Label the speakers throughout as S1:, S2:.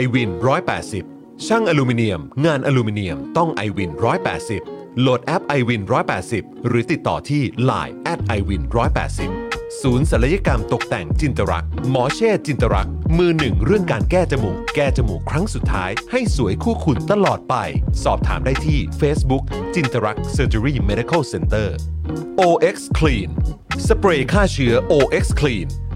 S1: i w วิน180 ช่างอลูมิเนียม งานอลูมิเนียมต้อง i w วิน180 โหลดแอป i w วิน180 หรือติดต่อที่ Line at i w วิน180 ศูนย์ศัลยกรรมตกแต่งจินตรัก หมอเช่จินตรัก มือหนึ่งเรื่องการแก้จมูก แก้จมูกครั้งสุดท้าย ให้สวยคู่คุณตลอดไป สอบถามได้ที่ Facebook จินตรัก Surgery Medical Center OX Clean สเปรย์ฆ่าเชื้อ OX Clean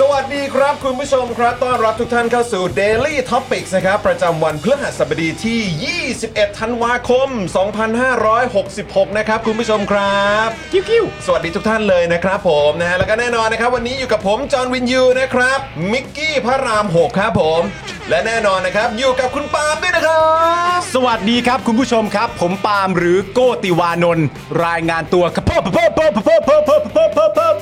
S2: สวัสดีครับคุณผู้ชมครับ ต้อนรับทุกท่านเข้าสู่ Daily Topics นะครับ ประจำวันพฤหัสบดีที่ 21 ธันวาคม 2566 นะครับ คุณผู้ชมครับคิวสวัสดีทุกท่านเลยนะครับผมนะฮะแล้วก็แน่นอนนะครับ วันนี้อยู่กับผม จอห์นวินยูนะครับ มิกกี้พระราม 6 ครับผม และแน่นอนนะครับ อยู่กับคุณปาล์มด้วยนะครับ
S3: สวัสดีครับคุณผู้ชมครับ ผมปาล์มหรือโกติวานนท์รายงานตัวครับเพิ่มเพิ่มเพิ่มเพิ่มเพิ่มเพิ่มเพิ่มเพิ่มเพิ่ม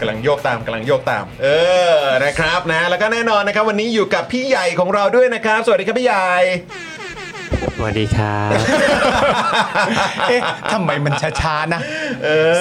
S2: กำลังโยกตามกำลังโยกตาม เออนะครับนะ แล้วก็แน่นอนนะครับ วันนี้อยู่กับพี่ใหญ่ของเราด้วยนะครับ สวัสดีครับพี่ใหญ่
S4: สวัสดีครับ
S3: เอ๊ะทำไมมันช้าๆนะ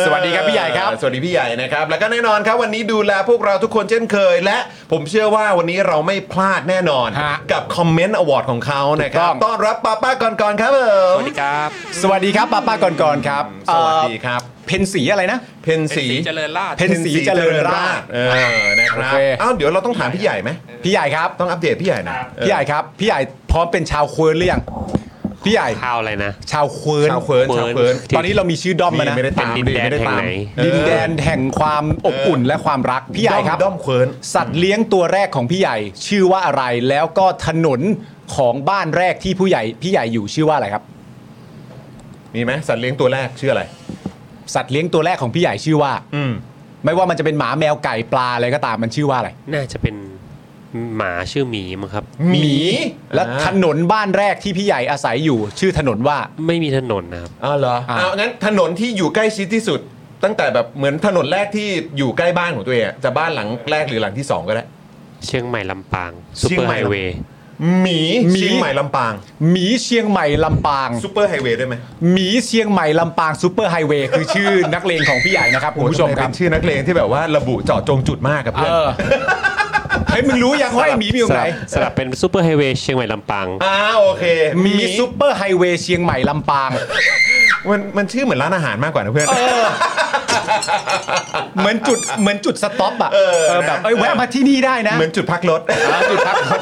S3: สวัสดีครับพี่ใหญ่ครับ
S2: สวัสดีพี่ใหญ่นะครับ แล้วก็แน่นอนครับวันนี้ดูแลพวกเราทุกคนเช่นเคย และผมเชื่อว่าวันนี้เราไม่พลาดแน่นอน
S3: ฮะ
S2: กับคอมเมนต์อวอร์ดของเขานะครับ
S3: ถูก
S2: ต้
S3: ต้อง
S2: อนรับป้าป้าก่อนก่อนๆครับผม
S4: สวัสดีครับ
S3: สวัสดีครับป้าป้าก่อนก่อนๆครับ
S2: สวัสดีครับ
S3: เอ่อเพนสีอะไรนะ
S2: เพนสี
S4: เจริญราช
S3: เพนสีเจริญราช
S2: เออนะครับ
S3: โอเค
S2: เอ้าเดี๋ยวเราต้องถามพี่ใหญ่ไหม
S3: พี่ใหญ่ครับ
S2: ต้องอัปเดตพี่ใหญ่หนะ
S3: พี่ใหญ่ครับพี่ใหญ่พร้อมเป็นชาวควิร์นหรือยังพี่ใหญ่
S4: ข้าวอะไรนะ
S3: ชาวควิร์น
S2: ชาวเฟิร์นชาวเฟิร์น
S3: ตอนนี้เรามีชื่อด้อมมานะ
S2: ไม่ได้ตาม
S4: เป็นดินแดน
S2: ไม่ไตาม
S4: แห่งไหน
S2: เออ
S3: ดินแดนแห่งความอบอุ่นและความรักพี่ใหญ่ครับ
S2: ด้อมเคิร์น
S3: สัตว์เลี้ยงตัวแรกของพี่ใหญ่ ชื่อว่าอะไรแล้วก็ถนนของบ้านแรกที่ผู้ใหญ่พี่ใหญ่อยู่ชื่อว่าอะไรครับ
S2: มีไหมสัตว์เลี้ยงตัวแรกชื่ออะไร
S3: สัตว์เลี้ยงตัวแรกของพี่ใหญ่ชื่อว่า
S2: อืม
S3: ไม่ว่ามันจะเป็นหมาแมวไก่ปลาอะไรก็ตามมันชื่อว่าอะไร
S4: น่าจะเป็นหมาชื่อหมีมั้งครับ
S3: และ
S2: อ่า
S3: ถนนบ้านแรกที่พี่ใหญ่อาศัยอยู่ ชื่อถนนว่า
S4: ไม่มีถนนนะครับ
S2: อ้าวเหรอ
S3: อ่า
S2: อ้าวงั้นถนนที่อยู่ใกล้ชิดที่สุด ตั้งแต่แบบเหมือนถนนแรกที่อยู่ใกล้บ้านของตัวเองอะจะบ้านหลังแรกหรือหลังที่สองก็ได้
S4: เชียงใหม่ลำปาง
S2: เชี
S4: ซู
S2: ยง
S4: เปอร์
S2: ใหม่
S4: ไฮเวย์
S2: หมี
S3: หมี
S2: เชียงใหม่ลำปาง
S3: หมีเชียงใหม่ลำปาง
S2: ซูเปอร์ไฮเวย์ด้วยไหม
S3: หมีเชียงใหม่ลำปางซูเปอร์ไฮเวย์คือชื่อ นักเลงของพี่ใหญ่นะครับคุณผู้ชม
S2: โอ้โหทำ
S3: ครับ
S2: ไเป็นชื่อนักเลงที่แบบว่าระบุเจาะจงจุดมากกับ
S3: เอ
S2: เพื่อน
S3: อเฮ้ยมึงรู้ยังว่าไอ้หมีมีอยู่ตรงไหน
S4: สลับเป็นซูเปอร์ไฮเวย์เชียงใหม่ลำปาง
S2: อ้าวโอเค
S3: มีซุปเปอร์ไฮเวย์เชียงใหม่ลำปาง
S2: มันมันชื่อเหมือนร้านอาหารมากกว่านะเพื่อน
S3: เหมือนจุดเหมือนจุดสต็อปอ่ะ
S2: เออ
S3: เออแบบ
S2: นะ
S3: เอ้ยแวะมาที่นี่ได้นะ
S2: เหมือนจุดพักรถ
S3: อ่าจุดพักรถ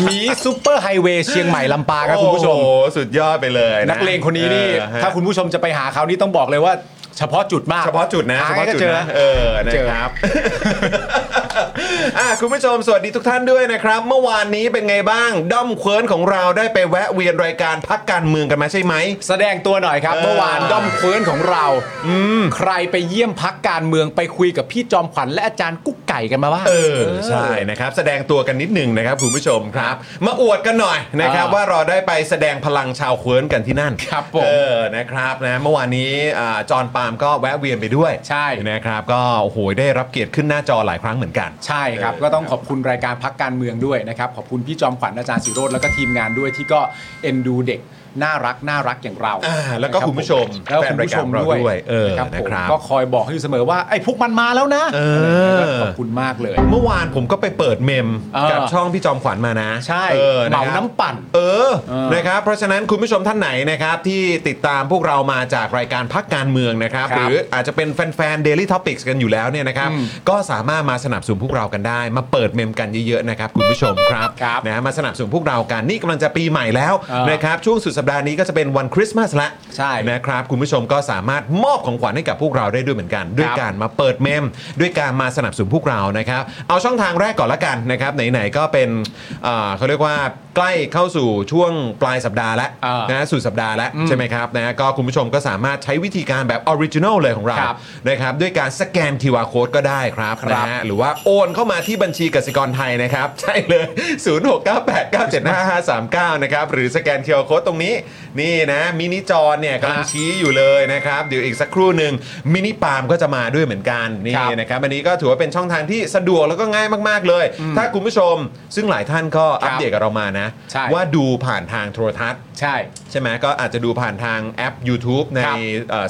S3: หมีซุปเปอร์ไฮเวย์เชียงใหม่ลำปางครับคุณผู้ชม
S2: โอ้โหสุดยอดไปเลยะ
S3: นักเลงคนนี้นี่
S2: เออฮะ
S3: ถ้าคุณผู้ชมจะไปหาเขานี่ต้องบอกเลยว่า เฉพาะจุดมาก
S2: เฉพาะจุดนะเฉ
S3: หา
S2: พาะ
S3: ยก็
S2: จุด
S3: เจอ
S2: นะเออนะครับ อ่ะคุณผู้ชมสวัสดีทุกท่านด้วยนะครับ เมื่อวานนี้เป็นไงบ้างด้อมเควิร์นของเราได้ไปแวะเวียนรายการพักการเมืองกันมาใช่ไหม
S3: แสดงตัวหน่อยครับ
S2: เออ
S3: เมื่อวานด้อมเควิร์นของเราใครไปเยี่ยมพักการเมืองไปคุยกับพี่จอมขวัญและอาจารย์กุ๊กไก่กันมาบ้าง
S2: เออใช่นะครับ แสดงตัวกันนิดหนึ่งนะครับคุณผู้ชมครับ มาอวดกันหน่อยนะครับ
S3: อ่า
S2: ว่าเราได้ไปแสดงพลังชาวเควิร์นกันที่นั่น
S3: ครับผม
S2: เออนะครับนะเมื่อวานนี้อ่าจอห์นปาล์มก็แวะเวียนไปด้วย
S3: ใช่
S2: นะครับ ก็โอ้โหได้รับเกียรติขึ้นหน้าจอหลายครั้งเหมือนกัน
S3: ใช่ครับ
S2: เออ
S3: ก็ต้องขอบคุณรายการพักการเมืองด้วยนะครับ ขอบคุณพี่จอมขวัญอาจารย์สิโรธแล้วก็ทีมงานด้วยที่ก็เอ็นดูเด็กน่ารักน่ารักอย่างเรา
S2: อ่าแล้วก็
S3: นะรับ
S2: คุณผู้ชม
S3: แล้วก็คุณผู้ชมด้วย
S2: แฟนรายการเราด้วยเออ
S3: นะครับผม
S2: นะครับ
S3: ก็คอยบอกให้อยู่เสมอว่าไอ้พวกมันมาแล้วนะ
S2: เออ
S3: ก็ขอบคุณมากเลย
S2: เมื่อวานผมก็ไปเปิดเมม
S3: เออ
S2: กับช่องพี่จอมขวัญมานะ
S3: ใช่
S2: ออ
S3: เหมา
S2: ะครับ
S3: น้ำปั่น
S2: เออ
S3: เออ
S2: นะครับ เพราะฉะนั้นคุณผู้ชมท่านไหนนะครับที่ติดตามพวกเรามาจากรายการพักการเมืองนะครับ
S3: ค
S2: ห
S3: รับ
S2: รืออาจจะเป็นแฟนๆ Daily Topics กันอยู่แล้วเนี่ยนะครับ
S3: อืม
S2: ก็สามารถมาสนับสนุนพวกเรากันได้ มาเปิดเมมกันเยอะๆนะครับคุณผู้ชมครับ
S3: ครับ
S2: นะมาสนับสนุนพวกเรากันนี่กำลังจะปีใหม่แล้ว
S3: เออ
S2: นะครับช่วงสุดสัปดาห์นี้ก็จะเป็นวันคริสต์มาสละ
S3: ใช่
S2: นะครับคุณผู้ชมก็สามารถมอบของขวัญให้กับพวกเราได้ด้วยเหมือนกัน ด้วยการมาเปิดเมม ด้วยการมาสนับสนุนพวกเรานะครับเอาช่องทางแรกก่อนละกันนะครับไหนๆก็เป็นเอ่อเขาเรียกว่าใกล้เข้าสู่ช่วงปลายสัปดาห์แล้ว
S3: อ่าน
S2: นะสู่สัปดาห์แล้วใช่ไหมครับนะก็คุณผู้ชมก็สามารถใช้วิธีการแบบออริจินอลเลยของเรา
S3: ครับ
S2: นะครับด้วยการสแกน QR Code ก็ได้ครับ
S3: ครับ
S2: นะฮะหรือว่าโอนเข้ามาที่บัญชีกสิกรไทยนะครับ ใช่เลย 0698975539 นะครับ หรือสแกน QR Code ตรงนี้ นี่นะมินิจอเนี่ยกำลังชี้อยู่เลยนะครับ เดี๋ยวอีกสักครู่หนึ่งมินิปาล์มก็จะมาด้วยเหมือนกันนี่
S3: ครับ
S2: นะครับอันนี้ก็ถือว่าเป็นช่องทางที่สะดวกแล้วก็ง่ายมากๆเลย ถ้าคุณผู้ชม ซึ่งหลายท่านก็อัปเดตกับเรามานะ
S3: ใช่
S2: ว่าดูผ่านทางโทรทัศน์
S3: ใช่
S2: ใช่ไหมก็อาจจะดูผ่านทางแอป YouTube ใน
S3: ครับ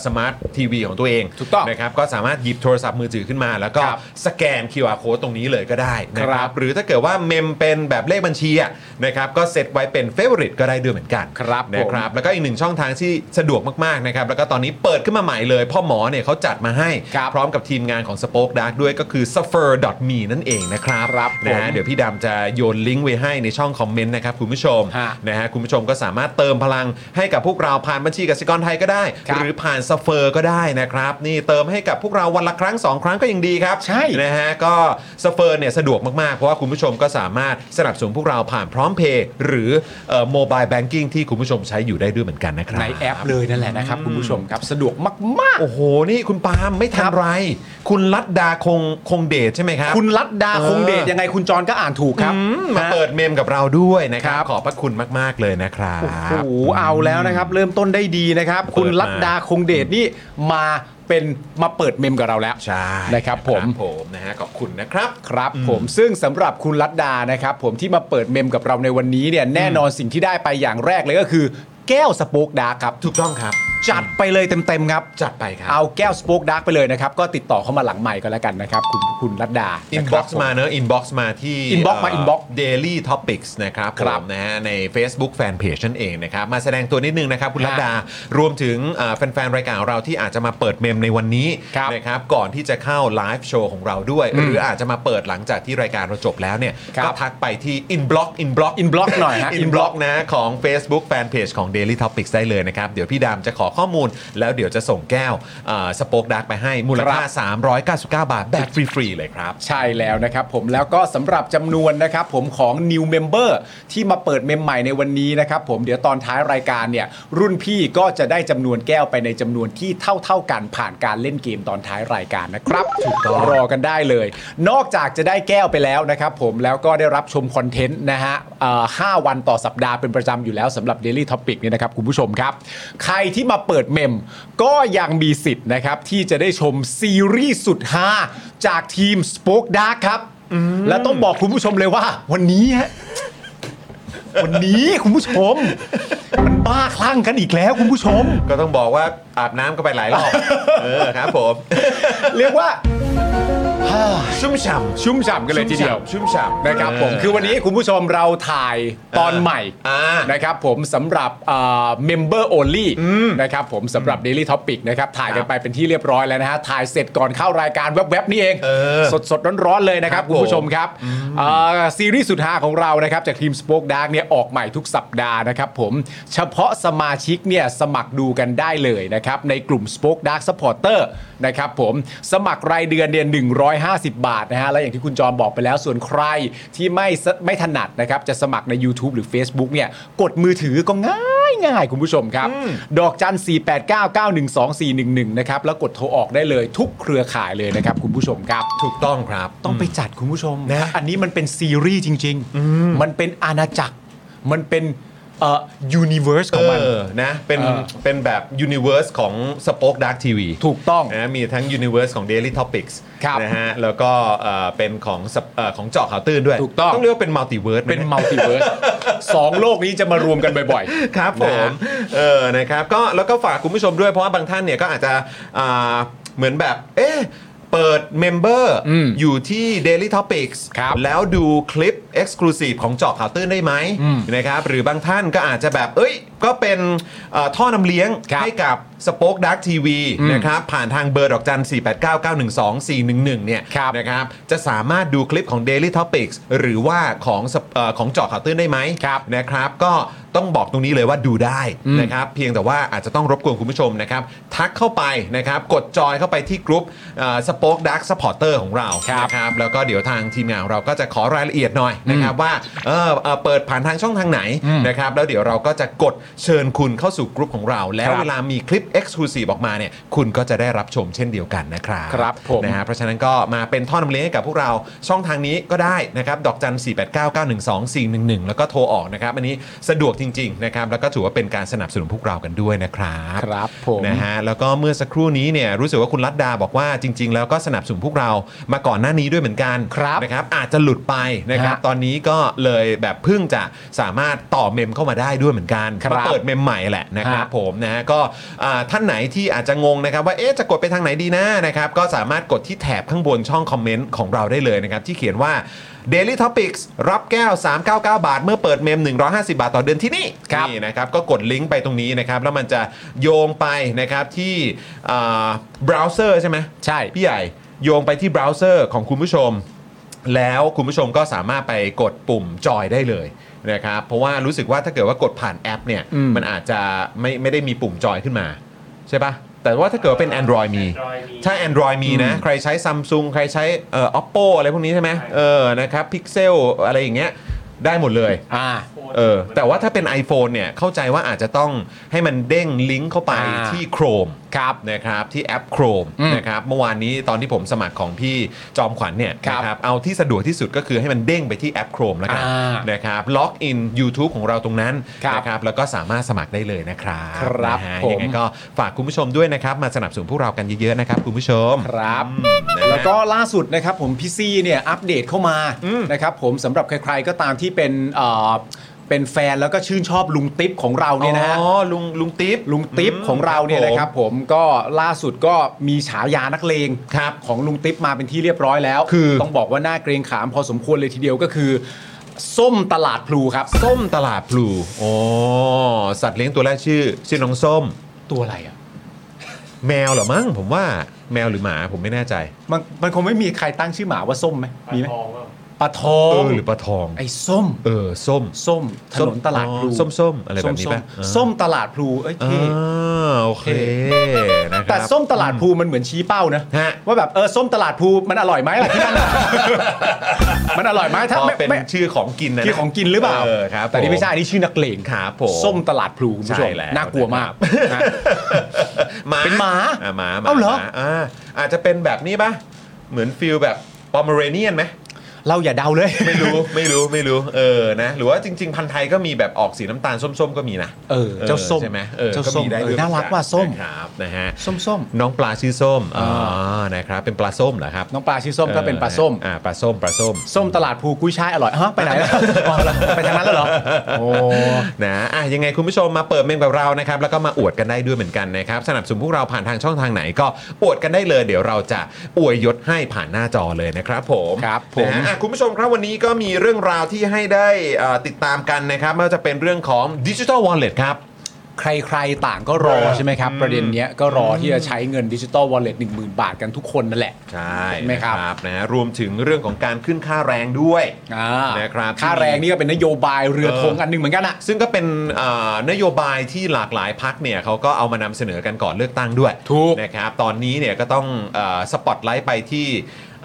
S2: สมาร์ททีวีของตัวเอง
S3: ถูกต้อง
S2: นะครับก็สามารถหยิบโทรศัพท์มือถือขึ้นมา แล้วก็
S3: ครับ
S2: สแกน QR Code ตรงนี้เลยก็ได้นะค
S3: ครั
S2: รับบ หรือถ้าเกิดว่าเมมเป็นแบบเลขบัญชีอะนะครับก็เซตไว้เป็นเฟ v o r i t e ก็ได้ด้วยเหมือนกัน
S3: ครับผม
S2: นะครับแล้วก็อีกหนึ่งช่องทางที่สะดวกมากๆนะครับแล้วก็ตอนนี้เปิดขึ้นมาใหม่เลย พ่อหมอเนี่ยเขาจัดมาให้ พร้อมกับทีมงานของ Spoke Dark ด้วยก็คือ suffer me นั่นเองนะครับ
S3: ครับ
S2: นะฮะ
S3: ผม
S2: เดี๋ยวพี่ดำจะโยนลิงก์ไว้ให้ในช่องคอมเมนต์นะครับคุณผู้ชม
S3: ฮะ
S2: นะฮะคุณผู้ชมก็สามารถเติมพลังให้กับพวกเราผ่านบัญชีกสิกรไทยก็ได้
S3: ครับ
S2: หรือผ่านสเฟอร์ก็ได้นะครับ นี่เติมให้กับพวกเราวันละครั้ง 2 ครั้งก็ยังดีครับ
S3: ใช่
S2: นะฮะก็สเฟอร์เนี่ยสะดวกมาก ๆ เพราะว่าคุณผู้ชมก็สามารถสนับสนุนพวกเราผ่านพร้อมเพย์หรือโมบายแบงกิ้งที่คุณผู้ชมใช้อยู่ได้ด้วยเหมือนกันนะครับ
S3: ในแอปเลยนั่นแหละนะครับคุณผู้ชมครับสะดวกมาก
S2: โอ้โห นี่คุณปาล์มไม่ทันไร คุณลัดดาคงคงเดชใช่ไหมครับ
S3: ๆ คุณลัดดาคงเดชยังไงคุณจรก็อ่านถูกครับ
S2: อืมมาเปิดเมมกับเราด้วยนะครับ
S3: ครับ
S2: ขอบพระคุณมาก ๆ เลยนะครับ
S3: โอ้โหเอาแล้วนะครับ เริ่มต้นได้ดีนะครับ คุณลัดดาคงเดชนี่มาเป็นมาเปิดเมมกับเราแล้ว
S2: ใช่
S3: นะครับผม
S2: ผมนะฮะขอบคุณนะครับ
S3: ครับผมซึ่งสำหรับคุณลัดดานะครับ ผมที่มาเปิดเมมกับเราในวันนี้เนี่ยแน่นอนสิ่งที่ได้ไปอย่างแรกเลยก็คือ แก้วสปูกดาร์กครับ
S2: ถูกต้องครับ
S3: จัดไปเลยเต็มๆครับ
S2: จัดไปครับ
S3: เอาแก้วสปูกดาร์กไปเลยนะครับ ก็ติดต่อเข้ามาหลังใหม่ก็แล้วกันนะครับ คุณคุณลัดดา
S2: อิ
S3: นะ
S2: น
S3: ค
S2: บ็อ
S3: รั
S2: บ ก
S3: ผ
S2: ซ์มาเนอะอินบ็อกซ์มาที่
S3: inbox มา inbox
S2: daily topics นะครับ
S3: ครับ
S2: ผมนะฮะใน Facebook Fanpage นั่นเองนะครับ มาแสดงตัวนิดนึงนะครับ คุณ
S3: ฮะ
S2: ลัดดารวมถึงเอ่อแฟน ๆ รายการของเราที่อาจจะมาเปิดเมมในวันนี้
S3: ครับ
S2: นะครับก่อนที่จะเข้าไลฟ์โชว์ของเราด้วย หรืออาจจะมาเปิดหลังจากที่รายการเราจบแล้วเนี่ย
S3: ครับ
S2: ก็ทักไปที่ inbox inbox
S3: inbox หน่อยฮะ
S2: inbox นะของ Facebook Fanpage ของ Daily Topics ได้เลยนะครับ เดี๋ยวพี่ดามจะขอข้อมูล แล้วเดี๋ยวจะส่งแก้วสปอคดักไปให้มูลค่า
S3: ครั
S2: 399
S3: บ
S2: บาทแบบฟรีๆเลยครับ
S3: ใช่แล้วนะครับผมแล้วก็สำหรับจำนวนนะครับผมของ new member ที่มาเปิดเมมใหม่ในวันนี้นะครับผมเดี๋ยวตอนท้ายรายการเนี่ย รุ่นพี่ก็จะได้จำนวนแก้วไปในจำนวนที่เท่า ๆกันผ่านการเล่นเกมตอนท้ายรายการนะครับถูกต้องรอกันได้เลย นอกจากจะได้แก้วไปแล้วนะครับผมแล้วก็ได้รับชมคอนเทนต์นะฮะเอ่อห้าวันต่อสัปดาห์เป็นประจำอยู่แล้วสำหรับ Daily Topic เนี่ยนะครับคุณผู้ชมครับ ใครที่มาเปิดเมมก็ยังมีสิทธิ์นะครับที่จะได้ชมซีรีส์สุดฮาจากทีม Spoke Dark ครับ และต้องบอกคุณผู้ชมเลยว่า วันนี้ฮะ วันนี้คุณผู้ชม มันบ้าคลั่งกันอีกแล้วคุณผู้ชม
S2: ก็ต้อง บอกว่าอาบน้ำก็ไปหลายรอบ เออครับผม
S3: เรียกว่า
S2: ชุ่มฉ่ำ
S3: ชุ่มฉ่ำกันเลยทีเดียว
S2: ชุ่มฉ่ำ
S3: นะครับผมคือวันนี้คุณผู้ชมเราถ่ายตอนใหม่
S2: อ่า
S3: นะครับผมสำหรับเมมเบอร์โอลี่นะครับผมสำหรับ Daily Topic นะครับถ่ายกันไปเป็นที่เรียบร้อยแล้วนะฮะถ่ายเสร็จก่อนเข้ารายการแวบๆนี่เอง
S2: อ
S3: สดสดๆร้อนๆเลยนะครับ
S2: ครับ
S3: คุณผู้ชมครับเอ่อซีรีส์สุดฮาของเรานะครับจากทีม Spoke Dark เนี่ยออกใหม่ทุกสัปดาห์นะครับผมเฉพาะสมาชิกเนี่ยสมัครดูกันได้เลยนะครับในกลุ่ม Spoke Dark Supporter นะครับผมสมัครรายเดือนเนี่ย150 บาทนะฮะและอย่างที่คุณจอมบอกไปแล้วส่วนใครที่ไม่สไม่ถนัดนะครับจะสมัครใน YouTube หรือ Facebook เนี่ยกดมือถือก็ง่ายง่ายคุณผู้ชมครับ ดอกจัน 489912411 นะครับ แล้วกดโทรออกได้เลยทุกเครือข่ายเลยนะครับ คุณผู้ชมครับ
S2: ถูกต้องครับ
S3: ต้องไปจัดคุณผู้ชม
S2: นะ
S3: อันนี้มันเป็นซีรีส์จริง ๆ มันเป็นอาณาจักร มันเป็นเอ่อยูนิเวอร์สของมัน
S2: เออนะเป็น
S3: เออ
S2: เป็นแบบยูนิเวอร์สของ Spoke Dark TV
S3: ถูกต้อง
S2: นะมีทั้ง Universe ของ Daily Topics
S3: ครับ
S2: นะฮะแล้วก็เอ่อเป็นของสับเอ่อของเจาะข่าวตื่นด้วย
S3: ถูกต้อง
S2: ต้องเรียกว่าเป็นมัลติเวิร์ส
S3: เป็นมัลติเวิร์สสองโลกนี้จะมารวมกันบ่อยๆ
S2: ครับผ
S3: นะ
S2: ม
S3: ฮะ
S2: เออนะครับก็แล้วก็ฝากคุณผู้ชมด้วยเพราะว่าบางท่านเนี่ยก็อาจจะอ่าเหมือนแบบ เอ๊ะ เปิดเมมเบอร์
S3: อืม
S2: อยู่ที่ Daily Topics
S3: ครับ
S2: แล้วดูคลิป Exclusive ของเจาะข่าวตื้นได้ไหม
S3: อืม
S2: นะครับหรือบางท่านก็อาจจะแบบ เอ้ย ก็เป็นเอ่อท่อนำเลี้ยง
S3: ครับ
S2: ให้กับ Spoke Dark TV
S3: อืม
S2: นะครับผ่านทางเบอร์ดอกจัน 489912411 เนี่ย
S3: ครับ
S2: นะครับจะสามารถดูคลิปของ Daily Topics หรือว่าของสเอ่อของเจาะข่าวตื้นได้ไหม
S3: ครับ
S2: นะครับก็ต้องบอกตรงนี้เลยว่าดูได้
S3: อืม
S2: นะครับเพียงแต่ว่าอาจจะต้องรบกวนคุณผู้ชมนะครับ ทักเข้าไปนะครับกดจอยเข้าไปที่กลุ่มสป็อคดักสปอร์เตอร์ของเรา
S3: ครับ
S2: นะครับแล้วก็เดี๋ยวทางทีมงานของเราก็จะขอรายละเอียดหน่อยนะครับว่าเออเอ่อเปิดผ่านทางช่องทางไหน
S3: อืม
S2: นะครับแล้วเดี๋ยวเราก็จะกดเชิญคุณเข้าสู่กลุ่มของเรา แล้ว
S3: ครับ
S2: เวลามีคลิป Exclusive ออกมาเนี่ยคุณก็จะได้รับชมเช่นเดียวกันนะครับ
S3: ครับผม
S2: นะฮะเพราะฉะนั้นก็มาเป็นท่อนำเลี้ยงให้กับพวกเราช่องทางนี้ก็ได้นะครับดอกจัน 4 8 9 9 1 2 4 1 1 แล้วก็โทรออกนะครับ อันนี้สะดวกจริง ๆ นะครับ แล้วก็ถือว่าเป็นการสนับสนุนพวกเรากันด้วยนะครับ
S3: ครับผม
S2: นะฮะแล้วก็เมื่อสักครู่นี้เนี่ยรู้สึกว่าคุณรัตดดาบอกว่าจริง ๆ แล้วก็สนับสนุนพวกเรามาก่อนหน้านี้ด้วยเหมือนกัน
S3: ครับ
S2: นะครับอาจจะหลุดไปนะครับ
S3: ฮะ
S2: ตอนนี้ก็เลยแบบเพิ่งจะสามารถต่อเมมเข้ามาได้ด้วยเหมือนกัน
S3: ครับ
S2: มาเปิดเมมใหม่แหละนะครับ
S3: ฮะ
S2: ผมนะฮะก็อ่าท่านไหนที่อาจจะงงนะครับว่าเอ๊ะจะกดไปทางไหนดีนะนะครับก็สามารถกดที่แถบข้างบนช่องคอมเมนต์ของเราได้เลยนะครับ ที่เขียนว่า Daily Topics รับแก้ว 399 บาท เมื่อเปิดเมม 150 บาทต่อเดือนที่นี่
S3: ครับ
S2: นี่นะครับก็กดลิงก์ไปตรงนี้นะครับ แล้วมันจะโยงไปนะครับที่อ่าเบราว์เซอร์ใช่ไหม
S3: ใช่
S2: พี่ใหญ่โยงไปที่เบราว์เซอร์ของคุณผู้ชม แล้วคุณผู้ชมก็สามารถไปกดปุ่มจอยได้เลยนะครับ เพราะว่ารู้สึกว่าถ้าเกิดว่ากดผ่านแอปเนี่ย
S3: อืม
S2: นอาจจะไม่ไม่ได้มีปุ่มจอยขึ้นมา ใช่ปะแต่ว่าถ้าเกิดว่าเป็น Android มี ถ้า Android มีนะ ใครใช้ Samsung ใครใช้เอ่อ Oppo อะไรพวกนี้ใช่ไหมเออนะครับ Pixel อะไรอย่างเงี้ยได้หมดเลย
S3: อ่า
S2: เออแต่ว่าถ้าเป็น iPhone เนี่ยเข้าใจว่าอาจจะต้องให้มันเด้งลิงก์เข้าไป
S3: อ่า
S2: ที่ Chrome ครับนะครับที่แอป Chrome
S3: อืม
S2: นะครับเมื่อวานนี้ตอนที่ผมสมัครของพี่จอมขวัญเนี่ย
S3: ครับ
S2: นะครับเอาที่สะดวกที่สุดก็คือให้มันเด้งไปที่แอป Chrome แล้วกัน
S3: อ่า
S2: นะครับล็อกอิน YouTube ของเราตรงนั้น
S3: ครับ
S2: นะครับแล้วก็สามารถสมัครได้เลยนะครับ
S3: ครับ
S2: นะฮะ
S3: ผม
S2: ยังไงก็ฝากคุณผู้ชมด้วยนะครับ มาสนับสนุนพวกเรากันเยอะๆนะครับคุณผู้ชม
S3: ครับแล้วก็ล่าสุดนะครับผมพี่ซี่เนี่ยอัปเดตเข้ามานะครับผมสำหรับใครๆก็ตามที่เป็นเอ่อเป็นแฟนแล้วก็ชื่นชอบลุงติ๊บของเราเนี่ยนะฮะ
S2: อ๋อลุงลุงติ๊บ
S3: ลุงติ๊บ
S2: ม
S3: ของเราเนี่ยนะครับผมก็ล่าสุดก็มีฉายานักเลง
S2: ครับ
S3: ของลุงติ๊บมาเป็นที่เรียบร้อยแล้ว
S2: คือ
S3: ต้องบอกว่าหน้าเกรงขามพอสมควรเลยทีเดียวก็คือ ส้มตลาดพลูครับ
S2: ส้มตลาดพลูอ๋อสัตว์เลี้ยงตัวแรกชื่อ ชื่อน้องส้ม
S3: ตัวอะไรอ่ะ
S2: แมวเหรอมั้งผมว่าแมวหรือหมาผมไม่แน่ใจ
S3: มันมันคงไม่มีใครตั้งชื่อหมาว่าส้มไหมมีไหมปลาทอ
S2: เอง อหรือปลาทอง
S3: ไอ้ส้ม
S2: เออส้ม
S3: ส้มถนนตลาดพลู
S2: ส้มส้มอะไรแบบนี้
S3: ส้ม
S2: ปะ
S3: ส้ม
S2: เออ
S3: ส้มตลาดพลูเอ้ย
S2: อ่
S3: เท่
S2: าโอเคนะครับ
S3: แต่ส้มตลาดพลูมันเหมือนชี้เป้านะ
S2: ฮะ
S3: ว่าแบบเออส้มตลาดพลูมันอร่อยไหมล่ะที่นั่น น่ะ มันอร่อยไหมถ้า
S2: อ๋อ
S3: ไม่
S2: เป็น
S3: ไม่
S2: ชื่อของกินนะ
S3: ที่ของกินหรือเปล่า
S2: เออครับ
S3: แต่นี่ไม่
S2: ผ
S3: ใช่อันนี่ชื่อนักเลง
S2: ครับผม
S3: ส้มตลาดพลูคุณผู้ชม
S2: ใช่แล้ว
S3: น่ากลัวมาก
S2: นะครับ
S3: นะ
S2: หมา
S3: เป็นหมา
S2: อ่ะหมา
S3: เอ้าเหรอ
S2: มอ่าอาจจะเป็นแบบนี้ปะเหมือนฟิลแบบปอมเรเนียนไหม
S3: เราอย่าเดาเลย
S2: ไม่รู้ ไม่รู้ไม่รู้เออนะหรือว่าจริง ๆ พันธุ์ไทยก็มีแบบออกสีน้ำตาลส้มๆ ก็มีนะ
S3: เออเจ้าส้ม
S2: ใช่ไหมเออ
S3: เจ้า
S2: ก็
S3: ส้ม
S2: มีได้ด้วย
S3: เออน่ารักว่าส้ม
S2: นะครับนะฮะ
S3: ส้ม
S2: น้องปลาชื่อส้ม
S3: อ่า
S2: อ๋อนะครับเป็นปลาส้มเหรอครับ
S3: ๆน้องปลาชื่อส้มก็เป็นปลาส้ม
S2: อ่าปลาส้มปลาส้ม
S3: ส้มตลาดภูกุ้ยช่ายอร่อยฮะไปไหนแล้วอ๋อเหรอไปทางนั้นแล้วเหรอ โอ้
S2: นะอ่ะยังไงคุณผู้ชมมาเปิดเมมกับเรานะครับ แล้วก็มาอวดกันได้ด้วยเหมือนกันนะครับ สนับสนุนพวกเราผ่านทางช่องทางไหนก็อวดกันได้เลย เดี๋ยวเราจะอวยยศให้ผ่านหน้าจอเลยนะครับผม
S3: ครับผม
S2: นะฮะอ่ะคุณผู้ชมครับวันนี้ก็มีเรื่องราวที่ให้ได้อ่าติดตามกันนะครับไม่ว่าจะเป็นเรื่องของดิจิทัลวอลเล็ตครับ
S3: ใครๆต่างก็รอใช่ไหมครับ ประเด็นเนี้ยก็รอที่จะใช้เงินดิจิตอลวอลเล็ตหนึ่งหมื่นบาทกันทุกคนนั่นแหละ
S2: ใช่
S3: ใช่ไหมครับ
S2: นะนะฮะรวมถึงเรื่องของการขึ้นค่าแรงด้วย
S3: อ่า
S2: นะครับ
S3: ค่าแรงนี่ก็เป็นนโยบายเรือ
S2: เออ
S3: ธงอันหนึ่งเหมือนกันอะ
S2: ซึ่งก็เป็นอ่านโยบายที่หลากหลายพักเนี่ยเขาก็เอามานำเสนอกันก่อนเลือกตั้งด้วย
S3: ถูก
S2: นะครับตอนนี้เนี่ยก็ต้องเออสปอตไลท์ไปที่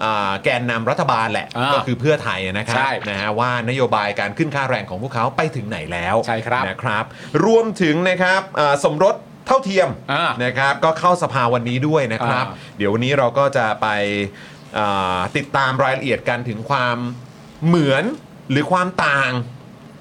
S2: อ่าแกนนำรัฐบาลแหละ
S3: อ่า
S2: ก็คือเพื่อไทยนะครั
S3: ใช่
S2: นะฮะว่านโยบายการขึ้นค่าแรงของพวกเขาไปถึงไหนแล้ว
S3: ใช่ครับ
S2: นะครับรวมถึงนะครับอ่าสมรสเท่าเทียม
S3: อ่า
S2: นะครับก็เข้าสภาวันนี้ด้วยนะครับ
S3: อ่
S2: เดี๋ยววันนี้เราก็จะไปอ่าติดตามรายละเอียดกันถึงความเหมือนหรือความต่าง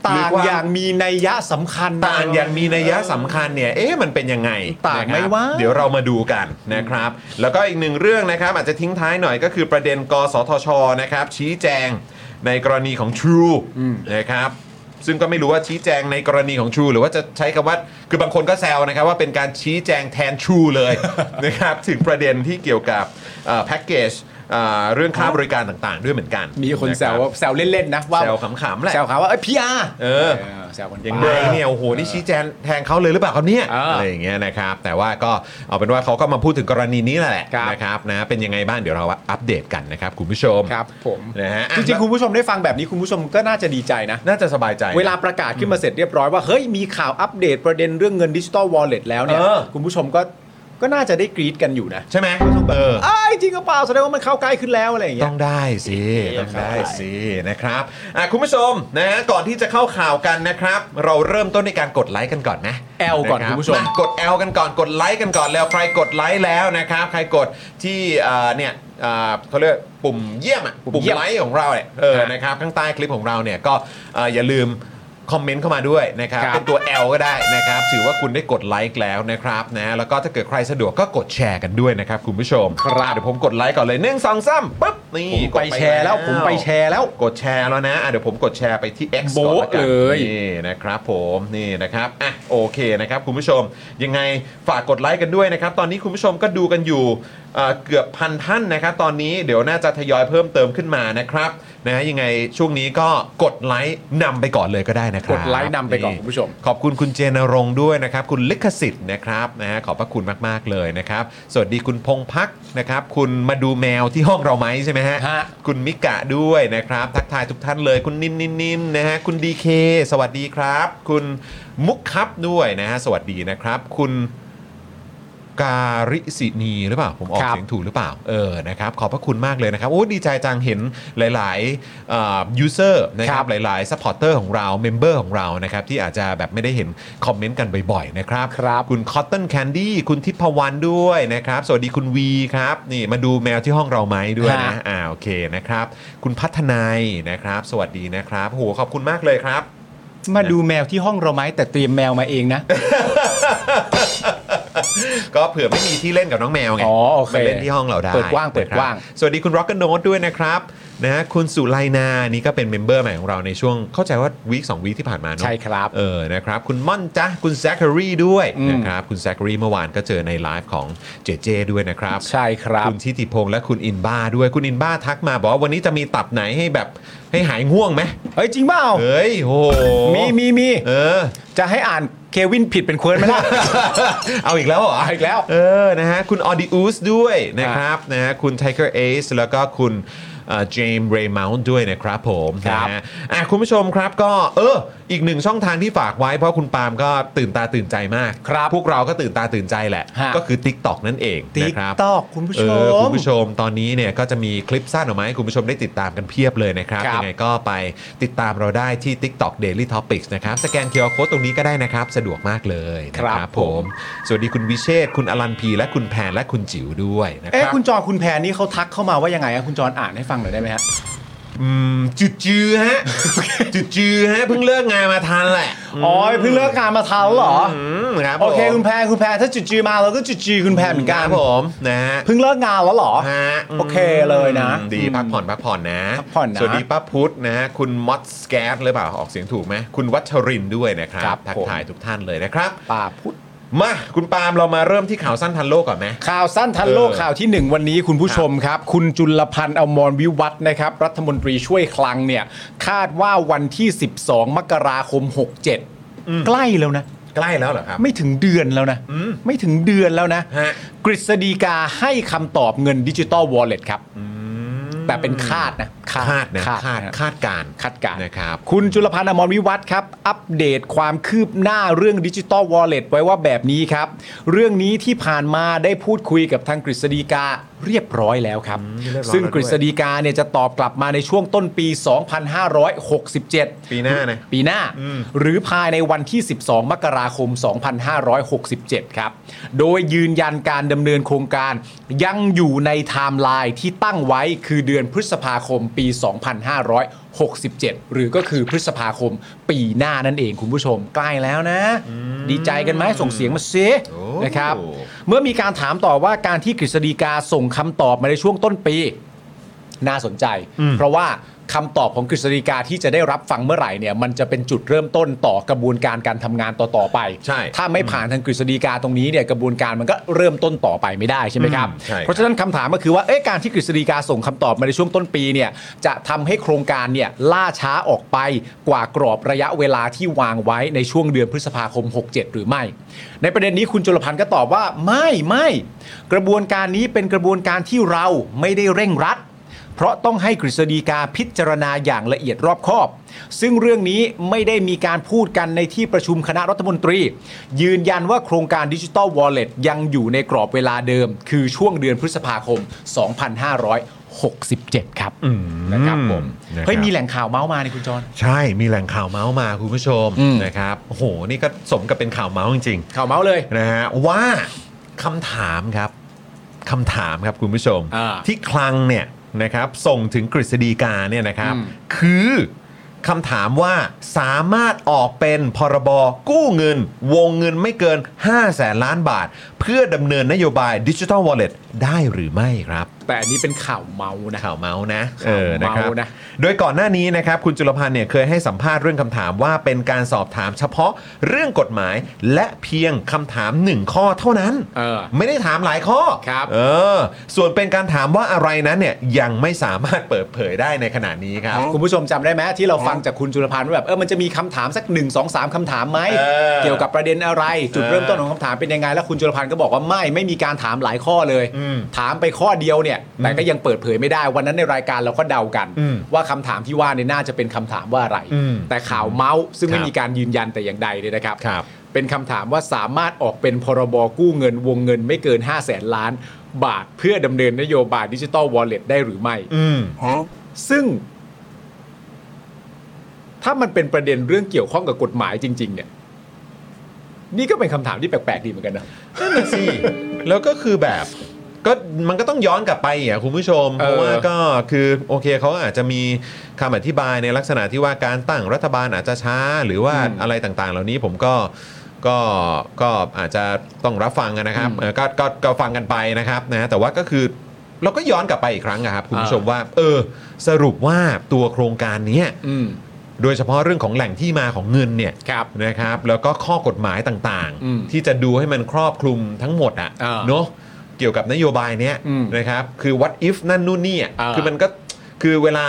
S3: ต่างอย่างมีนัยยะสำคัญนะ
S2: ต่างอย่างมีนัยสำคัญเนี่ย เอ๊ะ มันเป็นยังไง
S3: ต่างไหม
S2: นะครับ
S3: วะ
S2: เดี๋ยวเรามาดูกันนะครับ แล้วก็อีกหนึ่งเรื่องนะครับ อาจจะทิ้งท้ายหน่อยก็คือประเด็นกสทช นะครับ ชี้แจงในกรณีของ True นะครับ ซึ่งก็ไม่รู้ว่าชี้แจงในกรณีของ True หรือว่าจะใช้คำว่า คือบางคนก็แซวนะครับว่าเป็นการชี้แจงแทน True เลย นะครับ ถึงประเด็นที่เกี่ยวกับเอ่อแพ็กเกจเอ่อเรื่องค่าบริการต่างๆ ด้วยเหมือนกัน
S3: มีคนแซวว่า
S2: ะรับ
S3: แซวเล่นๆนะว่า
S2: แซวขำๆแหละ
S3: แซวเขาว่าเอ้ยพีอาร์
S2: เออ
S3: แซวกันไป
S2: อย่างไรเนี่ยโอ้โหนี่ชี้แจงแทนเขาเลยหรือเปล่าครับเนี่ย
S3: อ่า
S2: อะไรอย่างเงี้ยนะครับ แต่ว่าก็เอาเป็นว่าเขาก็มาพูดถึงกรณีนี้แหละ
S3: ครับ
S2: นะครับนะเป็นยังไงบ้างเดี๋ยวเราอัปเดตกันนะครับคุณผู้ชม
S3: ครับผม
S2: นะฮะอ่ะ
S3: จริงๆ คุณผู้ชมได้ฟังแบบนี้คุณผู้ชมก็น่าจะดีใจนะ
S2: น่าจะสบายใจ
S3: เวลาประกาศขึ้นมาเสร็จเรียบร้อยว่าเฮ้ยมีข่าวอัปเดตประเด็นเรื่องเงินดิจิตอลวอลเล็ตแล้วเนี่ย
S2: เออ
S3: คุณผู้ชมก็ก็น่าจะได้กรี๊ดกันอยู่นะ
S2: ใช่ไหมเออ
S3: ไอ้ายจริงหรือเปล่าแสดงว่ามันเข้าใกล้ขึ้นแล้วอะไรอย่างเงี้
S2: ต้
S3: ย
S2: องได้สิต้องได้สินะครับอ่ะคุณผู้ชมนะฮะก่อนที่จะเข้าข่าวกันนะครับ เราเริ่มต้นในการกดไลค์กันก่อนนะ
S3: L ก่อนะครับ คุณผู้ชม
S2: ะกด L กันก่อนกดไลค์กันก่อนแล้วใครกดไลค์แล้วนะครับ ใครกดที่เอ่อเนี่ยเอ่อเขาเรียกปุ่มเยี่ยมอ่ะ
S3: ปุ่ม
S2: ปุ่ม
S3: เยี่ยม
S2: ไลค์ของเราเนี่ยเออ
S3: ครับ
S2: นะครับข้างใต้คลิปของเราเนี่ยก็เอ่ออย่าลืมคอมเมนต์เข้ามาด้วยนะครับ
S3: ครับ
S2: เป็นตัว L ก็ได้นะครับ ถือว่าคุณได้กดไลค์แล้วนะครับนะแล้วก็ถ้าเกิดใครสะดวกก็กดแชร์กันด้วยนะครับคุณผู้ชมครับเดี๋ยวผมกดไลค์ก่อนเลยหนึ่งสองสามปึ๊บนี่
S3: ผมไปแชร์แล้วผมไปแชร์แล้ว
S2: กดแชร์แล้วนะอ่ะเดี๋ยวผมกดแชร์ไปที่ X ก่อน
S3: โบ๊ะ
S2: ละกัน
S3: เลย
S2: นี่นะครับผมนี่นะครับอ่ะโอเคนะครับคุณผู้ชมยังไงฝากกดไลค์กันด้วยนะครับ ตอนนี้คุณผู้ชมก็ดูกันอยู่เอ่อเกือบพันท่านนะครับ ตอนนี้เดี๋ยวน่าจะทยอยเพิ่มเติมขึ้นมานะครับนะฮะยังไงช่วงนี้ก็กดไลค์นำไปก่อนเลยก็ได้นะค
S3: ก
S2: รับ
S3: ดไลค์นำไปก่อนคุณผู้ชม
S2: ขอบคุณคุณเจนรงค์ด้วยนะครับ คุณลิขสิทธิ์นะครับนะฮะขอบพระคุณมาก ๆ เลยนะครับ สวัสดีคุณพงพักนะครับ คุณมาดูแมวที่ห้องเราไหมใช่ไหมฮะ
S3: ฮะ
S2: คุณมิกะด้วยนะครับ ทักทายทุกท่านเลยคุณนินนินนินนะฮะคุณดีเคสวัสดีครับ คุณมุกครับด้วยนะฮะสวัสดีนะครับ คุณการิสินีหรือเปล่า ผมออก
S3: ครับ
S2: เสียงถูกหรือเปล่าเออนะครับ ขอบพระคุณมากเลยนะครับโอ้ดีใจจังเห็นหลายๆยูเซอร์นะครับหลายๆซัพพอร์เตอร์ของเราเมมเบอร์ของเรานะครับที่อาจจะแบบไม่ได้เห็นคอมเมนต์กันบ่อยๆนะครับ
S3: ครับ
S2: คุณคอตเ o นแคนดี้คุณทิพวรรณด้วยนะครับ สวัสดีคุณวีครับ นี่มาดูแมวที่ห้องเราไหมด้วยนะ
S3: ฮะ
S2: อ่าโอเคนะครับ คุณพัฒนายนะครับ สวัสดีนะครับโหขอบคุณมากเลยครับ
S3: มาดูแมวที่ห้องเราไหมแต่เตรียมแมวมาเองนะ
S2: ก็เผื่อไม่มีที่เล่นกับน้องแมวไง
S3: อ๋อโอเค
S2: มาเล่นที่ห้องเราได้
S3: เปิดกว้างเปิดกว้าง
S2: นะครับสวัสดีคุณร็อกก n นโนดด้วยนะครับนะฮะคุณสุไลนานี่ก็เป็นเมมเบอร์ใหม่ของเราในช่วงเข้าใจว่าวีคสองวีคที่ผ่านมาเนอะ
S3: ใช่ครับ
S2: เออนะครับคุณม่อนจ้ะคุณแซคคารีด้วย
S3: อืม
S2: นะครับคุณแซคคารีเมื่อวานก็เจอในไลฟ์ของเจเจด้วยนะครับ
S3: ใช่ครับ
S2: คุณทิติพงษ์และคุณอินบ้าด้วยคุณอินบ้าทักมาบอกว่าวันนี้จะมีตับไหนให้แบบให้หายง่วงไหม
S3: เฮ้ยจริงเปล่า
S2: เฮ้ยโห
S3: มีมีมี
S2: เอ อ
S3: จะให้อ่านเควินผิดเป็นเควิร์นไหมล่ะ
S2: เอาอีกแล้วเหรอ
S3: เอาอีกแล้ว
S2: เออนะฮะคุณออดิอุสด้วยนะครับนะฮะคุณ Tiger Ace แล้วก็คุณเจมส์เรย์ม n นด้วยนะครับผม
S3: ครับ
S2: นะฮะอ่ะคุณผู้ชมครับก็เอออีกหนึ่งช่องทางที่ฝากไว้เพราะคุณปาล์มก็ตื่นตาตื่นใจมากครับพวกเราก็ตื่นตาตื่นใจแหละ
S3: ฮะ
S2: ก็คือ TikTok นั่นเอง
S3: ติ๊ก
S2: นะครับ
S3: ตอกคุณผู้ช
S2: เออคุณ
S3: ม
S2: ผู้ชมตอนนี้เนี่ยก็จะมีคลิปสั้นออกมาให้คุณผู้ชมได้ติดตามกันเพียบเลยนะครับ
S3: ครับ
S2: ยังไงก็ไปติดตามเราได้ที่ TikTok Daily Topics นะครับ สแกนเคอร์โคตรงนี้ก็ได้นะครับ สะดวกมากเลยนะครับ ผ
S3: ผม ม
S2: สวัสดีคุณวิเชษฐ์คุณอลันพี และคุณแพนและคุณจิ๋วด้วยนะค
S3: เอ๊ะ
S2: รับ
S3: คุณจอนคุณแพนนี่เขาทักเข้ามาว่ายังไงอะคุณจอนอ่านให้ฟังหน่อยได้ไหมฮะ
S2: อืมจืด จือฮะจืดจือฮะเพิ่งเลิกงานมาทันแหละ
S3: อ๋อเพิ่งเลิกงานมาทันแล้วเหรออ
S2: อืมครับผม
S3: โอเคคุณแพรคุณแพรถ้าจุดจีมาเราก็จุดจีคุณแพรเหมือน
S2: ค
S3: กั
S2: รั
S3: น
S2: บผมนะฮะ
S3: เพิ่งเลิกงานแล้วเหรอ
S2: ฮะ
S3: โอเคเลยนะ
S2: อืมดีพักผ่อนพักผ่อนนะ
S3: พักผ่อนนะ
S2: สวัสดีป้าพุธนะฮะคุณมอสแกสหรือเปล่าออกเสียงถูกไหมคุณวัชรินทร์ด้วยนะครับ
S3: ครับ
S2: ทัก
S3: ผม
S2: ทายทุกท่านเลยนะครับ
S3: ป่าพุทธ
S2: มาคุณปาล์มเรามาเริ่มที่ข่าวสั้นทันโลกก่อนไหม
S3: ข่าวสั้นทันโลก
S2: เออ
S3: ข่าวที่หนึ่งวันนี้คุณผู้ชมครับ คุณจุลพันธ์อมรวิวัฒน์นะครับ รัฐมนตรีช่วยคลังเนี่ย คาดว่าวันที่ 12 มกราคม
S2: อืม
S3: 67 ใกล้แล้วนะ
S2: ใกล้แล้วเหรอครับ
S3: ไม่ถึงเดือนแล้วนะ
S2: อืม
S3: ไม่ถึงเดือนแล้วนะ
S2: ฮะ
S3: กฤษฎีกาให้คำตอบเงินดิจิตอลวอลเล็ตครับ แต่เป็นคาดนะ
S2: คาดนะ
S3: คา
S2: คาด
S3: ดนะ
S2: คาดการณ์
S3: คาดการณ์
S2: นะครับ
S3: คุณจุลพันธ์อมรวิวัฒน์ครับ อัปเดตความคืบหน้าเรื่องดิจิ t a ลวอลเล็ตไว้ว่าแบบนี้ครับ เรื่องนี้ที่ผ่านมาได้พูดคุยกับทางกฤษฎีกาเรียบร้อยแล้วครับ
S2: อืมเรียบร้อย
S3: ซึ่ง
S2: แล้วด้วย
S3: กฤษฎีกาเนี่ยจะตอบกลับมาในช่วงต้นปี 2567
S2: ปีหน้านะ
S3: ปีหน้า
S2: อืม
S3: หรือภายในวันที่ 12 มกราคม 2567 ครับ โดยยืนยันการดำเนินโครงการยังอยู่ในไทม์ไลน์ที่ตั้งไว้คือเดือนพฤษภาคมปี 2567 หรือก็คือพฤษภาคมปีหน้านั่นเองคุณผู้ชมใกล้แล้วนะ ดีใจกันไหมส่งเสียงมาสิ
S2: โอ้
S3: นะครับ เมื่อมีการถามต่อว่าการที่กฤษฎีกาส่งคำตอบมาในช่วงต้นปี น่าสนใจ เพราะว่าคำตอบของกฤษฎีกาที่จะได้รับฟังเมื่อไหร่เนี่ยมันจะเป็นจุดเริ่มต้นต่อกระบวนการการทำงานต่อ ๆ ไป
S2: ใช่
S3: ถ้าไม่ผ่านทางกฤษฎีกาตรงนี้เนี่ยกระบวนการมันก็เริ่มต้นต่อไปไม่ได้ใช่ไหมครับ
S2: อืมใช่ครับ
S3: เพราะฉะนั้นคำถามก็คือว่าเอ๊ะการที่กฤษฎีกาส่งคำตอบมาในช่วงต้นปีเนี่ยจะทำให้โครงการเนี่ยล่าช้าออกไปกว่ากรอบระยะเวลาที่วางไว้ในช่วงเดือนพฤษภาคม 67 หรือไม่ ในประเด็นนี้คุณจุลพันธ์ก็ตอบว่าไม่ไม่กระบวนการนี้เป็นกระบวนการที่เราไม่ได้เร่งรัด เพราะต้องให้กฤษฎีกาพิจารณาอย่างละเอียดรอบคอบ ซึ่งเรื่องนี้ไม่ได้มีการพูดกันในที่ประชุมคณะรัฐมนตรี ยืนยันว่าโครงการดิจิ t a ลวอลเล็ตยังอยู่ในกรอบเวลาเดิม คือช่วงเดือนพฤษภาคม 2567 ครับนะครับผม
S2: นะครับ
S3: เฮ้ยมีแหล่งข่าวเมาส์มานี่คุณจอน
S2: ใช่มีแหล่งข่าวเมาส์มาคุณผู้ชม
S3: อืม
S2: นะครับโอ้โหนี่ก็สมกับเป็นข่าวเมาส์จริงๆ
S3: ข่าวเมาส์เลย
S2: นะฮะว่าคำถามครับคำถามครับคุณผู้ชม
S3: อ่า
S2: ที่คลังเนี่ยนะครับส่งถึงกฤษฎีกาเนี่ยนะครับ
S3: อืม
S2: คือคำถามว่าสามารถออกเป็นพรบกู้เงิน วงเงินไม่เกิน 5 แสนล้านบาท เพื่อดำเนินนโยบายดิจิ t a l วอลเล็ตได้หรือไม่ครับ
S3: แต่อันนี้เป็นข่าวเมาส์นะ
S2: ข่าวเมาส์นะ
S3: ข่าวเมาส์
S2: นะ
S3: นะ
S2: ครับโดยก่อนหน้านี้นะครับคุณจุลพันธ์เนี่ยเคยให้สัมภาษณ์เรื่องคำถามว่าเป็นการสอบถามเฉพาะเรื่องกฎหมาย และเพียงคำถามหนึ่งข้อเท่านั้น
S3: เออ
S2: ไม่ได้ถามหลายข้อ
S3: ครับ
S2: เออ ส่วนเป็นการถามว่าอะไรนั้นเนี่ยยังไม่สามารถเปิดเผยได้ในขณะนี้ครับ
S3: คุณผู้ชมจำได้ไหมที่เราฟังจากคุณจุลพันธ์ว่าแบบเออมันจะมีคำถามสัก1 2 3คำถามไหม
S2: เออ
S3: เกี่ยวกับประเด็นอะไร จุดเริ่มต้นของคำถามเป็นยังไง แล้วคุณจุลพันธ์ก็บอกว่าไม่ไม่มีการถามหลายข้อเลย
S2: อืม
S3: ถามไปข้อเดียวเนี่ยแต่ก็ยังเปิดเผยไม่ได้วันนั้นในรายการเราก็เดากัน
S2: อืม
S3: ว่าคำถามที่ว่าเนี่ยน่าจะเป็นคำถามว่าอะไร
S2: อืม
S3: แต่ข่าวเมาส์ซึ่ง
S2: ค
S3: ไม่
S2: รับ
S3: มีการยืนยันแต่อย่างใดเลยนะครับ
S2: ครับ
S3: เป็นคำถามว่าสามารถออกเป็นพรบกู้เงินวงเงินไม่เกิน 5 0 0แสนล้าน บาทเพื่อดำเนินนโยบายดิจิตอลวอลเล็ตได้หรือไม่
S2: อืม
S3: ซึ่ง ถ้ามันเป็นประเด็นเรื่องเกี่ยวข้องกับกฎหมายจริง ๆ เนี่ย นี่ก็เป็นคำถามที่แปลก ๆ ดีเหมือนกันนะ
S2: นั่นน่ะสิ แล้วก็คือแบบก็มันก็ต้องย้อนกลับไปอ่ะคุณผู้ชม เพ
S3: เออ
S2: ราะว่าก็คือโอเคเขาอาจจะมีคำอธิบายในลักษณะที่ว่าการตั้งรัฐบาลอาจจะช้า หรือว่า
S3: อืม
S2: อะไรต่างๆ เหล่านี้ผมก็ก็ก็อาจจะต้องรับฟังนะครับ
S3: อืม
S2: เออก็ก็ก็ฟังกันไปนะครับนะแต่ว่าก็คือเราก็ย้อนกลับไปอีกครั้งนะครับคุณผู้ชม
S3: อ่า
S2: ว่า เออ สรุปว่าตัวโครงการเนี้ย
S3: อืม
S2: โดยเฉพาะเรื่องของแหล่งที่มาของเงินเนี่ย
S3: ครับ
S2: นะครับ แล้วก็ข้อกฎหมายต่าง
S3: อืม
S2: ที่จะดูให้มันครอบคลุมทั้งหมดอะ
S3: อ่า
S2: เนาะเกี่ยวกับนโยบายเนี้ย
S3: อืม
S2: นะครับ คือ what if นั่นนู่นนี่อะ
S3: อ่า
S2: คือมันก็คือเวลา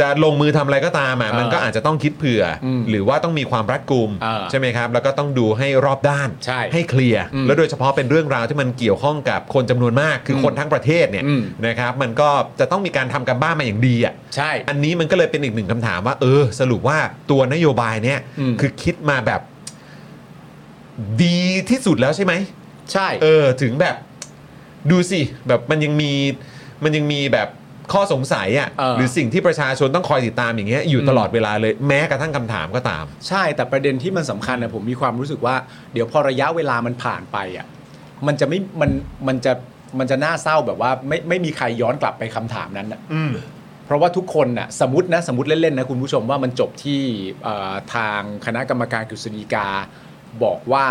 S2: จะลงมือทำอะไรก็ตามอ่ะ
S3: อ่ามั
S2: มันก็อาจจะต้องคิดเผื่ออ
S3: ม
S2: หรือว่าต้องมีความรัดกุม
S3: อ่า
S2: ใช่ไหมครับ แล้วก็ต้องดูให้รอบด้าน
S3: ใช่
S2: เคลียร์
S3: อืม
S2: แล้วโดยเฉพาะเป็นเรื่องราวที่มันเกี่ยวข้องกับคนจำนวนมากคืออ
S3: ม
S2: คนทั้งประเทศเนี่ย
S3: อืม
S2: นะครับ มันก็จะต้องมีการทำกันบ้านมาอย่างดีอ่ะ
S3: ใช่
S2: อันนี้มันก็เลยเป็นอีกหนึ่งคำถามว่า เออ สรุปว่าตัวนโยบายเนี่ย
S3: อืม
S2: คือคิดมาแบบ ดีที่สุดแล้วใช่ไหม
S3: ใช่
S2: เออ ถึงแบบ ดูสิ แบบมันยังมีมันยังมีแบบข้อสงสัยอะ
S3: เออ
S2: หรือสิ่งที่ประชาชนต้องคอยติดตามอย่างเงี้ยอยู่ตลอดเวลาเลย แม้กระทั่งคำถามก็ตาม
S3: ใช่แต่ประเด็นที่มันสำคัญนะผมมีความรู้สึกว่า เดี๋ยวพอระยะเวลามันผ่านไปอ่ะมันจะไม่มันมันจะมันจะน่าเศร้าแบบว่า ไม่ไม่มีใครย้อนกลับไปคำถามนั้นอ่ะ
S2: อืม
S3: เพ ราะว่าทุกคนน่ะสมมตินะสมมติเล่นๆนะคุณผู้ชมว่ามันจบที่เอ่อทางคณะกรรมการกฤษฎีกาบอกว่า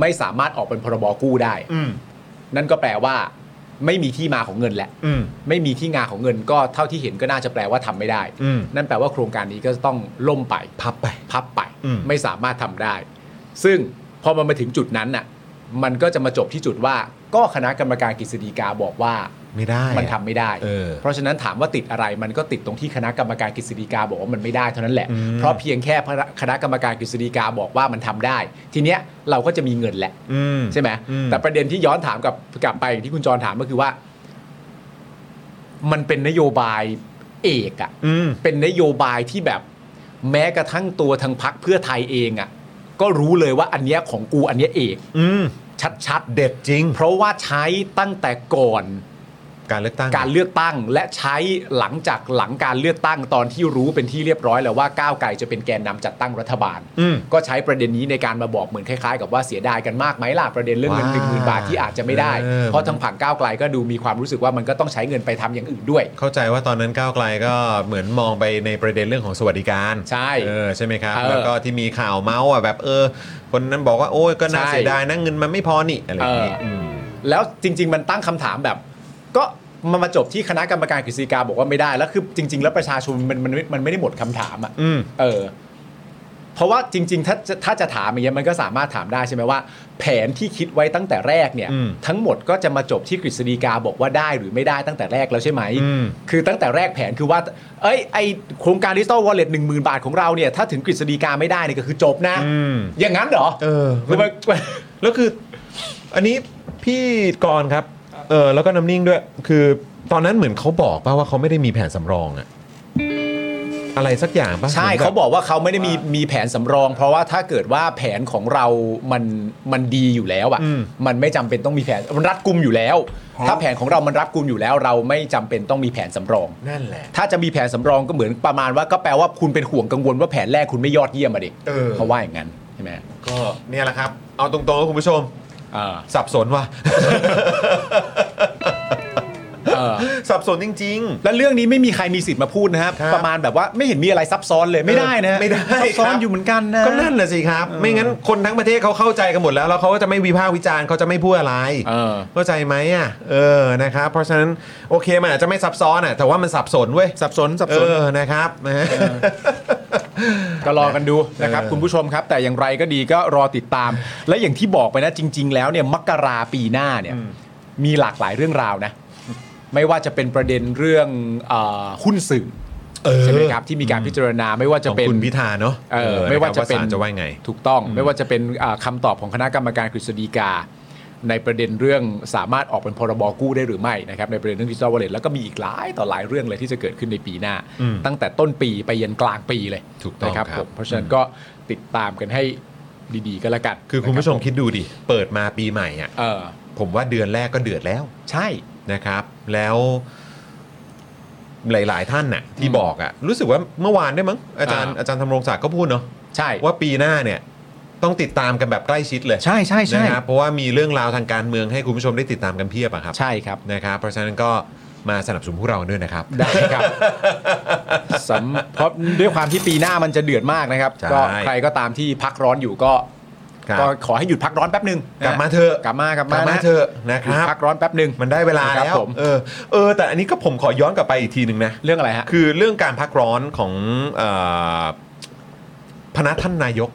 S3: ไม่สามารถออกเป็นพรบกู้ได้
S2: อืม
S3: นั่นก็แปลว่า ไม่มีที่มาของเงินแหละ
S2: อืม
S3: ไม่มีที่งาของเงินก็เท่าที่เห็นก็น่าจะแปลว่าทำไม่ได้
S2: อืม
S3: นั่นแปลว่าโครงการนี้ก็ต้องล่มไป
S2: พับไป
S3: พับไป
S2: อืม
S3: ไม่สามารถทำได้ ซึ่งพอมันมาถึงจุดนั้นน่ะ มันก็จะมาจบที่จุดว่า ก็คณะกรรมการกฤษฎีกาบอกว่า
S2: ไม่ได้อะ
S3: มันทำไม่ได้
S2: เออ
S3: เพราะฉะนั้นถามว่าติดอะไร มันก็ติดตรงที่คณะกรรมการกฤษฎีกาบอกว่ามันไม่ได้เท่านั้นแหละ
S2: อืม
S3: เพราะเพียงแค่พระคณะกรรมการกฤษฎีกาบอกว่ามันทำได้ ทีเนี้ยเราก็จะมีเงินแหละ
S2: อืม
S3: ใช่ไหม
S2: อืม
S3: แต่ประเด็นที่ย้อนถามกลับกลับไปอย่างที่คุณจรถามก็คือว่า มันเป็นนโยบายเอกอะ
S2: อืม
S3: เป็นนโยบายที่แบบ แม้กระทั่งตัวทางพักเพื่อไทยเองอะก็รู้เลยว่าอันเนี้ยของกูอันเนี้ยเอก
S2: อืม
S3: ชัดๆ
S2: เด็ดจริง
S3: เพราะว่าใช้ตั้งแต่ก่อน
S2: การเลือกตั้ง
S3: การเลือกตั้งและใช้หลังจากหลังการเลือกตั้งตอนที่รู้เป็นที่เรียบร้อยแล้วว่าก้าวไกลจะเป็นแกนนำจัดตั้งรัฐบาล
S2: อืม
S3: ก็ใช้ประเด็นนี้ในการมาบอกเหมือนคล้ายๆ กับว่าเสียดายกันมากไหมล่ะประเด็นเรื่องเงินหนึ่งหมื่นบาทที่อาจจะไม่ได้
S2: เออ
S3: เพราะทางฝั่งก้าวไกลก็ดูมีความรู้สึกว่ามันก็ต้องใช้เงินไปทำอย่างอื่นด้วย
S2: เข้าใจว่าตอนนั้นก้าวไกลก็เหมือนมองไปในประเด็นเรื่องของสวัสดิการ
S3: ใช่
S2: เออใช่ไหมครับ
S3: เออ
S2: แล้วก็ที่มีข่าวเมาส์อ่ะแบบเออ คนนั้นบอกว่าโอ้ยก็น่า
S3: ใช่
S2: เสียดายนะเงินมันไม่พอนี่อะไรอย่างงี้ม
S3: แล้วจริง ๆ มันตั้งคำถามแบบ ก็มันมาจบที่คณะกรรมการกฤษฎีกาบอกว่าไม่ได้แล้วคือจริง ๆ แล้วประชาชนมันมันมันไม่ได้หมดคำถามอ่ะ
S2: อืม
S3: เออ เพราะว่าจริง ๆ ถ้าจะถ้าจะถามอย่างเงี้ยมันก็สามารถถามได้ใช่ไหมว่า แผนที่คิดไว้ตั้งแต่แรกเนี่ย
S2: อืม
S3: ทั้งหมดก็จะมาจบที่กฤษฎีกาบอกว่าได้หรือไม่ได้ตั้งแต่แรกแล้วใช่ไหม
S2: อืม
S3: คือตั้งแต่แรกแผนคือว่า เอ้ยไอโครงการดิจิตอลวอลเล็ตหนึ่งหมื่นบาทของเราเนี่ยถ้าถึงกฤษฎีกาไม่ได้เนี่ยก็คือจบนะ
S2: อืม
S3: อย่างนั้นเหรอ
S2: เออ
S3: หรือว่า
S2: แล้วคืออันนี้พี่กรณ์ครับ เออแล้วก็น้ำนิ่งด้วย คือตอนนั้นเหมือนเขาบอกป่าว่าเขาไม่ได้มีแผนสำรองอะอะไรสักอย่างป่ะ
S3: ใช่
S2: หมืนแบบ
S3: เขาบอกว่าเขาไม่ได้มีมีแผนสำรอง เพราะว่าถ้าเกิดว่าแผนของเรามันมันดีอยู่แล้วอ่ะ
S2: อืม
S3: มันไม่จำเป็นต้องมีแผนมันรัดกุมอยู่แล้ว ถ้าแผนของเรามันรัดกุมอยู่แล้ว เราไม่จำเป็นต้องมีแผนสำรอง
S2: นั่นแหละ
S3: ถ้าจะมีแผนสำรองก็เหมือนประมาณว่าก็แปลว่าคุณเป็นห่วงกังวลว่าแผนแรกคุณไม่ยอดเยี่ยมอะดิ
S2: เออ
S3: เขาว่าอย่างนั้นใช่ไหม
S2: ก็เนี่ยแหละครับ เอาตรงๆนะคุณผู้ชม
S3: เออ
S2: สับสนว่ะ
S3: เออ
S2: สับสนจริง
S3: แล้วเรื่องนี้ไม่มีใครมีสิทธิ์มาพูดนะครับ
S2: ครับ
S3: ประมาณแบบว่าไม่เห็นมีอะไรซับซ้อนเลยไม่ได้นะ
S2: ไม่ได้
S3: ซับ
S2: ค
S3: ซ้อ
S2: นรับ
S3: อยู่เหมือนกันนะ
S2: ๆ ก็นั่นแหละสิครับ ไม่งั้นคนทั้งประเทศเขาเข้าใจกันหมดแล้ว แล้วเขาก็จะไม่วิพากษ์วิจารณ์เขาจะไม่พูดอะไร
S3: เออ
S2: เข้าใจไหมอ่ะเออนะครับ เพราะฉะนั้นโอเคมันอาจจะไม่ซับซ้อนอ่ะแต่ว่ามันสับสนเว้ย
S3: สับสนสับ
S2: เอ
S3: สน
S2: อนะครับนะฮะ
S3: ก็รอกันดูนะครับ
S2: เออ
S3: คุณผู้ชมครับ แต่อย่างไรก็ดีก็รอติดตาม และอย่างที่บอกไปนะจริง ๆ แล้วเนี่ยมกราปีหน้าเนี่ยมีหลากหลายเรื่องราวนะ ไม่ว่าจะเป็นประเด็นเรื่องเออหุ้นสื่อ
S2: เออ
S3: ใช่ไหมครับที่มีการพิจารณาไม่ว่าจะ
S2: ของ
S3: เป็น
S2: คุณพิธาเนาะ
S3: เออ
S2: เออ
S3: ไม่ว่าจะเป็น
S2: นะครับว่าศาลจะว่าไง
S3: ถูกต้องไม่ว่าจะเป็นอ่าคำาตอบของคณะกรรมการกฤษฎีกา ในประเด็นเรื่องสามารถออกเป็นพรบกู้ได้หรือไม่นะครับในประเด็นเรื่องดิจิทัลวอลเล็ตแล้วก็มีอีกหลายต่อหลายเรื่องเลยที่จะเกิดขึ้นในปีหน้า
S2: อืม
S3: ตั้งแต่ต้นปีไปยันกลางปีเลย
S2: ถูกต้อง
S3: นะครับ
S2: ครับ
S3: ผมเพราะฉะนั้นก็ติดตามกันให้ดีๆก็แล้วกัน
S2: คือคุณผู้ชม
S3: นะรับ
S2: คิดดูดิ เปิดมาปีใหม่อ่ะ
S3: เออ
S2: ผมว่าเดือนแรกก็เดือดแล้ว
S3: ใช่
S2: นะครับ แล้วหลาย ๆ ท่านน่ะที่บอกอ่ะรู้สึกว่าเมื่อวานได้วยมั้งอาจารย์
S3: อ่า
S2: อาจารย์ธำรงศักดิ์ก็พูดเนาะ
S3: ใช่
S2: ว่าปีหน้าเนี่ย ต้องติดตามกันแบบใกล้ชิดเลย
S3: ใช่ใช่ใช่
S2: นะครับเพราะว่ามีเรื่องราวทางการเมืองให้คุณผู้ชมได้ติดตามกันเพียบอะครับ
S3: ใช่ครับ
S2: นะครับ เพราะฉะนั้นก็มาสนับสนุนพวกเราด้วยนะครับ
S3: ได้ ครับสำเพราะด้วยความที่ปีหน้ามันจะเดือดมากนะครับ
S2: ใช่
S3: ก็ใครก็ตามที่พักร้อนอยู่ก็
S2: ครับ
S3: ก็ขอให้หยุดพักร้อนแป๊บหนึ่ง
S2: กลับมาเถอะ
S3: กลับมากลับมาก
S2: ลับมา
S3: นะ
S2: เถอะนะ
S3: ห
S2: ค
S3: ยุด
S2: รับ
S3: พักร้อนแป๊บหนึ่ง
S2: มันได้เวลา
S3: ครับ
S2: แล้ว
S3: ผม
S2: เออเออ แต่อันนี้ก็ผมขอย้อนกลับไปอีกทีหนึ่งนะ
S3: เรื่องอะไรฮะ
S2: คือเรื่องการพักร้อนของเออพนักท่านนายก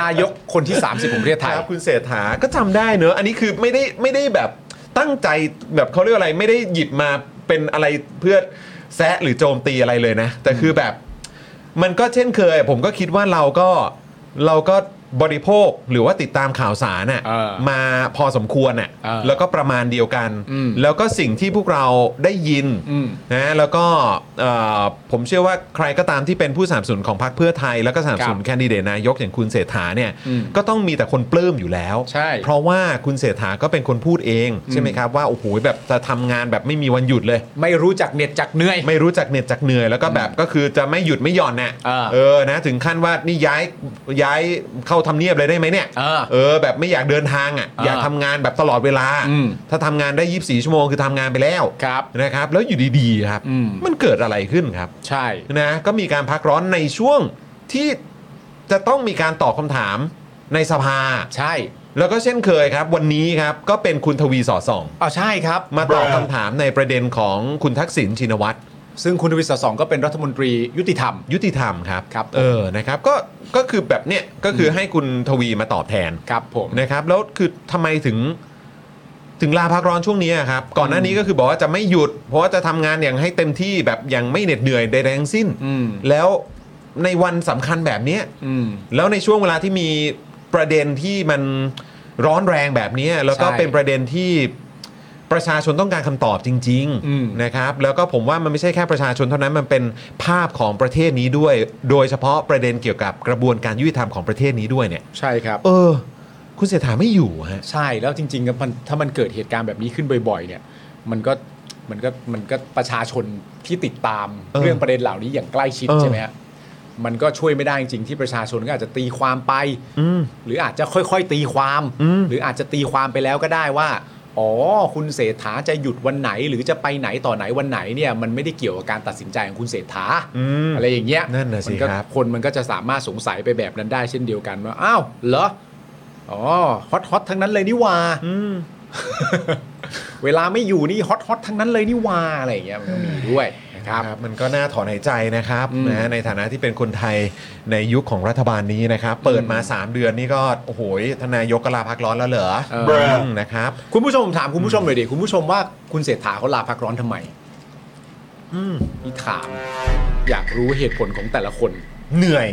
S3: นายกคนที่ 30 ของประเทศไทย
S2: ครับคุณเศรษฐาก็จำได้เนอะอันนี้คือไม่ได้ไม่ได้แบบตั้งใจแบบเขาเรียกอะไรไม่ได้หยิบมาเป็นอะไรเพื่อแซะหรือโจมตีอะไรเลยนะ แต่คือแบบมันก็เช่นเคย ผมก็คิดว่าเราก็เราก็บริโภคหรือว่าติดตามข่าวสารน่ะ
S3: เออ
S2: มาพอสมควรน่ะ
S3: เออ
S2: แล้วก็ประมาณเดียวกัน
S3: อืม
S2: แล้วก็สิ่งที่พวกเราได้ยิน
S3: อืม
S2: นะแล้วก็เอ่อผมเชื่อว่าใครก็ตามที่เป็นผู้สนับสนุนของพรรคเพื่อไทย แล้วก็สนับสนุน
S3: ครับ
S2: แคนดิเดตนายกอย่างคุณเศรษฐาเนี่ย
S3: อืม
S2: ก็ต้องมีแต่คนปลื้มอยู่แล้ว
S3: ใช่
S2: เพราะว่าคุณเศรษฐาก็เป็นคนพูดเองใช่ไหมครับว่าโอ้โหแบบจะทำงานแบบไม่มีวันหยุดเลย
S3: ไม่รู้จักเหน็ดจักเหนื่อย
S2: ไม่รู้จักเหน็ดจักเหนื่อยแล้วก็แบบก็คือจะไม่หยุดไม่หย่อนน่ะ
S3: อ่า
S2: เออนะถึงขั้นว่านี่ย้ายย้ายเข้า าทำเนียบเลยได้ไหมเนี่ย
S3: เออ
S2: เออแบบไม่อยากเดินทางอ่ะ
S3: อ่า
S2: อยากทำงานแบบตลอดเวลา
S3: อืม
S2: ถ้าทำงานได้ 24 ชั่วโมงคือทำงานไปแล้ว
S3: ครับ
S2: นะครับแล้วอยู่ดีๆครับ
S3: อืม
S2: มันเกิดอะไรขึ้นครับ
S3: ใช่
S2: นะก็มีการพักร้อนในช่วงที่จะต้องมีการตอบคำถามในสภา
S3: ใช่
S2: แล้วก็เช่นเคยครับ วันนี้ครับก็เป็นคุณทวีสอดส่อง
S3: เอาใช่ครับ
S2: มาตอบคำถามในประเด็นของคุณทักษิณชินวัตร
S3: ซึ่งคุณทวิศสองก็เป็นรัฐมนตรียุติธรรม
S2: ยุติธรรมครับ
S3: ครับ
S2: เออนะครับก็ก็คือแบบเนี้ยก็คือให้คุณทวีมาตอบแทน
S3: ครับผม
S2: นะครับ แล้วคือทำไมถึงถึงลาพักร้อนช่วงนี้อะครับ ก่อนหน้านี้ก็คือบอกว่าจะไม่หยุด เพราะว่าจะทำงานอย่างให้เต็มที่แบบอย่างไม่เหน็ดเหนื่อยใดๆทั้งสิ้น
S3: อืม
S2: แล้วในวันสำคัญแบบเนี้ย
S3: อืม
S2: แล้วในช่วงเวลาที่มีประเด็นที่มันร้อนแรงแบบนี้ แล้วก็
S3: ใช่
S2: เป็นประเด็นที่ประชาชนต้องการคำตอบจริง
S3: อืม
S2: นะครับ แล้วก็ผมว่ามันไม่ใช่แค่ประชาชนเท่านั้นมันเป็นภาพของประเทศนี้ด้วย โดยเฉพาะประเด็นเกี่ยวกับกระบวนการยุติธรรมของประเทศนี้ด้วยเนี่ย
S3: ใช่ครับ
S2: เออ คุณเสถาไม่อยู่ฮะ
S3: ใช่แล้วจริงๆครับมันถ้ามันเกิดเหตุการณ์แบบนี้ขึ้นบ่อย ๆ เนี่ย มันก็มันก็มันก็ประชาชนที่ติดตาม
S2: เออ
S3: เรื่องประเด็นเหล่านี้อย่างใกล้ชิด
S2: เออ
S3: ใช่ไหมฮะมันก็ช่วยไม่ได้จริงๆที่ประชาชนก็อาจจะตีความไป
S2: อืม
S3: หรืออาจจะค่อยๆตีความ
S2: อืม
S3: หรืออาจจะตีความไปแล้วก็ได้ว่า อ๋อ คุณเศรษฐาจะหยุดวันไหน หรือจะไปไหนต่อไหนวันไหนเนี่ยมันไม่ได้เกี่ยวกับการตัดสินใจของคุณเศรษฐา
S2: อืม
S3: อะไรอย่างเงี้ย
S2: นั่นน่ะสิ
S3: มัก็
S2: ครับ
S3: คนมันก็จะสามารถสงสัยไปแบบนั้นได้เช่นเดียวกันว่า อ้าว เหรอ อ๋อ ฮอตฮอตทั้งนั้นเลยนี่หว่า
S2: อืม
S3: เวลาไม่อยู่นี่ฮอตฮอตทั้งนั้นเลยนี่หว่าอะไรอย่างเงี้ยมันก็มีด้วยนะครับ
S2: ครับมันก็น่าถอนหายใจนะครับ
S3: อืม
S2: นะฮะในฐานะที่เป็นคนไทยในยุคของรัฐบาลนี้นะครับ เปิดมา 3 เดือนนี่ก็โอ้โหทานนายกกลาพักร้อนแล้วเหรอ
S3: เออ
S2: อืมนะครับ
S3: คุณผู้ชมถามคุณผู้ชมหน่อยดิคุณผู้ชมว่าคุณเศรษฐาเขาลาพักร้อนทำไม
S2: อืม
S3: นี่ถาม อยากรู้เหตุผลของแต่ละคน
S2: เหนื่อย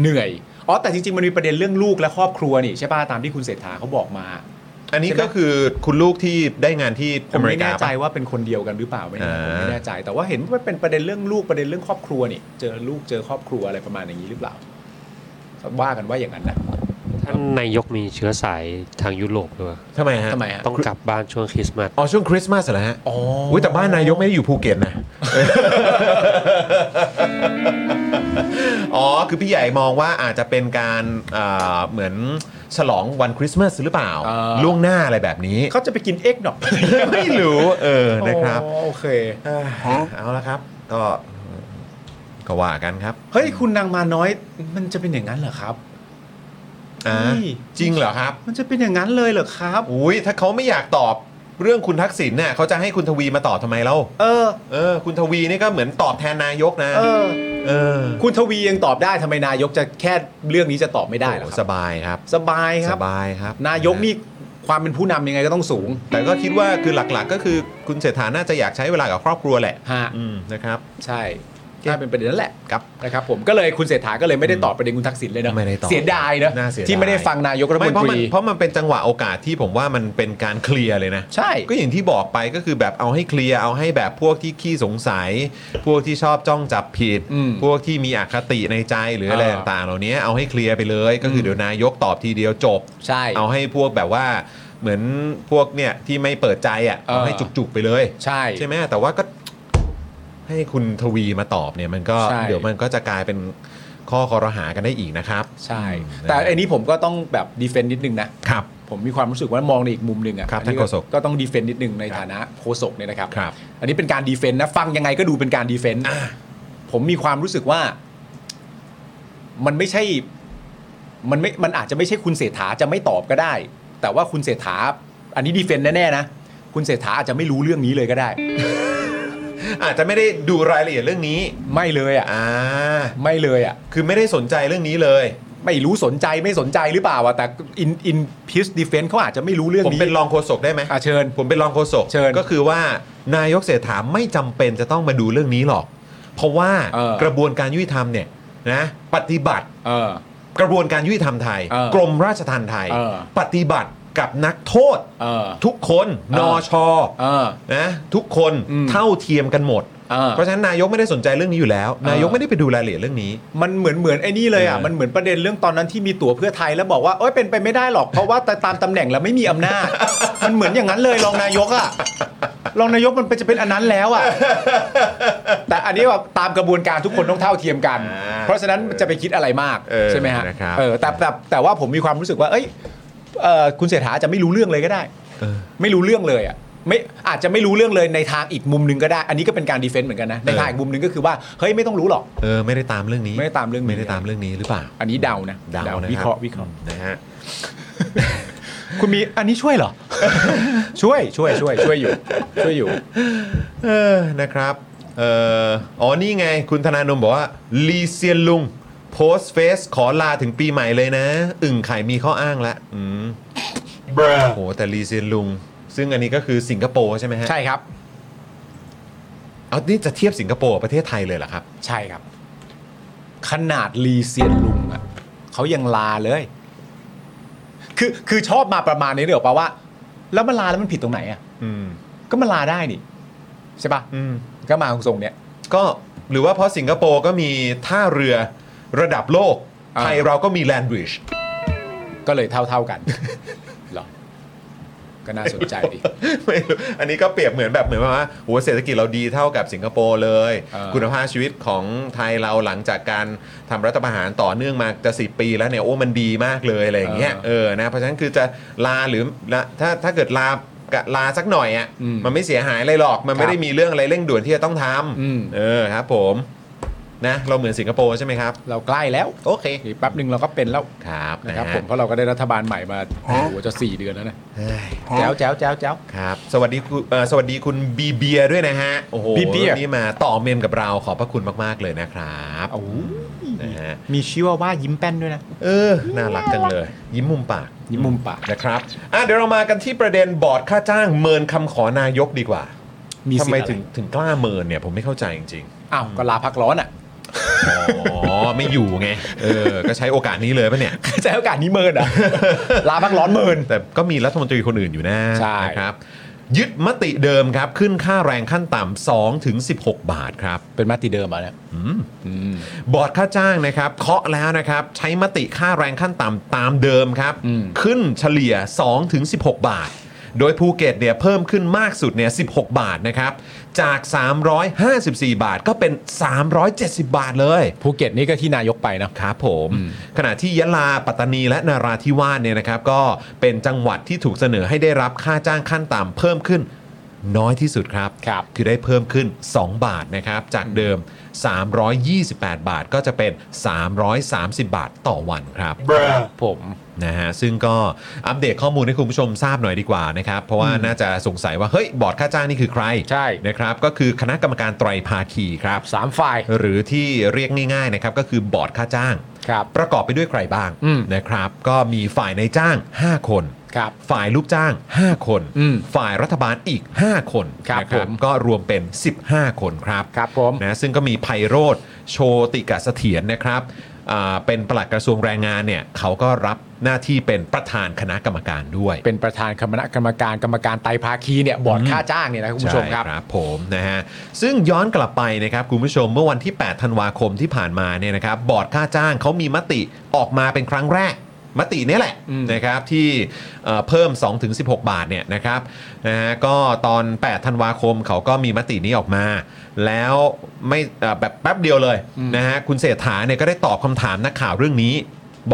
S3: เหนื่อย อ๋อ แต่จริงๆ มันมีประเด็นเรื่องลูกและครอบครัวนี่ใช่ป่ะ ตามที่คุณเศรษฐาเขาบอกมา
S2: อันนี้
S3: ใช่ไหม
S2: ก็คือคุณลูกที่ได้งานที่
S3: ผม
S2: อเมริ
S3: ไม่
S2: กา
S3: แน่ใจ
S2: ปะ
S3: ว่าเป็นคนเดียวกันหรือเปล่าไม่แน่
S2: อ่า
S3: ผมไม่แน่ใจ แต่ว่าเห็นว่าเป็นประเด็นเรื่องลูกประเด็นเรื่องครอบครัวนี่ เจอลูกเจอครอบครัวอะไรประมาณอย่างนี้หรือเปล่าว่ากันว่าอย่างนั้นนะ
S4: ท่านนายกมีเชื้อสายทางยุโรปด้วย
S2: ทำไมฮะ
S3: ทำไมฮะ
S4: ต้องกลับบ้านช่วงคริสต์มาส
S2: อ๋อช่วงคริสต์มาสเหรอฮะ
S3: อ๋อ
S2: อุ้ยแต่บ้านนายกไม่ได้อยู่ภูเก็ตนะ อ๋อคือพี่ใหญ่มองว่าอาจจะเป็นการเอ่อเหมือนฉลองวันคริสต์มาสหรือเปล่า ล่วงหน้าอะไรแบบนี้
S3: เขาจะไปกินเอ็กหนอก
S2: ไม่รู้เออนะครับ
S3: อ๋อโอเค
S2: เออเอาละครับ ก็ก็ว่ากันครับ
S3: เฮ้ย คุณนางมาน้อย มันจะเป็นอย่างนั้นเหรอครับ
S2: อ่า
S3: เฮ้ย
S2: จริงเหรอครับ
S3: มันจะเป็นอย่างนั้นเลยเหรอครับ
S2: อุ้ยถ้าเขาไม่อยากตอบเรื่องคุณทักษิณเนี่ยเขาจะให้คุณทวีมาตอบทำไมเล่า
S3: เออ
S2: เออ คุณทวีนี่ก็เหมือนตอบแทนนายกนะ
S3: เออ
S2: เออ
S3: คุณทวียังตอบได้ทำไมนายกจะแค่เรื่องนี้จะตอบไม่ได้เหรอ
S2: โอ้
S3: ค
S2: ส
S3: รับบ
S2: ายครับ
S3: สบายค
S2: ส
S3: รับ
S2: บายครับ
S3: นายกนี่ความเป็นผู้นำยังไงก็ต้องสูง
S2: แต่ก็คิดว่าคือหลักๆ ก็คือคุณเศรษฐาน่าจะอยากใช้เวลากับครอบครัวแหละ
S3: ฮะ
S2: อืมนะครับ
S3: ใช่น่าเป็นประเด็นนั่นแหละ
S2: ครับ
S3: นะครับผมก็เลยคุณเศรษฐาก็เลยไม่ได้ตอบประเด็นคุณทักษิณเลยเนอะ
S2: ไม่ได้ตอบ
S3: เสียดายเนอะ
S2: น่าเสียดาย
S3: ที่ไม่ได้ฟังนายกรัฐม
S2: ไม่
S3: น
S2: เพราะ
S3: ต
S2: มัน
S3: รี
S2: เพราะมันเป็นจังหวะโอกาสที่ผมว่ามัน เป็นการเคลียร์เลยนะ
S3: ใช่
S2: ก็อย่างที่บอกไปก็คือแบบเอาให้เคลียร์เอาให้แบบพวกที่ขี้สงสัย พวกที่ชอบจ้องจับผิด
S3: อืม
S2: พวกที่มีอคติในใจหรืออะไร
S3: อ่า
S2: ต่างๆ เหล่านี้เอาให้เคลียร์ไปเลย ก็คือเดี๋ยวนายกตอบทีเดียวจบ
S3: ใช่
S2: เอาให้พวกแบบว่าเหมือนพวกเนี่ยที่ไม่เปิดใจอ่ะ
S3: เออ
S2: เอาให้จุกๆไปเลย
S3: ใช่
S2: ไหมแต่ว่าก็ให้คุณทวีมาตอบเนี่ยมันก็
S3: ใช่
S2: เดี๋ยวมันก็จะกลายเป็นข้อคอรหากันได้อีกนะครับ
S3: ใช่ แต่อันนี้ผมก็ต้องแบบดีเฟนต์นิดนึงนะ
S2: ครับ
S3: ผมมีความรู้สึกว่ามองในอีกมุมหนึ่งอะ
S2: ครับ
S3: อันนี้
S2: ท่านโฆษก
S3: ก็ต้องดีเฟนต์นิดนึงในฐานะโฆษกเนี่ยนะครับ
S2: ครับ
S3: อันนี้เป็นการดีเฟนต์นะ ฟังยังไงก็ดูเป็นการดีเฟนต์ผมมีความรู้สึกว่า มันไม่ใช่ มันไม่ มันอาจจะไม่ใช่คุณเศรษฐาจะไม่ตอบก็ได้ แต่ว่าคุณเศรษฐา อันนี้ดีเฟนต์แน่ๆนะ คุณเศรษฐาอาจจะไม่รู้เรื่องนี้เลยก็ได้
S2: อาจจะไม่ได้ดูรายละเอียดเรื่องนี้
S3: ไม่เลยอ่ะ
S2: อ่า
S3: ไม่เลยอ่ะ
S2: คือไม่ได้สนใจเรื่องนี้เลย
S3: ไม่รู้สนใจไม่สนใจหรือเปล่าอะแต่อินอินพิสดีเฟนต์เขาอาจจะไม่รู้เรื่อง
S2: ผม
S3: นี้
S2: เป็นรองโฆษกได้ไหม
S3: อาเชิญ
S2: ผมเป็นรองโฆษก
S3: เชิญ
S2: ก็คือว่านายกเศรษฐาไม่จำเป็นจะต้องมาดูเรื่องนี้หรอก เพราะว่า
S3: เออ
S2: กระบวนการยุติธรรมเนี่ยนะปฏิบัติ
S3: เออ
S2: กระบวนการยุติธรรมไทย
S3: เออก
S2: รมราชทัณฑ์ไทย
S3: เออ
S2: ปฏิบัติกับนักโทษ
S3: เออ
S2: ทุกคน
S3: เออ
S2: นอชอ
S3: เออ
S2: นะทุกคน
S3: อืม
S2: เท่าเทียมกันหมด
S3: อ่า
S2: เพราะฉะนั้นนายกไม่ได้สนใจเรื่องนี้อยู่แล้ว นายกไม่ได้ไปดูรายละเอียดเรื่องนี้
S3: มันเหมือนเหมือนไอ้นี่เลยอ่ะ
S2: เออ
S3: มันเหมือนประเด็นเรื่องตอนนั้นที่มีตั๋วเพื่อไทยแล้วบอกว่าโอ้ยเป็นไปไม่ได้หรอกเพราะว่าแต่ตามตำแหน่งแล้วไม่มีอำนาจ มันเหมือนอย่างนั้นเลยรองนายกอ่ะรองนายกมันเป็นจะเป็นอันนั้นแล้วอ่ะแต่อันนี้แบบตามกระบวนการทุกคนต้องเท่าเทียมกัน
S2: อ่า
S3: เพราะฉะนั้นจะไปคิดอะไรมาก
S2: เออ
S3: ใช่ไหมฮะ
S2: นะครับ
S3: เออแต่แต่แต่ว่าผมมีความรู้สึกว่า เอ้ยเอ่อคุณเศรษฐาอาจจะไม่รู้เรื่องเลยก็ได้ ไม่รู้เรื่องเลยอ่ะไม่อาจจะไม่รู้เรื่องเลยในทางอีกมุมหนึ่งก็ได้ อันนี้ก็เป็นการดีเฟนต์เหมือนกันนะในทางอีกมุมหนึ่งก็คือว่าเฮ้ยไม่ต้องรู้หรอก
S2: เออไม่ได้ตามเรื่องนี้
S3: ไม่ได้ตามเรื่องนี้
S2: ไม่ได้ตามเรื่องนี้หรือเปล่า
S3: อันนี้เดานะ
S2: เดาวนะ
S3: วิเคราะห์วิเคราะห์
S2: นะฮะ
S3: คุณมีอันนี้ช่วยเหรอ ช่วยช่วยช่วยช่วยอยู่ ช่วยอยู่
S2: เออ นะครับ เอ่ออ๋อ นี่ไง คุณธนาโนมบอกว่าลีเซียนลุง โพสเฟสขอลาถึงปีใหม่เลยนะ อึ่งไข่มีข้ออ้างละอืมโห แต่ลีเซียนลุง ซึ่งอันนี้ก็คือสิงคโปร์ใช่ไหมฮะ
S3: ใช่ครับ
S2: เอานี่จะเทียบสิงคโปร์กับประเทศไทยเลยเหรอครับ
S3: ใช่ครับ ขนาดลีเซียนลุงอ่ะเขายังลาเลย คือคือชอบมาประมาณนี้เลยเหรอปะว่า แล้วมันลาแล้วมันผิดตรงไหนอ่ะ
S2: อืม
S3: ก็มันลาได้นี่ใช่ปะ
S2: อืม
S3: ก็มาทรงๆเนี้ย
S2: ก็หรือว่าเพราะสิงคโปร์ก็มีท่าเรือระดับโลก
S3: อ่า
S2: ไทยเราก็มีแลนบริดจ์
S3: ก็เลยเท่าเท่าๆ กันเหรอก็น่าสนใจดี
S2: ไม่รู้อันนี้ก็เปรียบเหมือนแบบเหมือนว่าโหเศรษฐกิจเราดีเท่ากับสิงคโปร์เลย
S3: เออ
S2: คุณภาพชีวิตของไทยเราหลังจากการทำรัฐประหารต่อเนื่องมาจะสิปีแล้วเนี่ยโอ้มันดีมากเลยอะไรอย่างเงี้ยเออนะเพราะฉะนั้นคือจะลาหรือละถ้าถ้าเกิดลากะลาสักหน่อยอ่ะ
S3: อืม
S2: มันไม่เสียหายอะไรหรอกมันไม่ได้มีเรื่องอะไรเร่งด่วนที่จะต้องท
S3: อืม
S2: ำเออครับผมนะเราเหมือนสิงคโปร์ใช่ไหมครับ
S3: เราใกล้แล้ว
S2: โอเค
S3: อีกแป๊บหนึ่งเราก็เป็นแล้ว
S2: ครับ
S3: นะครับ
S2: ฮ
S3: ผมเพราะเราก็ได้รัฐบาลใหม่มาโอ้โหจะสี่เดือนแล้วนะ
S2: เฮ้ย
S3: แจ้วแจ้วแจ้วแจ้ว
S2: ครับสวัสดีคุณเอ่อสวัสดีคุณบีเบียร์ด้วยนะฮะ โอ้โห
S3: บีเบียร์
S2: วันนี่มาต่อเมมกับเราขอบพระคุณมาก ๆ เลยนะครับ
S3: โอ้โห
S2: นะฮะ
S3: มีชื่อว่าว่ายิ้มแป้นด้วยนะ
S2: เออ น่ารักจังเลย ยิ้มมุมปาก
S3: ยิ้มมุมปาก
S2: นะครับอ่ะเดี๋ยวเรามากันที่ประเด็นบอร์ดค่าจ้างเมินคำขอนายกดีกว่า
S3: มี
S2: ทำ
S3: สิท
S2: ไม
S3: ธิ์อะไร
S2: ถึงถึงกล้าเมินเนี่ยผมไม่เข้าใจจริง
S3: อ้าวก็ลาพักร้อนอ่ะ
S2: ๆ อ๋อ ไม่อยู่ไง เออ ก็ใช้โอกาสนี้เลยปะเนี่ย
S3: ใช้โอกาสนี้เมินอ่ะ ลาพักร้อนเมิน
S2: แต่ก็มีรัฐมนตรีคนอื่นอยู่นะ
S3: ใช่
S2: นะครับ ยึดมติเดิมครับขึ้นค่าแรงขั้นต่ำ2ถึง16 บาทครับ
S3: เป็นมาติเดิมอ่ะเนี่ยอืม
S2: บอร์ดค่าจ้างนะครับเคาะแล้วนะครับ ใช้มติค่าแรงขั้นต่ำตามเดิมครับ
S3: อืม
S2: ขึ้นเฉลี่ย 2-16 บาท โดยภูเก็ตเนี่ยเพิ่มขึ้นมากสุดเนี่ย16 บาทนะครับ จาก 354 บาทก็เป็น 370 บาทเลย
S3: ภูเก็ตนี่ก็ที่นายกไปนะ
S2: ครับผมขณะที่ยะลาปัตตานีและนาราธิวาสเนี่ยนะครับ ก็เป็นจังหวัดที่ถูกเสนอให้ได้รับค่าจ้างขั้นต่ำเพิ่มขึ้นน้อยที่สุดครับ
S3: ครับ
S2: คือได้เพิ่มขึ้น 2 บาทนะครับ จากเดิม 328 บาทก็จะเป็น 330 บาทต่อวันครับ
S3: ผม
S2: นะฮะซึ่งก็อัปเดตข้อมูลให้คุณผู้ชมทราบหน่อยดีกว่านะครับ เพราะว่าน่าจะสงสัยว่าเฮ้ยบอร์ดค่าจ้างนี่คือใคร
S3: ใช่
S2: นะครับก็คือคณะกรรมการไตรภาคีครับ
S3: สามฝ่าย
S2: หรือที่เรียกง่ายๆนะครับก็คือบอร์ดค่าจ้าง
S3: ครับ
S2: ประกอบไปด้วยใครบ้าง
S3: อืม
S2: นะครับ ก็มีฝ่ายในายจ้าง 5 คน
S3: ครับ
S2: ฝ่ายลูกจ้าง 5 คน
S3: อืม
S2: ฝ่ายรัฐบาลอีก 5 คน
S3: ครับ
S2: นะ
S3: ผม
S2: ก็รวมเป็น 15 คนครับ
S3: ครับผม
S2: นะซึ่งก็มีไพโรธโชติกะเสถียรนะครับอ่าเป็นปลัดกระทรวงแรงงานเนี่ยเขาก็รับหน้าที่เป็นประธานคณะกรรมการด้วย
S3: เป็นประธานคณะกรรมการกรรมการไตรภาคีเนี่ยบอร์ดค่าจ้างเนี่ยนะคุณผู้ชมครับ
S2: ใครับผมนะฮะซึ่งย้อนกลับไปนะครับคุณผู้ชมเมื่อวันที่ 8 ธันวาคมที่ผ่านมาเนี่ยนะครับบอร์ดค่าจ้างเขามีมติออกมาเป็นครั้งแรก มติเนี่ยแหละ
S3: อืม
S2: นะครับที่เอ่อเพิ่ม 2-16 บาทเนี่ยนะครับนะฮะก็ตอน 8 ธันวาคมเขาก็มีมตินี้ออกมา แล้วไม่เอ่อแบบแป๊บเดียวเลยนะฮะคุณเศรษฐาเนี่ยก็ได้ตอบคำถามนักข่าวเรื่องนี้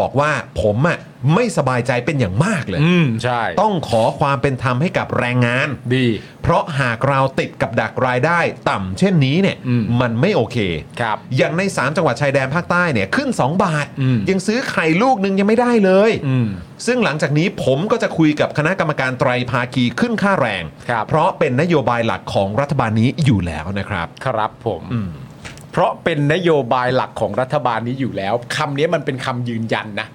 S2: บอกว่าผมอ่ะไม่สบายใจเป็นอย่างมากเลย
S3: อืมใช่
S2: ต้องขอความเป็นธรรมให้กับแรงงาน
S3: ดี
S2: เพราะหากเราติดกับดักรายได้ต่ำเช่นนี้เนี่ย
S3: อืม
S2: มันไม่โอเค
S3: ครับ
S2: อย่างใน 3 จังหวัดชายแดนภาคใต้เนี่ยขึ้น 2 บาท
S3: อืม
S2: ยังซื้อไข่ลูกหนึงยังไม่ได้เลย
S3: อืม
S2: ซึ่งหลังจากนี้ผมก็จะคุยกับคณะกรรมการไตรภาคีขึ้นค่าแรง
S3: ครับ
S2: เพราะเป็นนโยบายหลักของรัฐบาลนี้อยู่แล้วนะครับ
S3: ครับผม เพราะเป็นนโยบายหลักของรัฐบาลนี้อยู่แล้วคำนี้มันเป็นคำยืนยันนะ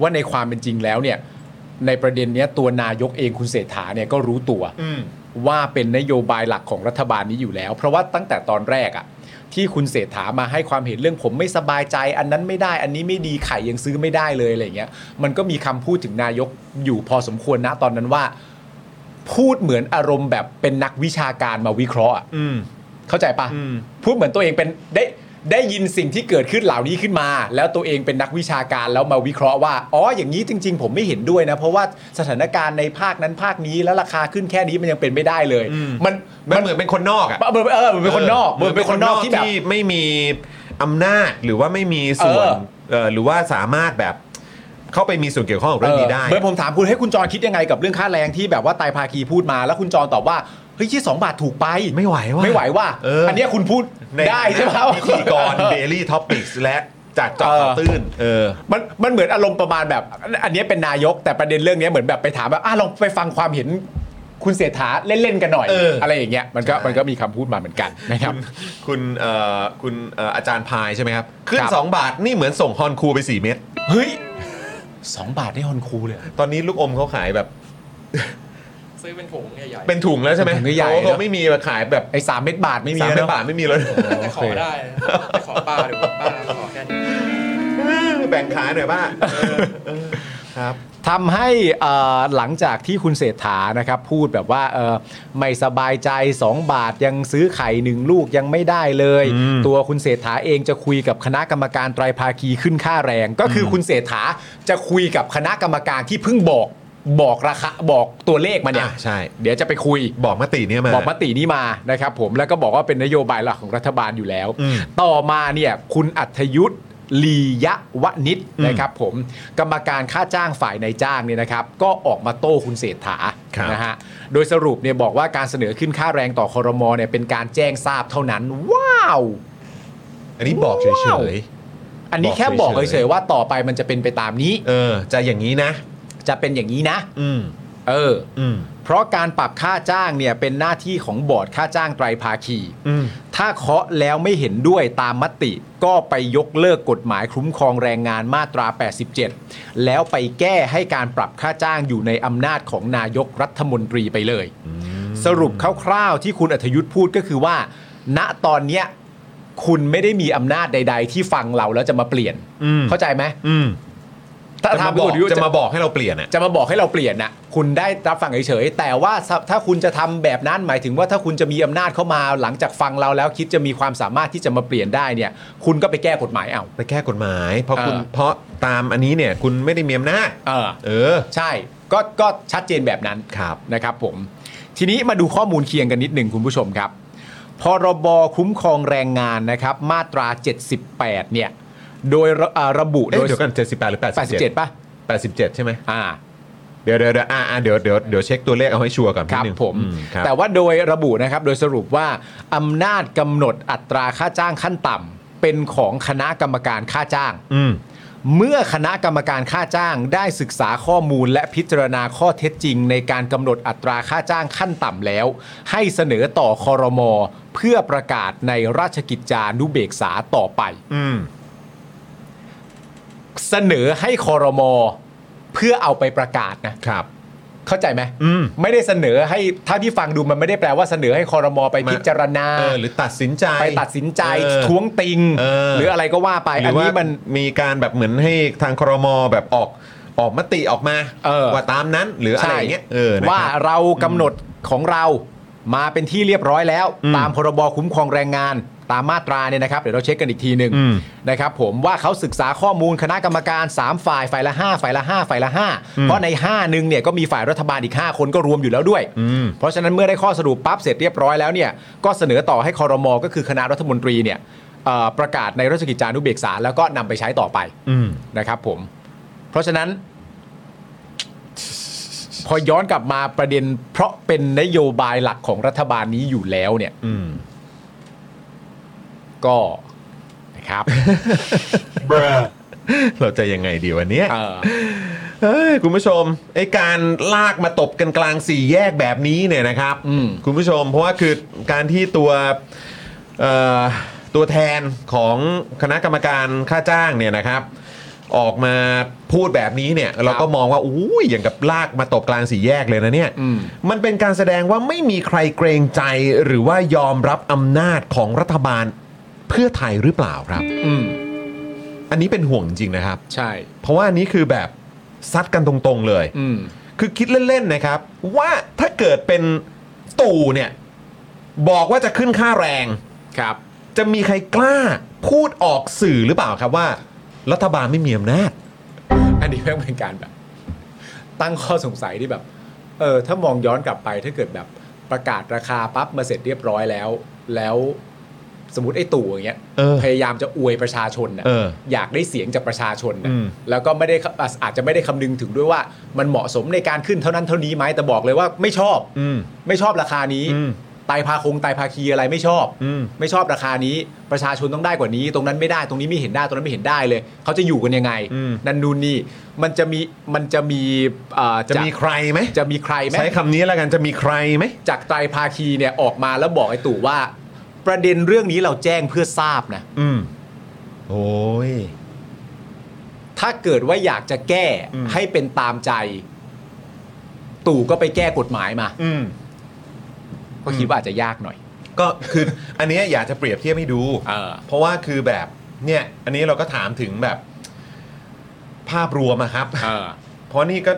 S3: ว่าในความเป็นจริงแล้วเนี่ย ในประเด็นเนี้ยตัวนายกเองคุณเศรษฐาเนี่ยก็รู้ตัว ว่าเป็นนโยบายหลักของรัฐบาลนี้อยู่แล้ว เพราะว่าตั้งแต่ตอนแรกอะที่คุณเศรษฐามาให้ความเห็นเรื่องผมไม่สบายใจ อันนั้นไม่ได้ อันนี้ไม่ดีไข่ยังซื้อไม่ได้เลยอะไรอย่างเงี้ยมันก็มีคำพูดถึงนายกอยู่พอสมควรนะตอนนั้นว่า พูดเหมือนอารมณ์แบบเป็นนักวิชาการมาวิเคราะห์อะ เข้าใจปะพูดเหมือนตัวเองเป็นได้ได้ยินสิ่งที่เกิดขึ้นเหล่านี้ขึ้นมา แล้วตัวเองเป็นนักวิชาการแล้วมาวิเคราะห์ว่าอ๋ออย่างนี้จริง ๆ ผมไม่เห็นด้วยนะ เพราะว่าสถานการณ์ในภาคนั้นภาคนี้แล้วราคาขึ้นแค่นี้มันยังเป็นไม่ได้เลย มัน
S2: มันเหมือนเป็นคนนอกอะ
S3: เออเออเหมือนเป็นคนนอกเหมือนเป็นคนนอกที่แบบ
S2: ไม่มีอำนาจหรือว่าไม่มีส่วน
S3: เออ
S2: เอ่อหรือว่าสามารถแบบเข้าไปมีส่วนเกี่ยวข้องกับเรื่องนี้ได้
S3: เมื่อผมถามคุณให้ยคุณจรคิดยังไงกับเรื่องค่าแรงที่แบบว่าไตายภาคีพูดมาแล้วคุณจรตอบว่าเฮ้ยที่สองบาทถูกไป
S2: ไม่ไหวว่ะ
S3: ไม่ไหวว่า
S2: เอออั
S3: นเนี้ยคุณพูดได้ใช่ไหม
S2: พิธีกร Daily Topics และจากเจอข่าวตื้นเออ
S3: มันมันเหมือนอารมณ์ประมาณแบบ อันเนี้ยเป็นนายกแต่ประเด็นเรื่องเนี้ยเหมือนแบบไปถามแบบอ่ะลองไปฟังความเห็นคุณเศรษฐาเล่นๆกันหน่อย
S2: เอออ
S3: ไรอย่างเงี้ยมันก็มันก็มีคำพูดมาเหมือนกันนะครับ
S2: คุณเอ่อคุณเอ่ออาจารย์พายใช่ไหมครับ ขึ้น
S3: ครับ
S2: 2 บาทนี่เหมือนส่งฮอนคูไป 4 เม็ด
S3: เฮ้ยสองบาทได้ฮอนคูเลยเหรอ
S2: ตอนนี้ลูกอมเขาขายแบบ
S5: ซื้อเป็นถุงใหญ่
S2: เป็นถุงแล้วใช่ไหม
S3: เป็นถุงใหญ่ๆ
S2: โอ้
S3: เน
S2: เขา
S3: อะ
S2: ไม่มีมาขายแบบ
S3: ไอ้สามเม็ดบาทไม่มี
S2: สาม
S3: แล้ว
S2: เป็น
S3: เนอะ
S2: บาทไม่มีแล้วนะ
S5: ๆแต่ขอได้นะแต่ขอป้าหรือว่าป้าขอแค่นี้
S2: แบ่งขายหน่อยบ้างเออเออครับ
S3: ทำให้เอ่อหลังจากที่คุณเศรษฐานะครับพูดแบบว่าเอ่อไม่สบายใจ 2 บาทยังซื้อไข่หนึ่งลูกยังไม่ได้เลย ตัวคุณเศรษฐาเองจะคุยกับคณะกรรมการไตรภาคีขึ้นค่าแรง ก็คือคุณเศรษฐาจะคุยกับคณะกรรมการที่เพิ่งบอกบอกราคาบอกตัวเลขมาเนี่ย
S2: อ่ะใช่
S3: เดี๋ยวจะไปคุย
S2: บอกมติเนี่ยมา
S3: บอกมตินี้มานะครับผมแล้วก็บอกว่าเป็นนโยบายหลักของรัฐบาลอยู่แล้ว
S2: อืม
S3: ต่อมาเนี่ยคุณอัธยุทธ์ลียะวนิช
S2: อืม
S3: นะครับผมกรรมการค่าจ้างฝ่ายนายจ้างเนี่ยนะครับ ก็ออกมาโต้คุณเศรษฐา
S2: ครับ
S3: นะฮะโดยสรุปเนี่ยบอกว่าการเสนอขึ้นค่าแรงต่อคอรมอเนี่ยเป็นการแจ้งทราบเท่านั้น ว้าว
S2: อันนี้บอกเฉ
S3: ว้าว
S2: ย
S3: อันนี้
S2: บอก
S3: แค่บอก
S2: เฉ
S3: เฉ
S2: ย
S3: ย
S2: ๆ
S3: ๆว่าต่อไปมันจะเป็นไปตามนี้
S2: ๆเออ จะอย่างนี้นะ
S3: จะเป็นอย่างนี้นะ
S2: อืม
S3: เออ
S2: อืม
S3: เพราะการปรับค่าจ้างเนี่ยเป็นหน้าที่ของบอร์ดค่าจ้างไตรภาคี
S2: อืม
S3: ถ้าเคาะแล้วไม่เห็นด้วยตามมติ ก็ไปยกเลิกกฎหมายคุ้มครองแรงงานมาตรา 87 แล้วไปแก้ให้การปรับค่าจ้างอยู่ในอำนาจของนายกรัฐมนตรีไปเลย สรุปคร่าวๆที่คุณอัธยุทธ์พูดก็คือว่า ณตอนเนี้ยคุณไม่ได้มีอำนาจใด ๆ ที่ฟังเราแล้วจะมาเปลี่ยน
S2: อืม
S3: เข้าใจไหม
S2: อืม
S3: ถ้า
S2: จะ
S3: ทาม
S2: มาบ
S3: คุ
S2: อ
S3: ณ
S2: ก
S3: อัธยุทธ์
S2: จะ
S3: จะ
S2: มาบอกให้เราเปลี่ยนอ่ะ
S3: จะมาบอกให้เราเปลี่ยนน่ะคุณได้รับฟังเฉยๆแต่ว่าถ้าถ้าคุณจะทำแบบนั้นหมายถึงว่าถ้าคุณจะมีอำนาจเข้ามาหลังจากฟังเราแล้วคิดจะมีความสามารถที่จะมาเปลี่ยนได้เนี่ย คุณก็ไปแก้กฎหมายเอา
S2: ไปแก้กฎหมายเพราะคุณ
S3: เออ
S2: เพราะตามอันนี้เนี่ยคุณไม่ได้มีอำนาจ
S3: เออ
S2: เออ
S3: ใช่ ก็ก็ชัดเจนแบบนั้น
S2: ครับ
S3: นะครับผม ทีนี้มาดูข้อมูลเคียงกันนิดหนึ่งคุณผู้ชมครับ พรบคุ้มครองแรงงานนะครับ มาตรา 78 เนี่ย โดยระอ่าระบุ
S2: เอ๊ะ
S3: โดย
S2: เดี๋ยวกัน78หรือ
S3: 87 ป่ะ
S2: 87 ใช่ไหม
S3: อ่า
S2: เดี๋ยวเดี๋ยวเดี๋ยวอ่าอ่าเดี๋ยวเดี๋ยวเดี๋ยวเช็คตัวเลขเอาให้ชัวร์ก่อน
S3: ครับ
S2: นิดนึง
S3: ผม
S2: อืครับ
S3: แต่ว่าโดยระบุนะครับโดยสรุปว่าอำนาจกำหนดอัตราค่าจ้างขั้นต่ำเป็นของคณะกรรมการค่าจ้าง
S2: อืม
S3: เมื่อคณะกรรมการค่าจ้างได้ศึกษาข้อมูลและพิจารณาข้อเท็จจริง ในการกำหนดอัตราค่าจ้างขั้นต่ำแล้ว ให้เสนอต่อคอรมอเพื่อประกาศในราชกิจจานุเบกษาต่อไป
S2: อืม
S3: เสนอให้คอรมอเพื่อเอาไปประกาศนะ
S2: ครับ
S3: เข้าใจไหม
S2: อืม
S3: ไม่ได้เสนอให้ถ้าที่ฟังดูมันไม่ได้แปลว่าเสนอให้คอรมอไป
S2: มา
S3: พิจารณา
S2: เออหรือตัดสินใจ
S3: ไปตัดสินใจ
S2: เออ
S3: ท้วงติง
S2: เออ
S3: หรืออะไรก็ว่าไป
S2: ห
S3: อั
S2: รือ
S3: น
S2: ว่า
S3: นี้
S2: มั
S3: มัน น
S2: มีการแบบเหมือนให้ทางครมแบบออกออกมติออกมา
S3: เออ
S2: ว่าตามนั้นหรืออะไรอย่างเงี้ยเออนะครับ
S3: ว่าเรากำหนดของเรามาเป็นที่เรียบร้อยแล้ว
S2: อืม
S3: ตามพรบคุ้มครองแรงงาน ตามมาตราเนี่ยนะครับเดี๋ยวเราเช็คกันอีกทีหนึ่ง
S2: อืม
S3: นะครับผมว่าเขาศึกษาข้อมูลคณะกรรมการ 3 ฝ่ายฝ่ายละ 5 ฝ่ายละ 5 ฝ่ายละ 5 เพราะใน 5 นึงเนี่ยก็มีฝ่ายรัฐบาลอีก 5 คนก็รวมอยู่แล้วด้วย
S2: อืม
S3: เพราะฉะนั้นเมื่อได้ข้อสรุปปั๊บเสร็จเรียบร้อยแล้วเนี่ยก็เสนอต่อให้คอรมอก็คือคณะรัฐมนตรีเนี่ยเอ่อประกาศในราชกิจจานุเบกษาแล้วก็นำไปใช้ต่อไป
S2: อืม
S3: นะครับผม เพราะฉะนั้น พอย้อนกลับมาประเด็น เพราะเป็นนโยบายหลักของรัฐบาลนี้อยู่แล้วเนี่ย
S2: อืม
S3: ก็ นะครับ
S2: เราจะยังไงดีวันเนี้ย
S3: เออ
S2: เฮ้ยคุณผู้ชมไอการลากมาตบกันกลางสี่แยกแบบนี้เนี่ยนะครับ
S3: อืม
S2: คุณผู้ชมเพราะว่าคือการที่ตัวเอ่อตัวแทนของคณะกรรมการค่าจ้างเนี่ยนะครับ ออกมาพูดแบบนี้เนี่ยเราก็มองว่าอู้ยอย่างกับลากมาตบกลางสี่แยกเลยนะเนี่ย
S3: อืม
S2: มันเป็นการแสดงว่าไม่มีใครเกรงใจหรือว่ายอมรับอำนาจของรัฐบาลเพื่อไทยหรือเปล่าครับ
S3: อืม
S2: อันนี้เป็นห่วงจริงๆนะครับ
S3: ใช่
S2: เพราะว่าอันนี้คือแบบซัดกันตรงๆเลย
S3: อืม
S2: คือคิดเล่น ๆ นะครับ ว่าถ้าเกิดเป็นตู่เนี่ย บอกว่าจะขึ้นค่าแรง
S3: ครับ
S2: จะมีใครกล้าพูดออกสื่อหรือเปล่าครับว่า รัฐบาลไม่มีอำนาจ
S3: อันนี้แม่งเป็นการแบบ ตั้งข้อสงสัยที่แบบ เออ ถ้ามองย้อนกลับไปถ้าเกิดแบบประกาศราคาปั๊บมาเสร็จเรียบร้อยแล้ว แล้วสมมติไอ้ตู่อย่างเงี้ย
S2: เออ
S3: พยายามจะอวยประชาชนน่ะ
S2: เออ
S3: อยากได้เสียงจากประชาชนน่ะ
S2: อืม
S3: แล้วก็ไม่ได้อาจอาจจะไม่ได้คำนึงถึงด้วยว่า มันเหมาะสมในการขึ้นเท่านั้นเท่านี้ไหมแต่บอกเลยว่าไม่ชอบ
S2: อืม
S3: ไม่ชอบราคานี้
S2: อืม
S3: ไตายพาคงไตายพาคีอะไรไม่ชอบ
S2: อืม
S3: ไม่ชอบราคานี้ ประชาชนต้องได้กว่านี้ ตรงนั้นไม่ได้ ตรงนี้ไม่เห็นได้ ตรงนั้นไม่เห็นได้เลย เขาจะอยู่กันยังไง นันนูนนี่ มันจะมี มันจะมีเอ่อ
S2: จะมีใครไหม
S3: จะมีใครไหม
S2: ใช้คำนี้แล้วกันจะมีใครไหม
S3: จากไตรภาคีเนี่ยออกมาแล้วบอกไอ้ตู่ว่า ประเด็นเรื่องนี้เราแจ้งเพื่อทราบนะ
S2: อืม โอ้ย
S3: ถ้าเกิดว่าอยากจะแก้
S2: อืม
S3: ให้เป็นตามใจ ตู่ก็ไปแก้กฎหมายมา
S2: อืม
S3: ก็คิดว่าอาจจะยากหน่อย
S2: ก็คือ อันเนี้ยอยากจะเปรียบเทียบให้ดู
S3: เออ
S2: เพราะว่าคือแบบเนี่ยอันนี้เราก็ถามถึงแบบภาพรวมอะครับ
S3: เออ
S2: เพราะนี่ก็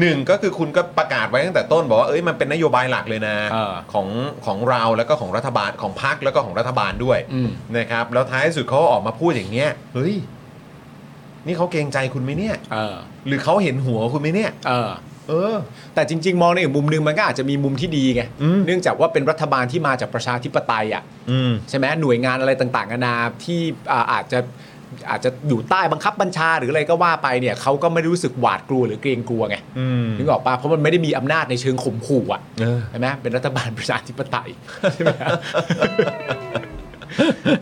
S2: หนึ่งก็คือคุณก็ประกาศไว้ตั้งแต่ต้น บอกว่าเอ้ยมันเป็นนโยบายหลักเลยนะ
S3: เออ
S2: ของของเราแล้วก็ของรัฐบาลของพรรคแล้วก็ของรัฐบาลด้วย
S3: อืม
S2: นะครับ แล้วท้ายสุดเขาออกมาพูดอย่างเงี้ยเฮ้ยนี่เขาเกรงใจคุณไหมเนี่ย
S3: เออ
S2: หรือเขาเห็นหัวคุณไหมเนี่ย
S3: เออ
S2: เออ
S3: แต่จริง ๆ มองในอีกมุมหนึงมันก็อาจจะมีมุมที่ดีไง
S2: อืม
S3: เนื่องจากว่าเป็นรัฐบาลที่มาจากประชาธิปไตยอ่ะ
S2: อืม
S3: ใช่ไหมหน่วยงานอะไรต่างๆนานาที่อ่าอาจจะอาจจะอยู่ใต้บังคับบัญชาหรืออะไรก็ว่าไปเนี่ยเขาก็ไม่ได้รู้สึกหวาดกลัวหรือเกรงกลัวไง
S2: อืม
S3: นึกออกปะเพราะมันไม่ได้มีอำนาจในเชิงข่มขู่อ่ะ
S2: เออ
S3: ใช่ไหมเป็นรัฐบาลประชาธิปไตย ใช่ไหม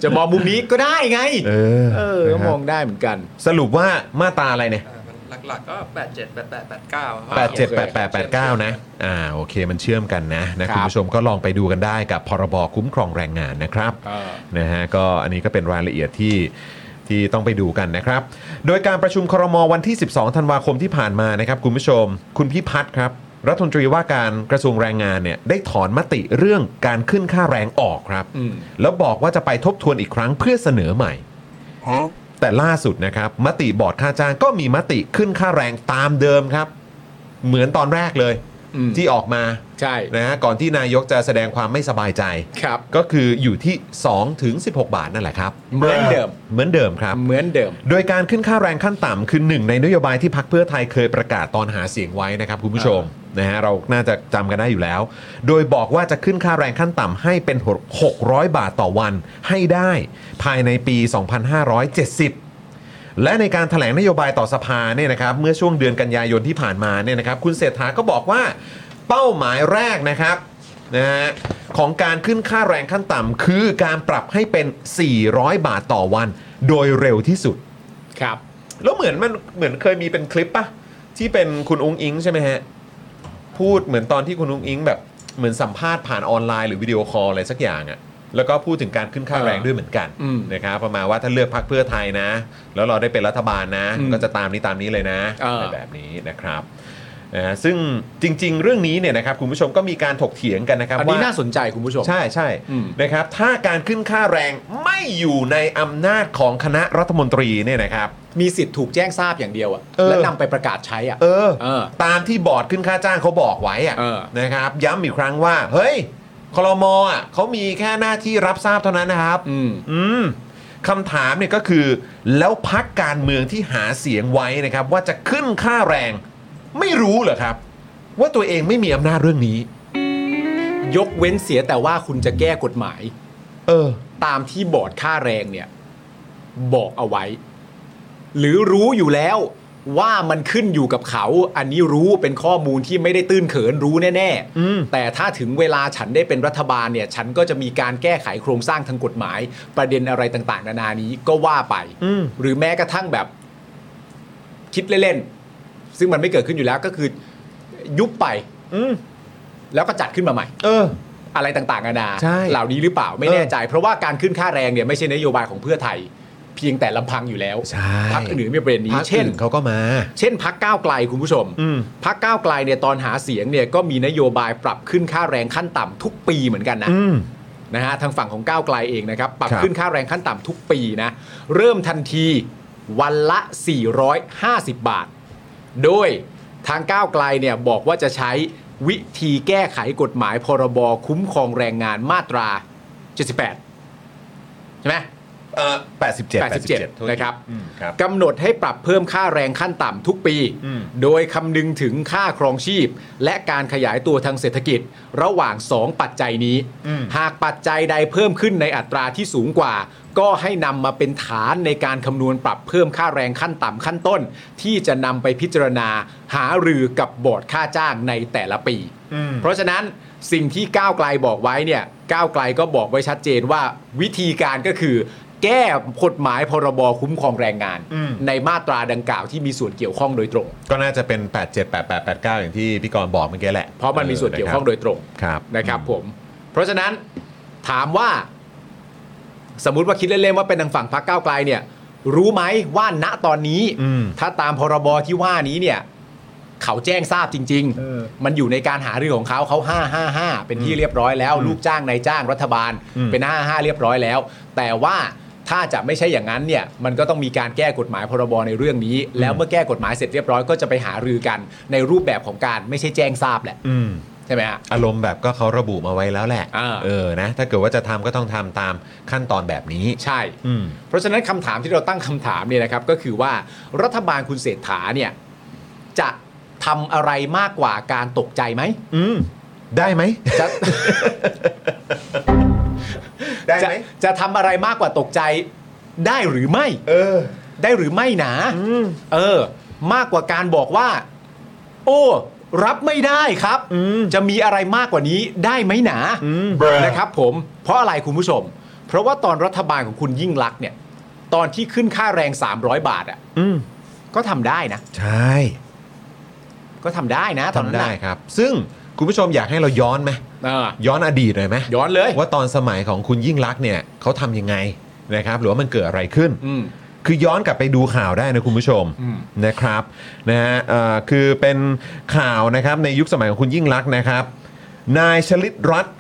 S3: จะมองมุมนี้ก็ได้ไง
S2: เออ
S3: เออก็
S2: นะครับ
S3: มองได้เหมือนกัน
S2: สรุปว่ามาตราอะไรเนี่ย
S5: เออมันหลักๆก็แปดเจ็ดแปดแปดแปดเก้า
S2: แปดเจ็ดแปดแปดแปดเก้านะ อ่า โอเค มันเชื่อมกันนะ นะ
S3: ค
S2: คุ
S3: รับ
S2: ณผู้ชมก็ลองไปดูกันได้กับพรบคุ้มครองแรงงานนะครับ
S3: เออ
S2: นะฮะ ก็อันนี้ก็เป็นรายละเอียดที่ที่ต้องไปดูกันนะครับ โดยการประชุมครมวันที่ 12 ธันวาคมที่ผ่านมานะครับคุณผู้ชม คุณพิพัฒน์ครับ รัฐมนตรีว่าการกระทรวงแรงงานเนี่ย ได้ถอนมติเรื่องการขึ้นค่าแรงออกครับ แล้วบอกว่าจะไปทบทวนอีกครั้งเพื่อเสนอใหม่ แต่ล่าสุดนะครับมติบอร์ดค่าจ้างก็มีมติขึ้นค่าแรงตามเดิมครับ เหมือนตอนแรกเลย
S3: อืม
S2: ที่ออกมา
S3: ใช่
S2: นะฮะก่อนที่นายกจะแสดงความไม่สบายใจ
S3: ครับ
S2: ก็คืออยู่ที่2ถึง16 บาทนั่นแหละครับ
S3: เหมือนเดิม
S2: เหมือนเดิมครับ
S3: เหมือนเดิม
S2: โดยการขึ้นค่าแรงขั้นต่ำคือหนึ่งในนโยบายที่พักเพื่อไทยเคยประกาศตอนหาเสียงไว้นะครับคุณผู้ชมนะฮะเราน่าจะจำกันได้อยู่แล้ว โดยบอกว่าจะขึ้นค่าแรงขั้นต่ำให้เป็น600 บาทต่อวันให้ได้ภายในปี 2570 และในการถแถลงนโยบายต่อสภาเนี่ยนะครับเมื่อช่วงเดือนกันยายนที่ผ่านมาเนี่ยนะครับคุณเศรษฐาก็บอกว่าเป้าหมายแรกนะครับนะฮะของการขึ้นค่าแรงขั้นต่ำคือการปรับให้เป็น 400 บาทต่อวัน โดยเร็วที่สุด
S3: ครับ
S2: แล้วเหมือนมันเหมือนเคยมีเป็นคลิปปะที่เป็นคุณอุ้งอิงใช่ไหมฮะ พูดเหมือนตอนที่คุณอุ้งอิงแบบเหมือนสัมภาษณ์ผ่านออนไลน์หรือวิดีโอคอลอะไรสักอย่างอะแล้วก็พูดถึงการขึ้นค่าแรงด้วยเหมือนกัน
S3: อืม
S2: นะครับประมาณว่าถ้าเลือกพักเพื่อไทยนะ แล้วเราได้เป็นรัฐบาลนะ
S3: อืม
S2: ก็จะตามนี้ตามนี้เลยนะ
S3: เออ
S2: อะ
S3: อ
S2: ไรแบบนี้นะครับนะฮะซึ่งจริง ๆ เรื่องนี้เนี่ยนะครับคุณผู้ชมก็มีการถกเถียงกันนะครับ
S3: อันนี้
S2: ว่า
S3: น่าสนใจคุณผู้ชม
S2: ใช่ใช่
S3: อืม
S2: นะครับ ถ้าการขึ้นค่าแรงไม่อยู่ในอำนาจของคณะรัฐมนตรีเนี่ยนะครับ
S3: มีสิทธิ์ถูกแจ้งทราบอย่างเดียวอะ
S2: เออ
S3: และนำไปประกาศใช้อ่ะ
S2: เออ
S3: เออ
S2: ตามที่บอร์ดขึ้นค่าจ้างเขาบอกไว้อะ
S3: เออ
S2: นะครับ ย้ำอีกครั้งว่า เฮ้ยคลมอ่ะเขามีแค่หน้าที่รับทราบเท่านั้นนะครับ
S3: อืม
S2: อืมคำถามเนี่ยก็คือ แล้วพักการเมืองที่หาเสียงไว้นะครับ ว่าจะขึ้นค่าแรง ไม่รู้เหรอครับ ว่าตัวเองไม่มีอำนาจเรื่องนี้
S3: ยกเว้นเสียแต่ว่าคุณจะแก้กฎหมาย
S2: เออ
S3: ตามที่บอร์ดค่าแรงเนี่ย บอกเอาไว้ หรือรู้อยู่แล้วว่ามันขึ้นอยู่กับเขา อันนี้รู้เป็นข้อมูลที่ไม่ได้ตื้นเขินรู้แน่
S2: อืม
S3: แต่ถ้าถึงเวลาฉันได้เป็นรัฐบาลเนี่ย ฉันก็จะมีการแก้ไขโครงสร้างทางกฎหมาย ประเด็นอะไรต่าง ๆ นานานี้ก็ว่าไป
S2: อืม
S3: หรือแม้กระทั่งแบบคิดเล่นๆ ซึ่งมันไม่เกิดขึ้นอยู่แล้วก็คือยุบไป
S2: อืม
S3: แล้วก็จัดขึ้นมาใหม่
S2: เออ
S3: อะไรต่างๆนานา
S2: ใช่
S3: เหล่านี้หรือเปล่าไม่แน่ใจ เพราะว่าการขึ้นค่าแรงเนี่ยไม่ใช่นโยบายของเพื่อไทย เพียงแต่ลำพังอยู่แล้ว
S2: ใช่
S3: พักอื่นๆไม่ประเด็นนี้
S2: พัก
S3: เช่น
S2: อื่นเขาก็มา
S3: เช่นพักก้าวไกลคุณผู้ชม
S2: อืม
S3: พักก้าวไกลเนี่ยตอนหาเสียงเนี่ยก็มีนโยบายปรับขึ้นค่าแรงขั้นต่ำทุกปีเหมือนกันนะ
S2: อืม
S3: นะฮะทางฝั่งของก้าวไกลเองนะครับ ปรับ
S2: ครับ
S3: ขึ้นค่าแรงขั้นต่ำทุกปีนะ เริ่มทันทีวันละ 450 บาท โดยทางก้าวไกลเนี่ยบอกว่าจะใช้ วิธีแก้ไขกฎหมายพรบคุ้มครองแรงงานมาตรา 78 ใช่ไหม
S2: เอ่อ87 โทษ
S3: 87
S2: ที
S3: นะครับ
S2: อืมครับ
S3: กำหนดให้ปรับเพิ่มค่าแรงขั้นต่ำทุกปี
S2: อืม
S3: โดยคำนึงถึงค่าครองชีพ และการขยายตัวทางเศรษฐกิจ ระหว่าง 2 ปัจจัยนี้ หากปัจจัยใดเพิ่มขึ้นในอัตราที่สูงกว่า ก็ให้นำมาเป็นฐานในการคำนวณปรับเพิ่มค่าแรงขั้นต่ำขั้นต้น ที่จะนำไปพิจารณาหารือกับบอร์ดค่าจ้างในแต่ละปี เพราะฉะนั้นสิ่งที่ก้าวไกลบอกไว้เนี่ยก้าวไกลก็บอกไว้ชัดเจนว่าวิธีการก็คือ แก้กฎหมายพรบคุ้มครองแรงงาน ในมาตราดังกล่าวที่มีส่วนเกี่ยวข้องโดยตรง
S2: ก็น่าจะเป็น 87 88 89 อย่างที่พี่กรณ์บอกเมื่อกี้แหละ
S3: เพราะมันมีส่วนเกี่ยวข้องโดยตรง
S2: ครับ
S3: นะครับผม เพราะฉะนั้นถามว่า สมมุติว่าคิดเล่นๆว่าเป็นทางฝั่งพรรคก้าวไกลเนี่ย รู้ไหมว่าณตอนนี้
S2: อืม
S3: ถ้าตามพรบที่ว่านี้เนี่ย เขาแจ้งทราบจริง
S2: เออ
S3: ๆ มันอยู่ในการหารือของเขาเขา5 5 5 เป็นที่เรียบร้อยแล้ว ลูกจ้างนายจ้างรัฐบาล
S2: อืม
S3: เป็น 5 5 เรียบร้อยแล้ว แต่ว่าถ้าจะไม่ใช่อย่างนั้นเนี่ย มันก็ต้องมีการแก้กฎหมายพรบในเรื่องนี้ แล้วเมื่อแก้กฎหมายเสร็จเรียบร้อยก็จะไปหารือกันในรูปแบบของการไม่ใช่แจ้งทราบแหละ
S2: อืม
S3: ใช่ไหมฮะ
S2: อารมณ์แบบก็เขาระบุมาไว้แล้วแหละ
S3: อ่า
S2: เออนะ ถ้าเกิดว่าจะทำก็ต้องทำตามขั้นตอนแบบนี้
S3: ใช่
S2: อืม
S3: เพราะฉะนั้นคำถามที่เราตั้งคำถามเนี่ยนะครับก็คือว่ารัฐบาลคุณเศรษฐาเนี่ยจะทำอะไรมากกว่าการตกใจไหม
S2: อืม ได้ไหม
S3: จะ
S2: ได้
S3: จะ
S2: ไหม
S3: จะทำอะไรมากกว่าตกใจได้หรือไม่
S2: เออ
S3: ได้หรือไม่นะ
S2: อืม
S3: เออ มากกว่าการบอกว่า โอ้ รับไม่ได้ครับ
S2: อืม
S3: จะมีอะไรมากกว่านี้ได้ไหมหนา
S2: อืม Bruh
S3: นะครับผมเพราะอะไรคุณผู้ชม เพราะว่าตอนรัฐบาลของคุณยิ่งลักษณ์เนี่ย ตอนที่ขึ้นค่าแรง 300 บาทอ่ะ
S2: อืม
S3: ก็ทำได้นะ
S2: ใช่
S3: ก็ทำได้นะตอน
S2: ทำ
S3: นั้น
S2: ได้
S3: น่ะ
S2: ครับ ซึ่งคุณผู้ชมอยากให้เราย้อนไหม
S3: เออ
S2: ย้อนอดีตหน่อยไหม
S3: ย้อนเลย
S2: ว่าตอนสมัยของคุณยิ่งลักษณ์เนี่ยเขาทำยังไงนะครับ หรือว่ามันเกิดอะไรขึ้น
S3: อืม
S2: คือย้อนกลับไปดูข่าวได้นะคุณผู้ชม
S3: อืม
S2: นะครับนะฮะเอ่อคือเป็นข่าวนะครับในยุคสมัยของคุณยิ่งลักษณ์นะครับ นายชลิตรัตน์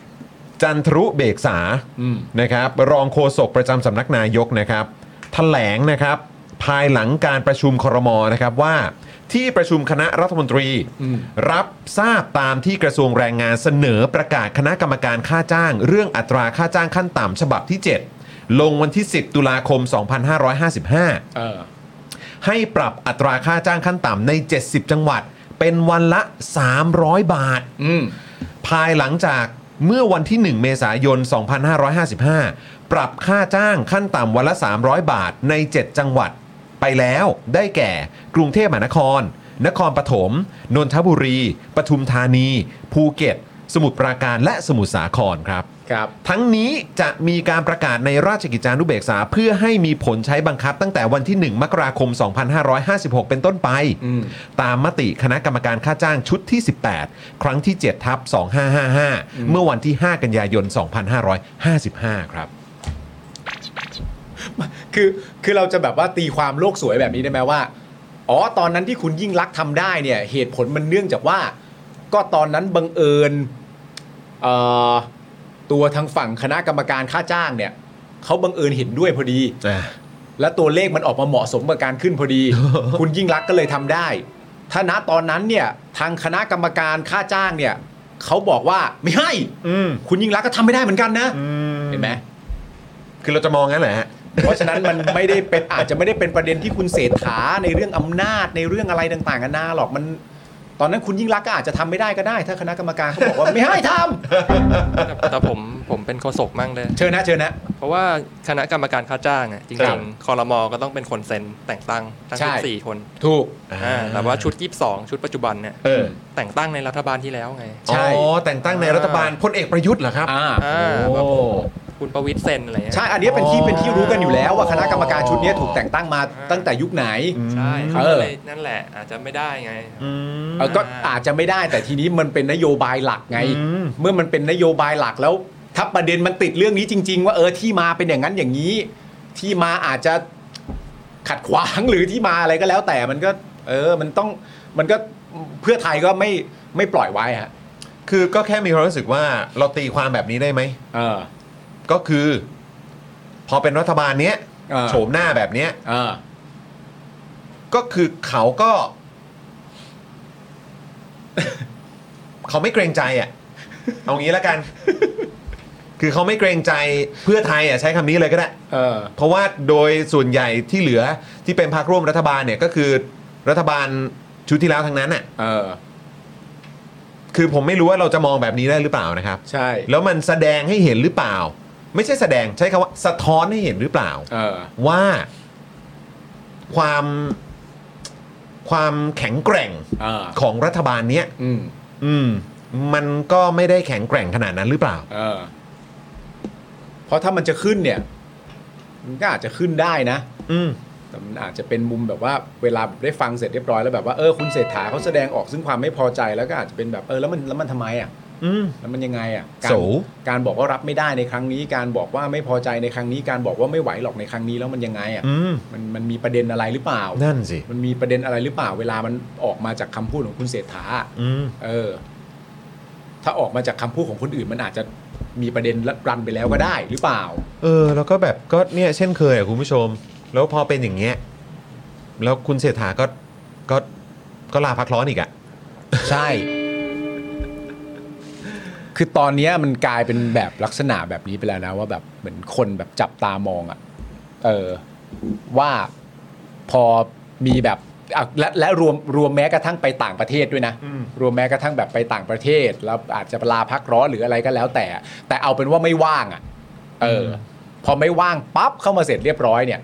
S2: จันทรุเบกษา
S3: อืม
S2: นะครับรองโฆษกประจำสำนักนายกนะครับแถลงนะครับภายหลังการประชุมครมนะครับว่าที่ประชุมคณะรัฐมนตรี
S3: อืม
S2: รับทราบตามที่กระทรวงแรงงานเสนอประกาศคณะกรรมการค่าจ้าง เรื่องอัตราค่าจ้างขั้นต่ำฉบับที่ 7 ลงวันที่ 10 ตุลาคม 2555
S3: เออ
S2: ให้ปรับอัตราค่าจ้างขั้นต่ำใน 70 จังหวัด เป็นวันละ 300 บาท
S3: อืม
S2: ภายหลังจากเมื่อวันที่ 1 เมษายน 2555 ปรับค่าจ้างขั้นต่ำวันละ 300 บาทใน 7 จังหวัด ไปแล้วได้แก่ กรุงเทพมหานคร นครปฐม นนทบุรี ปทุมธานี ภูเก็ต สมุทรปราการและสมุทรสาครครับ
S3: ครับ
S2: ทั้งนี้จะมีการประกาศในราชกิจจานุเบกษา เพื่อให้มีผลใช้บังคับตั้งแต่วันที่ 1 มกราคม 2556 เป็นต้นไป
S3: อืม
S2: ตามมติคณะกรรมการค่าจ้างชุดที่ 18 ครั้งที่ 7 ทับ 2555 เมื่อวันที่ 5 กันยายน 2555 ครับ
S3: คือคือเราจะแบบว่าตีความโลกสวยแบบนี้ได้ไหมว่า อ๋อตอนนั้นที่คุณยิ่งรักษณ์ทำได้เนี่ย เหตุผลมันเนื่องจากว่า ก็ตอนนั้นบังเอิญเอ่อตัวทางฝั่งคณะกรรมการค่าจ้างเนี่ยเขาบังเอิญเห็นด้วยพอดี และตัวเลขมันออกมาเหมาะสมกับการขึ้นพอ ดี คุณยิ่งรักษณ์ก็เลยทำได้ ถ้าณตอนนั้นเนี่ยทางคณะกรรมการค่าจ้างเนี่ยเขาบอกว่าไม่ให้คุณยิ่งรักษณ์ก็ทำไม่ได้เหมือนกันนะเห็นไหม
S2: คือเราจะมองงั้นแหละฮะ
S3: เพราะฉะนั้นมันไม่ได้เป็นอาจจะไม่ได้เป็นประเด็นที่คุณเศรษฐาในเรื่องอำนาจในเรื่องอะไรต่างๆกันานาหรอกมัน ตอนนั้นคุณยิ่งรักษณ์ก็อาจจะทำไม่ได้ก็ได้ ถ้าคณะกรรมการเขาบอกว่าไม่ให้ทำ
S5: แต่แต่ผมผมเป็นโฆษกมั่งเลย
S3: เชิญนะเชิญนะ
S5: เพราะว่าคณะกรรมการค่าจ้างอ่ะจ
S3: ครั
S5: ริ
S3: บ
S5: งๆคอรมอก็ต้องเป็นคนเซ็นแต่งตั้งทั้ง
S3: ใช่
S5: สิบสี่คน
S3: ถูก
S5: อ่าแต่ว่าชุด 22 ชุดปัจจุบันเนี่ย
S2: เออ
S5: แต่งตั้งในรัฐบาลที่แล้วไง
S3: ใช่
S2: อ๋อ แต่งตั้งในรัฐบาลพลเอกประยุทธ์เหรอครับ
S3: อ่า
S5: อ่าแบบคุณประวิตรเซ็นอะไรเงี้ย
S3: ใช่อันนี้เป็นที่เป็นที่รู้กันอยู่แล้วว่าคณะกรรมการชุดนี้ถูกแต่งตั้งมาตั้งแต่ยุคไหน
S5: ใช่เขา
S3: เอ
S5: ก็
S3: อ
S5: เลยนั่นแหละอาจจะไม่ได้ไง
S3: เออก็อาจจะไม่ได้แต่ทีนี้มันเป็นนโยบายหลักไง เมื่อมันเป็นนโยบายหลักแล้ว ถ้าประเด็นมันติดเรื่องนี้จริง ๆ ว่าเออที่มาเป็นอย่างนั้นอย่างนี้ ที่มาอาจจะขัดขวางห รือที่มาอะไรก็แล้ว แต่มันก็ เออมันต้องมันก็เพื่อไทยก็ไม่ไม่ปล่อยไว้ฮะ
S2: คือก็แค่มีความรู้สึกว่าเราตีความแบบนี้ได้ไหม
S3: เออ
S2: ก็คือ พอเป็นรัฐบาลเนี้ย
S3: เออ
S2: โฉมหน้าแบบเนี้ย
S3: เออ
S2: ก็คือเขาก็
S1: เขาไม่เกรงใจอ่ะ เอางี้แล้วกัน คือเขาไม่เกรงใจเพื่อไทยอ่ะใช้คำนี้เลยก็ได้
S3: เออ
S1: เพราะว่าโดยส่วนใหญ่ที่เหลือที่เป็นพรรคร่วมรัฐบาลเนี่ยก็คือรัฐบาลชุดที่แล้วทั้งนั้นอ่ะ
S3: เออ
S1: คือผมไม่รู้ว่าเราจะมองแบบนี้ได้หรือเปล่านะครับ
S3: ใช่
S1: แล้วมันแสดงให้เห็นหรือเปล่า ไม่ใช่แสดงใช้คำว่าสะท้อนให้เห็นหรือเปล่า
S3: เออ
S1: ว่าความความแข็งแกร่ง
S3: เออ
S1: ของรัฐบาลเนี้ย
S3: อืม
S1: อืม มันก็ไม่ได้แข็งแกร่งขนาดนั้นหรือเปล่า
S3: เออ เพราะถ้ามันจะขึ้นเนี่ย มันก็อาจจะขึ้นได้นะ
S1: อืม
S3: แต่มันอาจจะเป็นมุมแบบว่าเวลาได้ฟังเสร็จเรียบร้อยแล้วแบบว่าเออคุณเศรษฐาเขาแสดงออกซึ่งความไม่พอใจแล้วก็อาจจะเป็นแบบเออแล้วมันแล้วมันทำไมอ่ะ
S1: อืม
S3: แล้วมันยังไงอ่ะการ
S1: โส
S3: การบอกว่ารับไม่ได้ในครั้งนี้ การบอกว่าไม่พอใจในครั้งนี้ การบอกว่าไม่ไหวหรอกในครั้งนี้แล้วมันยังไงอ่ะ
S1: อืม
S3: มันมันมีประเด็นอะไรหรือเปล่า
S1: นั่นสิ
S3: มันมีประเด็นอะไรหรือเปล่า เวลามันออกมาจากคำพูดของคุณเศรษฐา
S1: อืม
S3: เออ ถ้าออกมาจากคำพูดของคนอื่น มันอาจจะมีประเด็นรันไปแล้วก็ได้หรือเปล่า
S1: เออ แล้วก็แบบก็เนี่ยเช่นเคยอะคุณผู้ชม แล้วพอเป็นอย่างเงี้ยแล้วคุณเศรษฐาก็ก็ก็ลาพักร้อนอีกอะ
S3: ใช่ คือตอนเนี้ยมันกลายเป็นแบบลักษณะแบบนี้ไปแล้วนะว่าแบบเหมือนคนแบบจับตามองอะ่ะ เออ ว่าพอมีแบบอ่ะและและรวมรวมแม้กระทั่งไปต่างประเทศด้วยนะ รวมแม้กระทั่งแบบไปต่างประเทศ แล้วอาจจะลาพักร้อนหรืออะไรก็แล้วแต่ แต่เอาเป็นว่าไม่ว่างอะ่ะ เอออพอไม่ว่างปั๊บเข้ามาเสร็จเรียบร้อยเนี่ย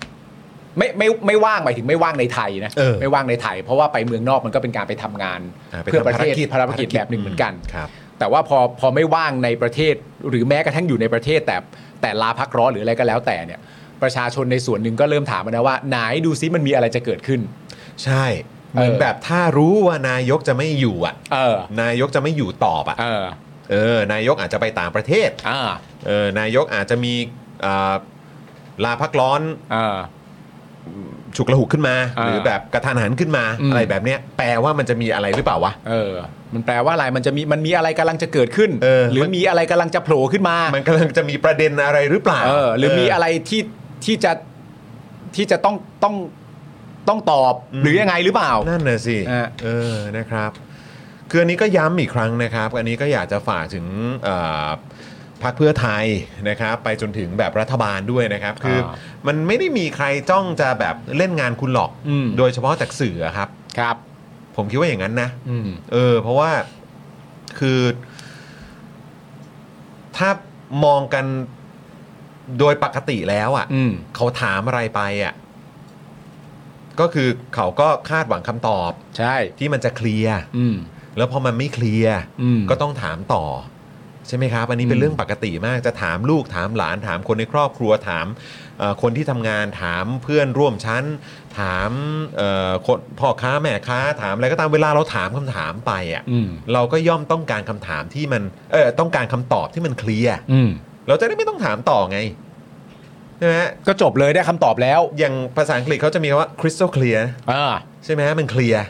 S3: ไม่ไม่ไม่ว่างหมายถึงไม่ว่างในไทยนะ
S1: เออ
S3: ไม่ว่างในไทย เพราะว่าไปเมืองนอกมันก็เป็นการไปทำงาน
S1: าไ
S3: เพื่อประเทศ
S1: ทำ
S3: ภารกิจแบบหนึ่งเหมือนกัน
S1: ครับ
S3: แต่ว่าพอพอไม่ว่างในประเทศหรือแม้กระทั่งอยู่ในประเทศ แต่แต่ลาพักร้อนหรืออะไรก็แล้วแต่เนี่ย ประชาชนในส่วนหนึ่งก็เริ่มถามมานะว่าไหนดูซิมันมีอะไรจะเกิดขึ้น
S1: ใช่เหมือน
S3: เออ
S1: แบบถ้ารู้ว่านายกจะไม่อยู่อ่ะ
S3: เออ
S1: นายกจะไม่อยู่ตอบอ่ะ
S3: เออ
S1: เออ นายกอาจจะไปต่างประเทศ
S3: อ่า
S1: เออนายกอาจจะมีอ่าลาพักร้อน
S3: เออ
S1: ฉุกละหุกขึ้นมา
S3: อ่า
S1: หรือแบบกระทันหันขึ้นมา
S3: อืม
S1: อะไรแบบเนี้ยแปลว่ามันจะมีอะไรหรือเปล่าวะ
S3: เออ มันแปลว่าอะไรมันจะมีมันมีอะไรกำลังจะเกิดขึ้น
S1: เออ
S3: หรือมีอะไรกำลังจะโผล่ขึ้นมา
S1: มันกำลังจะมีประเด็นอะไรหรือเปล่า
S3: เออ หรือมีอะไรที่ที่จะที่จะต้องต้องต้องตอบหรือยังไงหรือเปล่า
S1: นั่นน่ะสิ
S3: อ่ะ
S1: เออนะครับคืออันนี้ก็ย้ำอีกครั้งนะครับ อันนี้ก็อยากจะฝากถึงเอ่อพรรคเพื่อไทยนะครับ ไปจนถึงแบบรัฐบาลด้วยนะครับ คืออมันไม่ได้มีใครจ้องจะแบบเล่นงานคุณหรอก
S3: อืม
S1: โดยเฉพาะจากสื่ออะครับ
S3: ครับ
S1: ผมคิดว่าอย่างนั้นนะ
S3: อืม
S1: เออ เพราะว่าคือ ถ้ามองกันโดยปกติแล้วอะ่ะ
S3: อืม
S1: เขาถามอะไรไปอะ่ะก็คือเขาก็คาดหวังคำตอบ
S3: ใช่
S1: ที่มันจะเคลียร์
S3: อืม
S1: แล้วพอมันไม่เคลียร์
S3: อืม
S1: ก็ต้องถามต่อ ใช่ไหมครับ อันนี้เป็น
S3: อืม
S1: เรื่องปกติมากจะถามลูกถามหลานถามคนในครอบครัวถามเอ่อคนที่ทำงานถามเพื่อนร่วมชั้น ถามเอ่อคนพ่อค้าแม่ค้า ถามอะไรก็ตามเวลาเราถามคำถามไปอ่ะ
S3: อืม
S1: เราก็ย่อมต้องการคำถามที่มันเออต้องการคำตอบที่มันเคลียร์
S3: อืม
S1: เราจะได้ไม่ต้องถามต่อไงใช่ไหมฮะ
S3: ก็จบเลยได้คำตอบแล้ว
S1: อย่างภาษาอังกฤษเขาจะมีคำว่า crystal clear
S3: อ่า
S1: ใช่ไหมฮะมันเคลียร์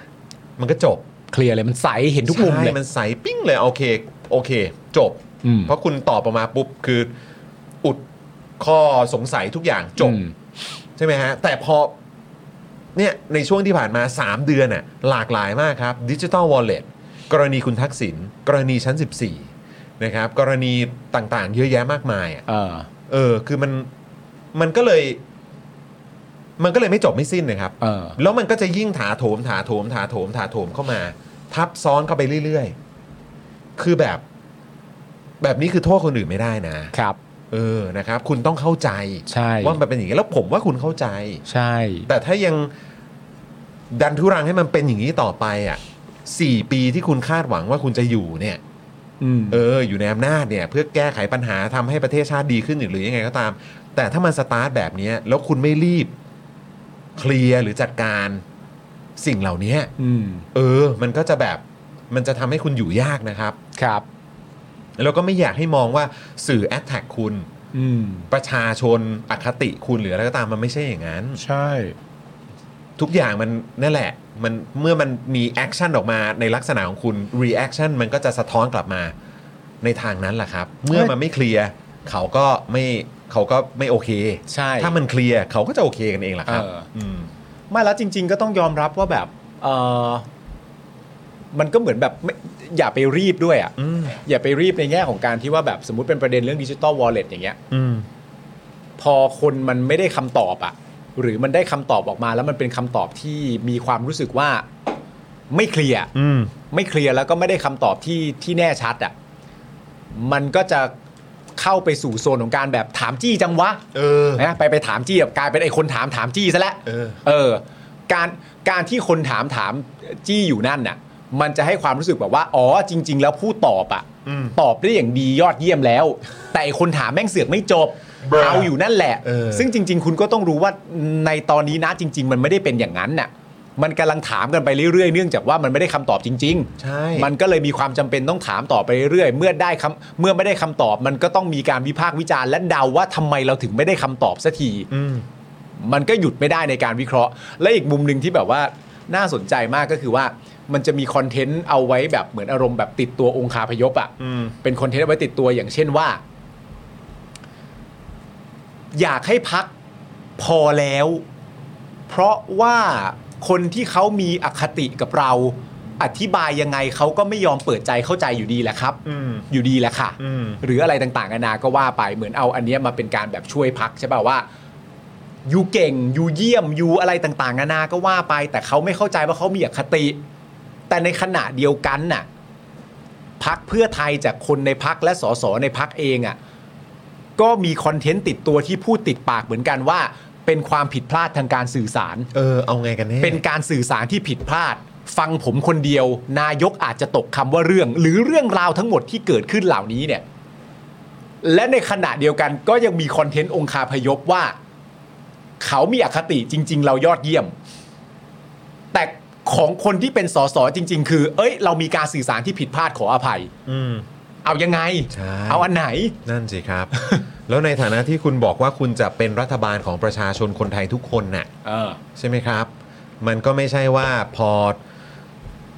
S1: มันก็จบ
S3: เคลียร์เลยมันใสเห็นทุกมุมเลย
S1: ใช่มันใสปิ้งเลยโอเคโอเค จบ
S3: อืม
S1: เพราะคุณตอบออกมาปุ๊บคือ อุดข้อสงสัยทุกอย่างจบ
S3: อืม
S1: ใช่ไหมฮะ แต่พอเนี่ยในช่วงที่ผ่านมา 3 เดือนน่ะหลากหลายมากครับดิจิ t a ลวอลเล็ตกรณีคุณทักษิณกรณีชั้น 14 นะครับ กรณีต่างๆ เยอะแยะมากมายอ่ะ
S3: เออ
S1: เออ คือมันมันก็เลย มันก็เลยไม่จบไม่สิ้นนะครับ
S3: เออ
S1: แล้วมันก็จะยิ่งถาโถมถาโถมถาโถมถาโถมเข้ามา ทับซ้อนเข้าไปเรื่อยๆ คือแบบ แบบนี้คือโทษคนอื่นไม่ได้นะ
S3: ครับ
S1: เออนะครับ คุณต้องเข้าใจ
S3: ใช่
S1: ว่ามันเป็นอย่างนี้แล้วผมว่าคุณเข้าใจ
S3: ใช่
S1: แต่ถ้ายังดันทุรังให้มันเป็นอย่างนี้ต่อไปอ่ะสี่ปีที่คุณคาดหวังว่าคุณจะอยู่เนี่ย
S3: อืม
S1: เอออยู่ในอำนาจเนี่ย เพื่อแก้ไขปัญหาทำให้ประเทศชาติดีขึ้นหรือยังไงก็ตาม แต่ถ้ามันสตาร์ทแบบเนี้ยแล้วคุณไม่รีบเคลียร์หรือจัดการสิ่งเหล่านี้
S3: อืม
S1: เออ มันก็จะแบบมันจะทำให้คุณอยู่ยากนะครับ
S3: ครับ
S1: แล้วก็ไม่อยากให้มองว่าสื่อแอดแท็กคุณ
S3: อืม
S1: ประชาชนอคติคุณหรืออะไรก็ตามมันไม่ใช่อย่างนั้น
S3: ใช่
S1: ทุกอย่างมันนั่นแหละ มันเมื่อมันมีแอคชั่นออกมาในลักษณะของคุณรีแอคชั่นมันก็จะสะท้อนกลับมาในทางนั้นแหละครับ เมื่อมันไม่เคลียร์เขาก็ไม่เขาก็ไม่โอเค
S3: ใช่
S1: ถ้ามันเคลียร์เขาก็จะโอเคกันเองแหละครับ
S3: เออ
S1: ม
S3: ไม่แล้วจริง ๆ ก็ต้องยอมรับว่าแบบ เออ มันก็เหมือนแบบไม่อย่าไปรีบด้วยอ่ะอย่าไปรีบในแง่ของการที่ว่าแบบสมมติเป็นประเด็นเรื่องดิจิตอลวอลเล็ตอย่างเงี้ย
S2: อืม
S3: พอคนมันไม่ได้คำตอบอะหรือมันได้คำตอบออกมา แล้วมันเป็นคำตอบที่มีความรู้สึกว่าไม่เคลียร์
S2: อืม
S3: ไม่เคลียร์แล้วก็ไม่ได้คำตอบที่ที่แน่ชัดอะมันก็จะเข้าไปสู่โซนของการแบบถามจี้จังวะ
S2: เออ
S3: นะไปไปถามจี้แบบกลายเป็นไอ้คนถามถามจี้ซะแล้ว
S2: เออ
S3: เออ การการที่คนถามถามจี้อยู่นั่นน่ะ มันจะให้ความรู้สึกแบบว่าอ๋อจริง ๆ แล้วผู้ตอบอะ
S2: อืม
S3: ตอบได้อย่างดียอดเยี่ยมแล้ว แต่ไอ้คนถามแม่งเสือกไม่จบ
S2: Bruh
S3: เอาอยู่นั่นแหละ
S2: เออ
S3: ซึ่งจริง ๆ คุณก็ต้องรู้ว่าในตอนนี้นะจริง ๆ มันไม่ได้เป็นอย่างนั้นน่ะ มันกำลังถามกันไปเรื่อยๆ เนื่องจากว่ามันไม่ได้คำตอบจริง
S2: ใช่
S3: ๆ มันก็เลยมีความจำเป็นต้องถามต่อไปเรื่อยๆ เมื่อได้คำเมื่อไม่ได้คำตอบ มันก็ต้องมีการวิพากษ์วิจารณ์และเดาว่าทำไมเราถึงไม่ได้คำตอบสักที
S2: อืม
S3: มันก็หยุดไม่ได้ในการวิเคราะห์ และอีกมุมหนึ่งที่แบบว่าน่าสนใจมากก็คือว่ามันจะมีคอนเทนต์เอาไว้แบบเหมือนอารมณ์แบบติดตัวองคาพยพอะ่ะ
S2: อืม
S3: เป็นคอนเทนต์เอาไว้ติดตัวอย่างเช่นว่า อยากให้พักพอแล้ว เพราะว่าคนที่เขามีอคติกับเรา อธิบายยังไงเขาก็ไม่ยอมเปิดใจเข้าใจอยู่ดีแหละครับ
S2: อืม
S3: อยู่ดีแหละค่ะ
S2: อืม
S3: หรืออะไรต่างๆนานาก็ว่าไปเหมือนเอาอันเนี้ยมาเป็นการแบบช่วยพักใช่ป่าว่ายูเก่งยูเยี่ยมยูอะไรต่างๆนานาก็ว่าไป แต่เขาไม่เข้าใจว่าเขามีอคติ แต่ในขณะเดียวกันน่ะพักเพื่อไทยจากคนในพักและสสในพักเองอ่ะก็มีคอนเทนต์ติดตัวที่พูดติดปากเหมือนกันว่า เป็นความผิดพลาดทางการสื่อสาร
S2: เออ เอาไงกันแน่
S3: เป็นการสื่อสารที่ผิดพลาด ฟังผมคนเดียว นายกอาจจะตกคำว่าเรื่อง หรือเรื่องราวทั้งหมดที่เกิดขึ้นเหล่านี้เนี่ย และในขณะเดียวกันก็ยังมีคอนเทนต์องคาพยพว่า เขามีอคติจริง ๆ เรายอดเยี่ยม แต่ของคนที่เป็นสสจริง ๆ คือ เอ้ย เรามีการสื่อสารที่ผิดพลาดขออภัย
S2: อืม
S3: เอายังไง
S1: ใช่
S3: เอาอันไหน
S1: นั่นสิครับ แล้วในฐานะที่คุณบอกว่าคุณจะเป็นรัฐบาลของประชาชนคนไทยทุกคนน่ะ
S3: เออ
S1: ใช่ไหมครับ มันก็ไม่ใช่ว่าพอ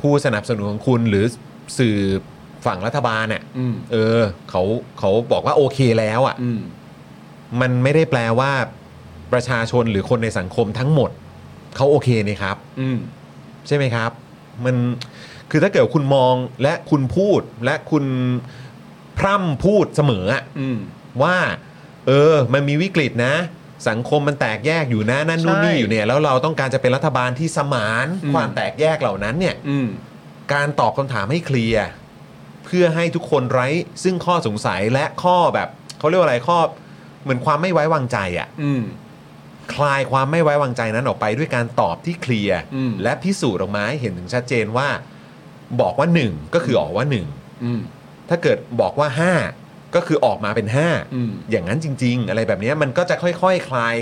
S1: ผู้สนับสนุนของคุณหรือสื่อฝั่งรัฐบาลเนี่ย
S3: อืม
S1: เออเขาเขาบอกว่าโอเคแล้วอ่ะ
S3: อืม
S1: มันไม่ได้แปลว่าประชาชนหรือคนในสังคมทั้งหมด เขาโอเคนี่ครับ
S3: อืม
S1: ใช่ไหมครับ มันคือถ้าเกิดคุณมองและคุณพูดและคุณพร่ำพูดเสมออะ
S3: อืม
S1: ว่าเออ มันมีวิกฤตนะ สังคมมันแตกแยกอยู่นะนั่นนู่นนี่
S3: ใช่
S1: อยู่เนี่ยแล้วเราต้องการจะเป็นรัฐบาลที่สมาน
S3: อืม
S1: ความแตกแยกเหล่านั้นเนี่ย
S3: อืม
S1: การตอบคำถามให้เคลียร์เพื่อให้ทุกคนไร้ ซึ่งข้อสงสัยและข้อแบบเขาเรียกว่าอะไรข้อเหมือนความไม่ไว้วางใจอะ่ะ
S3: อืม
S1: คลายความไม่ไว้วางใจนั้นออกไปด้วยการตอบที่เคลียร์
S3: อืม
S1: และพิสูจน์ออกมาให้เห็นถึงชัดเจนว่า บอกว่าหนึ่งก็คือออกว่าหนึ่ง
S3: อืม
S1: ถ้าเกิดบอกว่าห้าก็คือออกมาเป็นห้า
S3: อืม
S1: อย่างนั้นจริง ๆ อะไรแบบเนี้ยมันก็จะค่อยๆ คลาย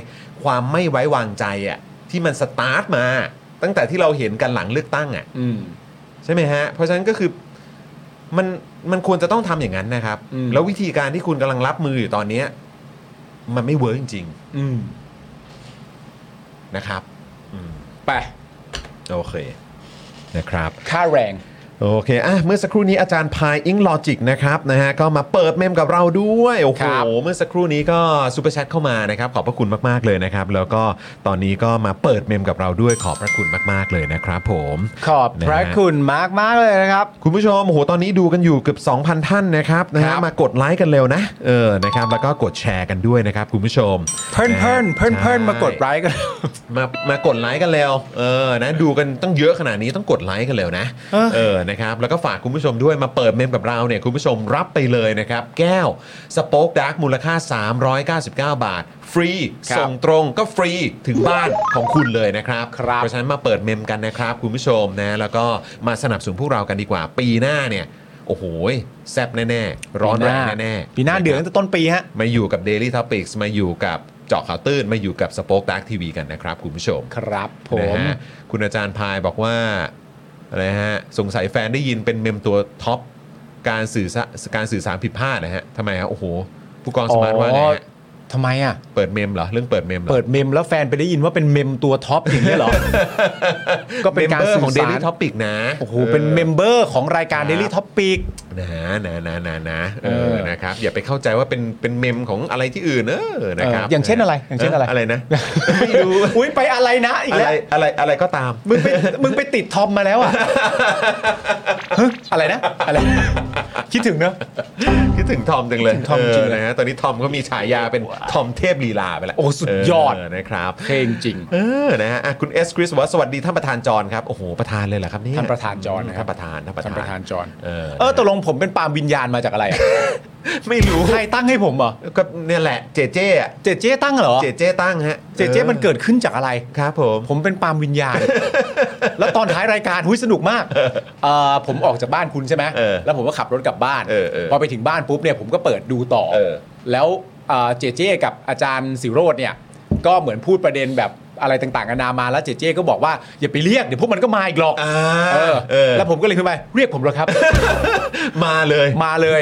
S1: ความไม่ไว้วางใจอะที่มันสตาร์ทมา ตั้งแต่ที่เราเห็นกันหลังเลือกตั้งอะ
S3: อืม
S1: ใช่ไหมฮะ เพราะฉะนั้นก็คือมันมันควรจะต้องทำอย่างนั้นนะครับ
S3: อืม
S1: แล้ววิธีการที่คุณกำลังรับมืออยู่ตอนเนี้ยมันไม่เวิร์กจริง
S3: อืม
S1: ๆ นะครับ อืม
S3: ไป
S1: โอเคนะครับ
S3: ค่าแรง
S1: โอเค อ่ะ เมื่อสักครู่นี้อาจารย์พายอิงลอจิกนะครับนะฮะ ก็มาเปิดเมมกับเราด้วย โอ้โห
S3: ครับ
S1: เมื่อสักครู่นี้ก็ซูเปอร์แชทเข้ามานะครับ ขอบพระคุณมาก ๆ เลยนะครับ แล้วก็ตอนนี้ก็มาเปิดเมมกับเราด้วย ขอบพระคุณมาก ๆ เลยนะครับผม
S3: ขอบพระคุณมากมากๆเลยนะครับ
S1: คุณผู้ชมโอ้โหตอนนี้ดูกันอยู่เกือบ 2,000 ท่านนะครับนะ
S3: ครั
S1: ฮะ
S3: บ
S1: มากดไลค์กันเร็วนะ เออ นะครับ แล้วก็กดแชร์กันด้วยนะครับคุณผู้ชม
S3: เพิ่นเพิ่นเพิ่นเพิ่นมากดไล
S1: ใช่
S3: ค์กัน
S1: มามากดไลค์กันเร็วเออนะดูกันต้องเยอะขนาดนี้ต้องกดไลค์กันเร็วนะ
S3: เออ
S1: เออนะครับแล้วก็ฝากคุณผู้ชมด้วยมาเปิดเมมกับเราเนี่ยคุณผู้ชมรับไปเลยนะครับ แก้วสป็อกดาร์กมูลค่า 399 บาท ฟรี
S3: ครับ
S1: ส่งตรงก็ฟรีถึงบ้านของคุณเลยนะครับ
S3: ครับ
S1: เพราะฉะนั้นมาเปิดเมมกันนะครับคุณผู้ชมนะแล้วก็มาสนับสนุนพวกเรากันดีกว่าปีหน้าเนี่ยโอ้โหแซบแน่ๆร้อนแรงแน่ๆ
S3: ปีหน้าเดือดตั้งแต่ต้นปีฮะ
S1: มาอยู่กับ Daily Topics มาอยู่กับเจาะข่าวตื้น มาอยู่กับสป็อคดักทีวีกันนะครับ คุณผู้ชม
S3: ครับผ
S1: นะ
S3: ม
S1: ฮะคุณอาจารย์พายบอกว่าอะไรฮะสงสัยแฟนได้ยินเป็นเมมตัวท็อปการสื่อสะการสื่อสารผิดพลาดนะฮะทำไมฮะโอ้โห ผู้กองสมาร์ทว่าไงฮะ
S3: ทำไมอ่ะ
S1: เปิดเมมเหรอ เรื่องเปิดเมมเหรอ
S3: เปิดเมมแล้วแฟนไปได้ยินว่าเป็นเมมตัวท็อปอย่างนี้ ยเหรอ ก็เป็นการ
S1: Member
S3: สื่
S1: ของ
S3: อสาร
S1: Daily Topic นะ
S3: โอ้โห เป็นเมมเบอร์ของรายการ Daily Topic
S1: นะนะนะนะนะเอ
S3: เอ
S1: อ
S3: อ
S1: นะครับอย่าไปเข้าใจว่าเป็นเป็นเมมของอะไรที่อื่นเออนะ
S3: เอ
S1: ค
S3: อ
S1: รับ
S3: อย่างเช่นอะไร อย่างเช่นอะไร
S1: อะไรนะ ไม่รู้
S3: อุ้ยไปอะไรนะอีก
S1: อะไร
S3: แล้ว
S1: อะไรอะไรก็ตาม
S3: มึงไปมึงไปติดทอมมาแล้วอ่ะฮะอะไรนะ อะไร คิดถึงเนอะ
S1: คิดถึงทอมจังเลย
S3: คิดถึงทอมจริงเลย
S1: เนะฮะตอนนี้ทอมก็มีฉายาเป็นทอมเทพลีลาไปแล้ว
S3: โอ้สุดยอด
S1: เนะครับ
S3: เพลงจริง
S1: เออนะฮะอ่ะคุณเอสคริสบอกว่าสวัสดีท่านประธานจอนครับโอ้โหประธานเลยเหรอครับเนี่ย
S3: ท่านประธานจอนนะครับ
S1: ท่านประธานท่านประธา
S3: ท่าน
S1: น
S3: ประธานจอน
S1: เออ
S3: เออตกลงผมเป็นปาล์มวิญญาณมาจากอะไรอะ
S1: ไม่รู้
S3: ใครตั้งให้ผมเหรอ
S1: ก็เนี่ยแหละเจเจอะ
S3: เจเจตั้งเหรอ
S1: เจเจตั้งฮะ
S3: เจเจมันเกิดขึ้นจากอะไร
S1: ครับผม
S3: ผมเป็นปาล์มวิญญาณ แล้วตอนท้ายรายการหุ้ยสนุกมากเอ่อผมออกจากบ้านคุณใช่ไหม
S1: เออ
S3: แล้วผมก็ขับรถกลับบ้าน
S1: เออเออ
S3: พอไปถึงบ้านปุ๊บเนี่ยผมก็เปิดดูต่อ
S1: เออ
S3: แล้วเอ่อเจเจกับอาจารย์สิโรดเนี่ย ก็เหมือนพูดประเด็นแบบอะไรต่างๆกันานามาแล้วเจเจก็บอกว่าอย่าไปเรียกเดี๋ยวพวกมันก็มาอีกหรอก
S1: อ่า
S3: เออ
S1: เออ
S3: แล้วผมก็เลยขึ้นไปเรียกผมเหรอครับ
S1: มาเลย
S3: มาเลย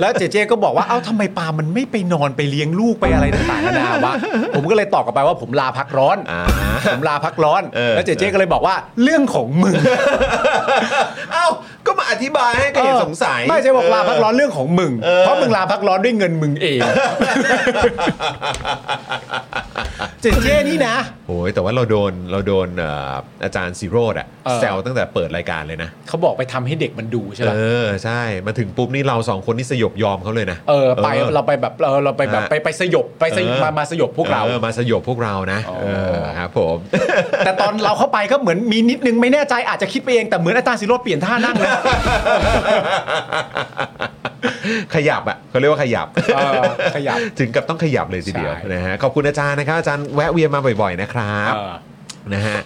S3: แล้วเจเจก็บอกว่าเอ้าทำไมปาล์มมันไม่ไปนอนไปเลี้ยงลูกไปอะไรต่างๆนานาวะผมก็เลยตอบกลับไปว่าผมลาพักร้อน
S1: อ่า
S3: ผมลาพักร้อน
S1: เออ
S3: แล้วเจเจก็เลยบอกว่าเรื่องของ มึง
S1: เอ้าก็มาอธิบายให้ก็อย่าสงสัย
S3: ไม่เจบอกลาพักร้อนเรื่องของมึง
S1: เออ
S3: เพราะมึงลาพักร้อนด้วยเงินมึงเอง เจเจนี่นะ
S1: โอ้ยแต่ว่าเราโดนเราโดนเอ่ออาจารย์ซีโรดอะ
S3: เออ
S1: แซวตั้งแต่เปิดรายการเลยนะ
S3: เขาบอกไปทำให้เด็กมันดูใช่ไหม
S1: เออ ใช่ มาถึงปุ๊บนี่เราสองคนนี่สยบยอมเขาเลยนะ
S3: เออไป
S1: เออ
S3: เราไปแบบเราเราไปแบบ
S1: ฮะ
S3: ไปไปสยบไปสยบ
S1: เออ
S3: มามาสยบพวกเรา
S1: ออมาสยบพวกเรานะ
S3: อ๋อ
S1: เออครับ ผม
S3: แต่ตอนเราเข้าไปก็เหมือนมีนิดนึงไม่แน่ใจอาจจะคิดไปเองแต่เหมือนอาจารย์สิโรดเปลี่ยนท่านั่งนะ
S1: ขยับอ่ะเขาเรียกว่าขยับ
S3: เออขยับ
S1: ถึงกับต้องขยับเลยทีเดียว
S3: ใช่
S1: นะฮะขอบคุณอาจารย์นะครับอาจารย์แวะเวียนมาบ่อยๆนะครับ
S3: เออ
S1: นะฮะ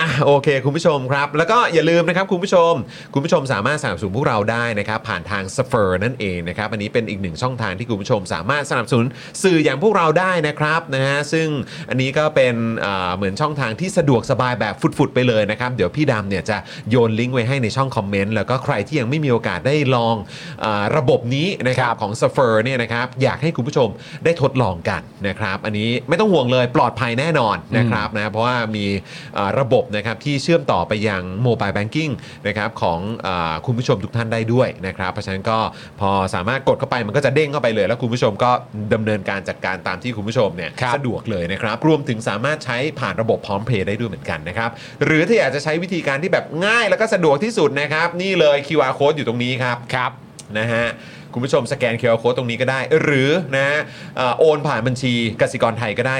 S1: อ่ะโอเค คุณผู้ชมครับ แล้วก็อย่าลืมนะครับคุณผู้ชม คุณผู้ชมสามารถสนับสนุนพวกเราได้นะครับ ผ่านทางสเฟอร์นั่นเองนะครับ อันนี้เป็นอีกหนึ่งช่องทางที่คุณผู้ชมสามารถสนับสนุนสื่ออย่างพวกเราได้นะครับนะฮะซึ่งอันนี้ก็เป็นอ่าเหมือนช่องทางที่สะดวกสบายแบบฟุดๆไปเลยนะครับ เดี๋ยวพี่ดำเนี่ยจะโยนลิงก์ไว้ให้ในช่องคอมเมนต์แล้วก็ใครที่ยังไม่มีโอกาสได้ลองอาระบบนี้นะครับของสเฟอร์เนี่ยนะครับอยากให้คุณผู้ชมได้ทดลองกันนะครับอันนี้ไม่ต้องห่วงเลยปลอดภัยแน่นอนนะครับ ครับนะเพราะว่ามีเอ่อระบบนะครับที่เชื่อมต่อไปยังโมบายแบงกิ้งนะครับของเออคุณผู้ชมทุกท่านได้ด้วยนะครับเพราะฉะนั้นก็พอสามารถกดเข้าไปมันก็จะเด้งเข้าไปเลย แล้วคุณผู้ชมก็ดำเนินการจัดการตามที่คุณผู้ชมเนี่ย
S3: ครับ
S1: สะดวกเลยนะครับรวมถึงสามารถใช้ผ่านระบบพร้อมเพย์ได้ด้วยเหมือนกันนะครับหรือถ้าอยากจะใช้วิธีการที่แบบง่ายแล้วก็สะดวกที่สุดนะครับนี่เลย QR code อยู่ตรงนี้ครับครับนะฮะคุณผู้ชมสแกน QR code ตรงนี้ก็ได้ หรือนะฮะเอ่อโอนผ่านบัญชีกสิกรไทยก็ได้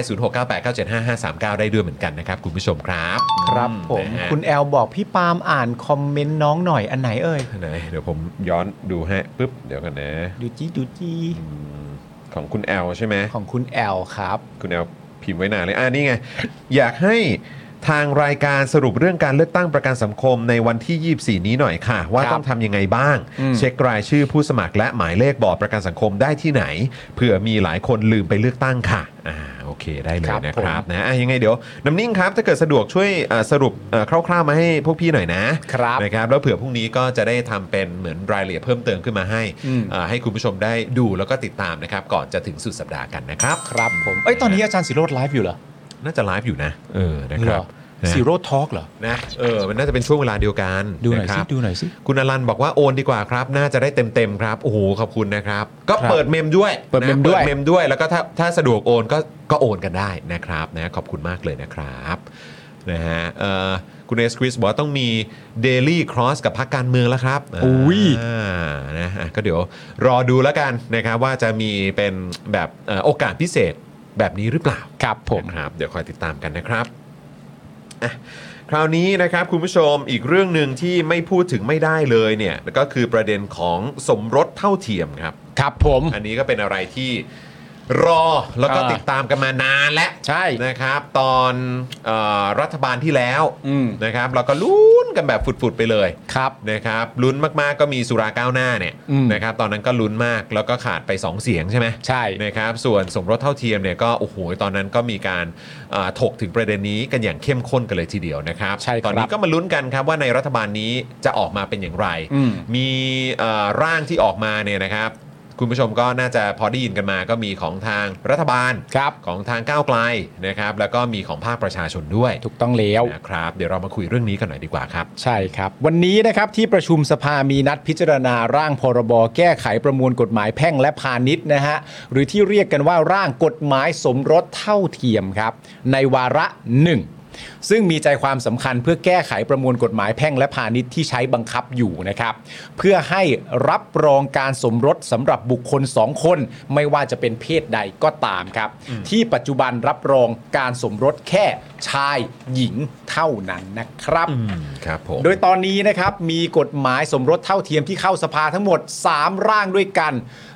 S1: 0698975539 ได้ด้วยเหมือนกันนะครับ คุณผู้ชมครับ
S3: ครับผม
S1: นะฮะ
S3: คุณแอลบอกพี่ปาล์มอ่านคอมเมนต์น้องหน่อยอันไหนเอ่ย
S1: ไหนเดี๋ยวผมย้อนดูให้ปุ๊บเดี๋ยวกันนะ
S3: ดูจีดูจี
S1: ของคุณแอลใช่ไหม
S3: ของคุณแอลครับ
S1: คุณแอลพิมพ์ไว้นานเลยอ่านี่ไง อยากให้ทางรายการสรุปเรื่องการเลือกตั้งประกันสังคมในวันที่ 24 นี้หน่อยค่ะ ว่า
S3: ครับ
S1: ต้องทำยังไงบ้าง
S3: อืม
S1: เช็ครายชื่อผู้สมัครและหมายเลขบอร์ดประกันสังคมได้ที่ไหนเผื่อมีหลายคนลืมไปเลือกตั้งค่ะอ่าโอเคได้เลยนะค
S3: ครั
S1: รับบ
S3: ผม
S1: นะอ่ะยังไงเดี๋ยวน้ำนิ่งครับถ้าเกิดสะดวกช่วยเอ่อสรุปเอ่อคร่าวๆมาให้พวกพี่หน่อยนะ
S3: ครับ
S1: นะครับแล้วเผื่อพรุ่งนี้ก็จะได้ทำเป็นเหมือนรายละเอียดเพิ่มเติมขึ้นมาให้
S3: อืม
S1: อ่าให้คุณผู้ชมได้ดูแล้วก็ติดตามนะครับ ก่อนจะถึงสุดสัปดาห์กันนะครับ
S3: ครับผมเอ้ยตอนนี้อาจารย์สิโรดไลฟ์อยู่เหรอ
S1: น่าจะไลฟ์อยู่นะ เออนะค
S3: เหร
S1: รับ
S3: อ
S1: นะ
S3: สิโรดทอล์กเหรอ
S1: นะเออมันน่าจะเป็นช่วงเวลาเดียวกัน
S3: ดูหน่อย
S1: ะค
S3: สิ
S1: รับ
S3: ดูหน่อยสิ
S1: คุณอลันบอกว่าโอนดีกว่าครับ น่าจะได้เต็มๆครับโอ้โหขอบคุณนะครับ ก็
S3: ครับ
S1: เปิดเมมด้วย
S3: เปิดเมม
S1: นะ
S3: ด้วย
S1: เมมด้วยแล้วก็ถ้าถ้าสะดวกโอนก็ก็โอนกันได้นะครับนะขอบคุณมากเลยนะครับนะฮะเอ่อคุณเอสคริสบอกว่าต้องมี Daily Cross กับพักการเมืองแล้วครับ
S3: อุ๊ย
S1: อ่านะอ่ะก็เดี๋ยวรอดูแล้วกันนะครับว่าจะมีเป็นแบบเอ่อโอกาสพิเศษแบบนี้หรือเปล่า
S3: ครับผม
S1: นะครับเดี๋ยวคอยติดตามกันนะครับอ่ะคราวนี้นะครับคุณผู้ชมอีกเรื่องหนึ่งที่ไม่พูดถึงไม่ได้เลยเนี่ยก็คือประเด็นของสมรสเท่าเทียมครับ
S3: ครับผม
S1: อันนี้ก็เป็นอะไรที่รอแล้วก็
S3: อ่า
S1: ติดตามกันมานานแล้ว
S3: ใช่
S1: นะครับตอนเออรัฐบาลที่แล้ว
S3: อืม
S1: นะครับเราก็ลุ้นกันแบบฝุดๆไปเลย
S3: ครับ
S1: นะครับลุ้นมากๆก็มีสุราก้าวหน้าเนี่ย
S3: อืม
S1: นะครับตอนนั้นก็ลุ้นมากแล้วก็ขาดไป 2 เสียงใช่ไหม
S3: ใช่
S1: นะครับส่วนสมรสเท่าเทียมเนี่ยก็โอ้โหตอนนั้นก็มีการเอ่อถกถึงประเด็นนี้กันอย่างเข้มข้นกันเลยทีเดียวนะครับ
S3: ใช่ครับ
S1: ตอนนี้ก็มาลุ้นกันครับว่าในรัฐบาลนี้จะออกมาเป็นอย่างไร
S3: อืม
S1: มีเอ่อร่างที่ออกมาเนี่ยนะครับ คุณผู้ชมก็น่าจะพอได้ยินกันมาก็มีของทางรัฐบาล
S3: ครับ
S1: ของทางก้าวไกลนะครับแล้วก็มีของภาคประชาชนด้วย
S3: ถูกต้องแล้ว
S1: นะครับเดี๋ยวเรามาคุยเรื่องนี้กันหน่อยดีกว่าครับ
S3: ใช่ครับ วันนี้นะครับที่ประชุมสภามีนัดพิจารณาร่างพรบแก้ไขประมวลกฎหมายแพ่งและพาณิชย์นะฮะหรือที่เรียกกันว่าร่างกฎหมายสมรสเท่าเทียมครับ ในวาระหนึ่งซึ่งมีใจความสำคัญเพื่อแก้ไขประมวลกฎหมายแพ่งและพาณิชย์ที่ใช้บังคับอยู่นะครับ เพื่อให้รับรองการสมรสสำหรับบุคคลสองคน ไม่ว่าจะเป็นเพศใดก็ตามครับ ที่ปัจจุบันรับรองการสมรสแค่ชายหญิงเท่านั้นนะครับ
S1: ครับผม
S3: โดยตอนนี้นะครับมีกฎหมายสมรสเท่าเทียมที่เข้าสภาทั้งหมด 3 ร่างด้วยกัน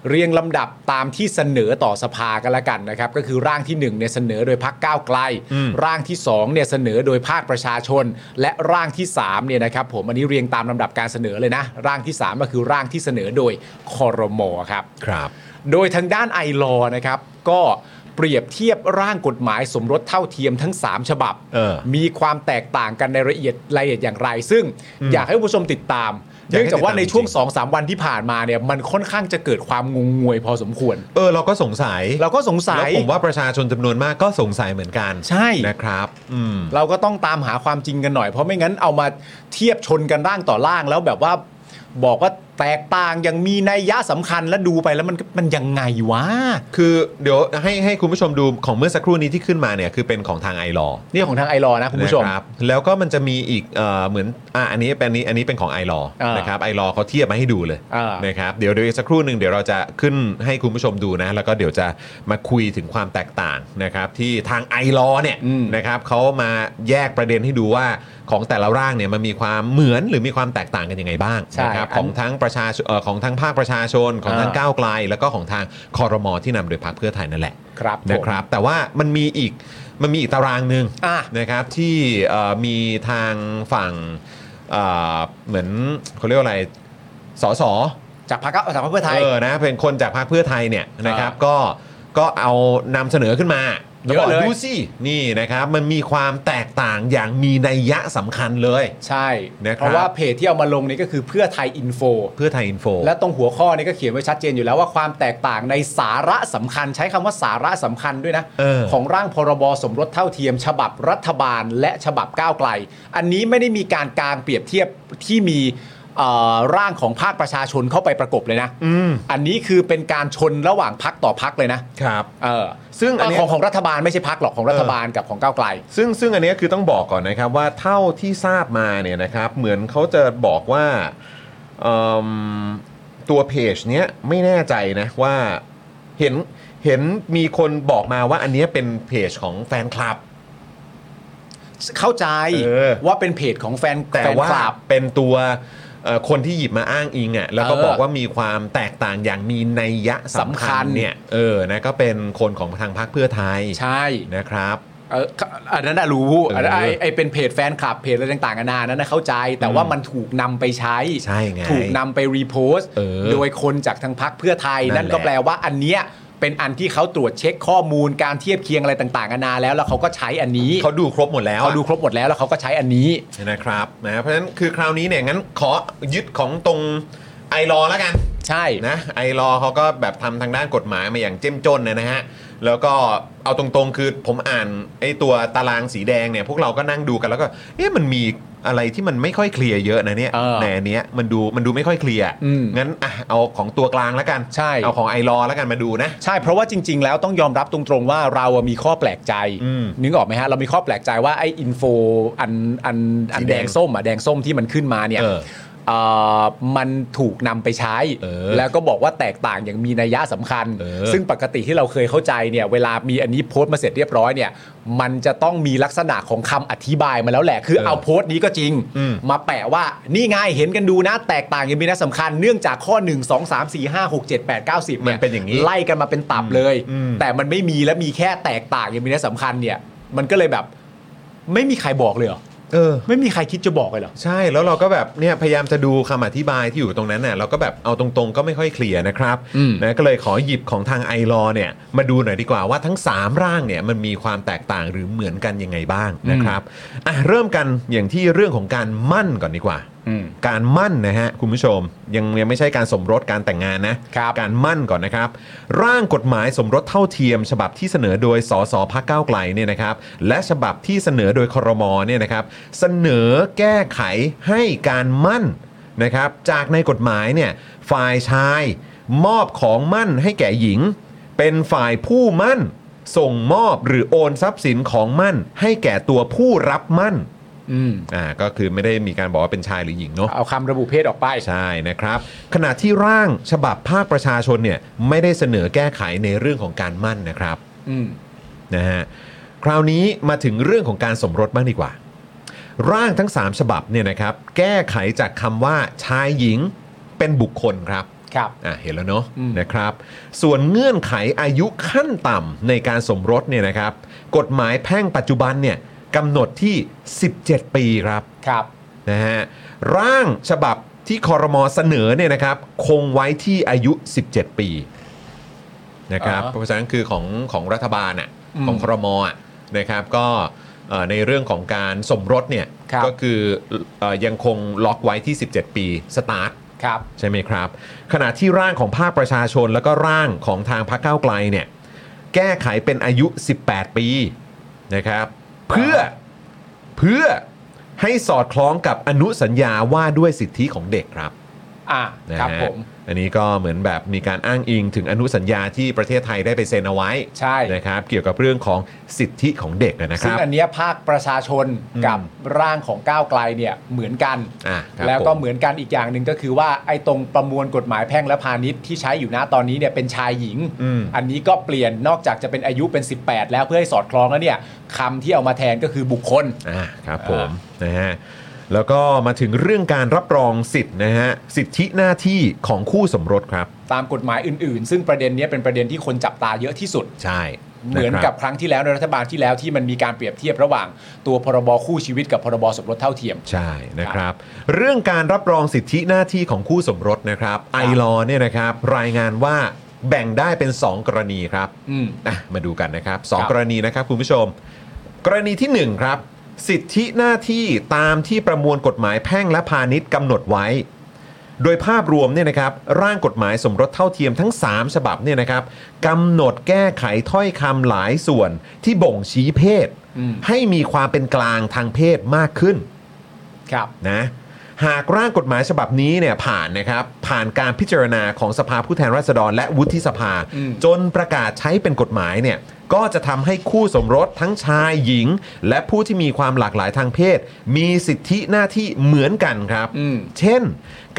S3: เรียงลำดับตามที่เสนอต่อสภากันละกันนะครับ ก็คือร่างที่1เนี่ยเสนอโดยพักก้าวไกล ร่างที่2เนี่ยเสนอโดยภาคประชาชน และร่างที่3เนี่ยนะครับผมอันนี้เรียงตามลำดับการเสนอเลยนะ ร่างที่ 3 ก็คือร่างที่เสนอโดยคอรมอครับ
S1: ครับ
S3: โดยทางด้านไอรอนะครับ ก็เปรียบเทียบร่างกฎหมายสมรสเท่าเทียมทั้ง 3 ฉบับ
S1: เออ
S3: มีความแตกต่างกันในรายละเอียดรายละเอียดอย่างไร ซึ่งอยากให้คุณผู้ชมติดตาม
S1: อยากให้
S3: เนื่องจากว่าในช่วง
S1: ติดตามจริง
S3: 2-3 วันที่ผ่านมาเนี่ยมันค่อนข้างจะเกิดความงงงวยพอสมควร
S1: เออเราก็สงสัย
S3: เราก็สงสั
S1: แล้ว
S3: ย
S1: ผมว่าประชาชนจำนวนมากก็สงสัยเหมือนกัน
S3: ใช่
S1: นะครับ อืม
S3: เราก็ต้องตามหาความจริงกันหน่อยเพราะไม่งั้นเอามาเทียบชนกันร่างต่อร่างแล้วแบบว่า บอกว่าแตกต่างยังมีนัยยะสำคัญและดูไปแล้วมันก็มันยังไงวะ
S1: คือเดี๋ยวให้ให้คุณผู้ชมดูของเมื่อสักครู่นี้ที่ขึ้นมาเนี่ยคือเป็นของทางไอรอ
S3: นี่ของทางไอรอนะคุณผู้ชม
S1: นะครับแล้วก็มันจะมีอีกเอ่อเหมือนอ่ะอันนี้เป็นอันนี้อันนี้เป็นของไอรอ
S3: อ่าน
S1: นะครับไอรอเขาเทียบมาให้ดูเลย
S3: อ่าน
S1: นะครับเดี๋ยวเดี๋ยวอีกสักครู่หนึ่งเดี๋ยวเราจะขึ้นให้คุณผู้ชมดูนะ แล้วก็เดี๋ยวจะมาคุยถึงความแตกต่างนะครับที่ทางไอรอเนี่ยนะครับเขามาแยกประเด็นให้ดูว่าของแต่ละร่างเนี่ยมันมีความเหมือนหรือมีความแตกต่างกันยังไงบ้าง
S3: ใช่
S1: นะครับ
S3: อัน
S1: ของทั้งประชาชนเอ่อของทั้งภาคประชาชนของทั้งก้าวไกล แล้วก็ของทางคอรมอที่นำโดยพรรคเพื่อไทยนั่นแหละ
S3: ครับผม
S1: นะครับแต่ว่ามันมีอีกมันมีอีกตารางหนึ่ง
S3: อ่ะ
S1: นะครับที่เอ่อมีทางฝั่งเอ่อเหมือนเขาเรียกว่าอะไรสส
S3: จากพรรคจากพรรคเพื่อไทย
S1: เออนะเป็นคนจากพรรคเพื่อไทยเนี่ยนะครับก็ก็เอานำเสนอขึ้นมา
S3: เยอะเลย
S1: บกดูสินี่นะครับมันมีความแตกต่างอย่างมีนัยยะสำคัญเลย
S3: ใช่
S1: นะครับ
S3: เพราะว่าเพจที่เอามาลงนี่ก็คือเพื่อไทยอินโฟ
S1: เพื่อไทยอินโฟ
S3: และตรงหัวข้อนี่ก็เขียนไว้ชัดเจนอยู่แล้วว่าความแตกต่างในสาระสำคัญ ใช้คำว่าสาระสำคัญด้วยนะ
S1: เออ
S3: ของร่างพรบสมรสเท่าเทียม ฉบับรัฐบาลและฉบับก้าวไกล อันนี้ไม่ได้มีการกางเปรียบเทียบที่มีเอ่อร่างของภาคประชาชนเข้าไปประกบเลยนะอันนี้คือเป็นการชนระหว่างพักต่อพักเลยนะครับ เออ
S1: ซึ่งอันเนี้ย
S3: ของของรัฐบาลไม่ใช่พักหรอกของรัฐบาลกับของก้าวไกล
S1: ซึ่งซึ่งอันเนี้ยคือต้องบอกก่อนนะครับว่าเท่าที่ทราบมาเนี่ยนะครับเหมือนเขาจะบอกว่าเอิ่มตัวเพจเนี้ยไม่แน่ใจนะว่าเห็นเห็นมีคนบอกมาว่าอันเนี้ยเป็นเพจของแฟนคลับ
S3: เข้าใจ
S1: เออ
S3: ว่าเป็นเพจของแฟน
S1: แต่
S3: ฟน
S1: ว่า
S3: คลับ
S1: เป็นตัวเอ่อคนที่หยิบมาอ้างอิงอะ่ะแล้วก็
S3: เออ
S1: บอกว่ามีความแตกต่างอย่างมีนัยยะสำ
S3: สำคั
S1: คัญ
S3: ญ
S1: เนี่ยเออนะก็เป็นคนของทางพรรคเพื่อไทย
S3: ใช่
S1: นะครับ
S3: เอออันนั้นน่ะรู้อันนั้นไอ้ไอ้เป็นเพจแฟนคลับ เพจอะไรต่างๆนานานั้นนะเข้าใจ แต่ว่ามันถูกนำไปใช้
S1: ใช่ไง
S3: ถูกนำไปรีโพสต์
S1: เออ
S3: โดยคนจากทางพักเพื่อไทย
S1: นั่
S3: นั่
S1: น
S3: น
S1: แหละ
S3: ก็แปลว่าอันเนี้ยเป็นอันที่เขาตรวจเช็คข้อมูลการเทียบเคียงอะไรต่างๆนานาแล้ว แล้วเขาก็ใช้อันนี้
S1: เขาดูครบหมดแล้ว
S3: เขา
S1: อะ
S3: ดูครบหมดแล้ว แล้วเขาก็ใช้อันนี้
S1: นะครับนะเพราะฉะนั้นคือคราวนี้เนี่ยงั้นขอยึดของตรงไอรอแล้วกัน
S3: ใช่
S1: นะไอรอเขาก็แบบทำทางด้านกฎหมายมาอย่างเจ้มจนนะฮะ แล้วก็เอาตรงๆคือผมอ่านไอตัวตารางสีแดงเนี่ยพวกเราก็นั่งดูกันแล้วก็เอ๊ะมันมีอะไรที่มันไม่ค่อยเคลียร์เยอะนะเนี่ย
S3: เออ
S1: ในอันเนี้ยมันดูมันดูไม่ค่อยเคลียร์
S3: อืม
S1: งั้นอ่ะเอาของตัวกลางแล้วกัน
S3: ใช่
S1: เอาของไอรอแล้วกันมาดูนะ
S3: ใช่เพราะว่าจริง ๆ แล้วต้องยอมรับตรงๆว่าเราอะมีข้อแปลกใจ
S1: อืม
S3: นึกออกไหมฮะ เรามีข้อแปลกใจว่าไอ้อินโฟอันอันอัน
S1: สีแด
S3: แด
S1: ง
S3: งส้มอ่ะแดงส้มที่มันขึ้นมาเนี่ย
S1: เออ
S3: เอ่อมันถูกนำไปใช้
S1: เออ
S3: แล้วก็บอกว่าแตกต่างอย่างมีนัยยะสำคัญ
S1: เออ
S3: ซึ่งปกติที่เราเคยเข้าใจเนี่ยเวลามีอันนี้โพสต์มาเสร็จเรียบร้อยเนี่ยมันจะต้องมีลักษณะของคำอธิบายมาแล้วแหละคือเอาโพสต์นี้ก็จริง มาแปะว่านี่ไงเห็นกันดูนะ แตกต่างอย่างมีนัยสำคัญ เนื่องจากข้อ 1 2 3 4 5 6 7 8 9 10
S1: มันเป็นอย่างนี้
S3: ไล่กันมาเป็นตับเลย
S1: อืม
S3: แต่มันไม่มีและมีแค่แตกต่างยังมีนัยสำคัญเนี่ย มันก็เลยแบบ ไม่มีใครบอกเลยเหรอ
S1: เออ
S3: ไม่มีใครคิดจะบอกเลยเหรอ
S1: ใช่แล้วเราก็แบบเนี่ยพยายามจะดูคำอธิบายที่อยู่ตรงนั้นน่ะเราก็แบบเอาตรงๆก็ไม่ค่อยเคลียร์นะครับ
S3: อืม
S1: นะก็เลยขอหยิบของทางไอรอเนี่ยมาดูหน่อยดีกว่าว่าทั้ง 3 ร่างเนี่ยมันมีความแตกต่างหรือเหมือนกันยังไงบ้างนะครับอ่ะเริ่มกันอย่างที่เรื่องของการมั่นก่อนดีกว่า
S3: อืม
S1: การมั่นนะฮะคุณผู้ชมยังยังไม่ใช่การสมรสการแต่งงานนะ
S3: ครับ
S1: การมั่นก่อนนะครับ ร่างกฎหมายสมรสเท่าเทียม ฉบับที่เสนอโดยสสพักก้าวไกลเนี่ยนะครับและฉบับที่เสนอโดยครมเนี่ยนะครับเสนอแก้ไขให้การมั่นนะครับจากในกฎหมายเนี่ยฝ่ายชายมอบของมั่นให้แก่หญิง เป็นฝ่ายผู้มั่น ส่งมอบหรือโอนทรัพย์สินของมั่น ให้แก่ตัวผู้รับมั่น
S3: อืม
S1: อ่าก็คือไม่ได้มีการบอกว่าเป็นชายหรือหญิงเนาะ
S3: เอาคำระบุเพศออกไป
S1: ใช่นะครับ ขณะที่ร่างฉบับภาคประชาชนเนี่ยไม่ได้เสนอแก้ไขในเรื่องของการมั่นนะครับ
S3: อืม
S1: นะฮะคราวนี้มาถึงเรื่องของการสมรสบ้างดีกว่า ร่างทั้ง 3 ฉบับเนี่ยนะครับแก้ไขจากคำว่าชายหญิงเป็นบุคคลครับ
S3: ครับ
S1: อ่ะเห็นแล้วเนาะ
S3: อืม
S1: นะครับ ส่วนเงื่อนไขอายุขั้นต่ำในการสมรสเนี่ยนะครับ กฎหมายแพ่งปัจจุบันเนี่ยกำหนดที่ 17 ปีครับ
S3: ครับ
S1: นะฮะร่างฉบับที่คอรมอเสนอเนี่ยนะครับ คงไว้ที่อายุ 17 ปีนะครับ
S3: อ่าฮะ
S1: เพราะฉะนั้นคือของของรัฐบาลอ่ะ
S3: อืม
S1: ของครมอ่ะนะครับก็เอ่อในเรื่องของการสมรสเนี่ย
S3: ครับ
S1: ก็คือเอ่อยังคงล็อกไว้ที่ 17 ปีสตาร์ท
S3: ครับ
S1: ใช่ไหมครับ ขณะที่ร่างของภาคประชาชนแล้วก็ร่างของทางพรรคก้าวไกลเนี่ยแก้ไขเป็นอายุ 18 ปีนะครับ เพื่อเพื่อให้สอดคล้องกับอนุสัญญาว่าด้วยสิทธิของเด็กครับ
S3: อ่า
S1: นะฮะ
S3: ครับผม
S1: อันนี้ก็เหมือนแบบมีการอ้างอิงถึงอนุสัญญาที่ประเทศไทยได้ไปเซ็นเอาไว้
S3: ใช่
S1: นะครับเกี่ยวกับเรื่องของสิทธิของเด็กนะค
S3: ซึ่ง
S1: รับ
S3: อันเนี้ยภาคประชาชนกับ
S1: อืม
S3: ร่างของก้าวไกลเนี่ยเหมือนกัน
S1: อ่ะครับ
S3: แล้วก็
S1: ผม
S3: เหมือนกันอีกอย่างหนึ่งก็คือว่าไอ้ตรงประมวลกฎหมายแพ่งและพาณิชย์ที่ใช้อยู่หน้าตอนนี้เนี่ยเป็นชายหญิง
S1: อืม
S3: อันนี้ก็เปลี่ยนนอกจากจะเป็นอายุเป็น 18 แล้วเพื่อให้สอดคล้องแล้วเนี่ยคำที่เอามาแทนก็คือบุคคล
S1: อ่าครับผมนะฮะแล้วก็มาถึงเรื่องการรับรองสิทธิ์นะฮะสิทธิหน้าที่ของคู่สมรสครับ
S3: ตามกฎหมายอื่น ๆ ซึ่งประเด็นเนี้ยเป็นประเด็นที่คนจับตาเยอะที่สุด
S1: ใช่
S3: เหมือนะครับกับครั้งที่แล้วในรัฐบาลที่แล้วที่มันมีการเปรียบเทียบระหว่าง ตัวพรบคู่ชีวิตกับพรบสมรสเท่าเทียม
S1: ใช่นะครับ เรื่องการรับรองสิทธิหน้าที่ของคู่สมรสนะครับไอรอเนี่ยนะครับรายงานว่าแบ่งได้เป็น 2 กรณีครับ
S3: อืม
S1: อ่ะมาดูกันนะครับ สอง
S3: ครับ
S1: กรณีนะครับคุณผู้ชม กรณีทีหนึ่1 ครับ สิทธิหน้าที่ตามที่ประมวลกฎหมายแพ่งและพาณิชย์กำหนดไว้ โดยภาพรวมเนี่ยนะครับร่างกฎหมายสมรสเท่าเทียมทั้ง 3 ฉบับเนี่ยนะครับกำหนดแก้ไขถ้อยคำหลายส่วนที่บ่งชี้เพศ
S3: อืม
S1: ให้มีความเป็นกลางทางเพศมากขึ้น
S3: ครับ
S1: นะหากร่างกฎหมายฉบับนี้เนี่ยผ่านนะครับผ่านการพิจารณาของสภาผู้แทนราษฎร และวุฒิสภา
S3: อืม
S1: จนประกาศใช้เป็นกฎหมายเนี่ยก็จะทำให้คู่สมรสทั้งชายหญิง และผู้ที่มีความหลากหลายทางเพศ มีสิทธิหน้าที่เหมือนกันครับ
S3: อืม
S1: เช่น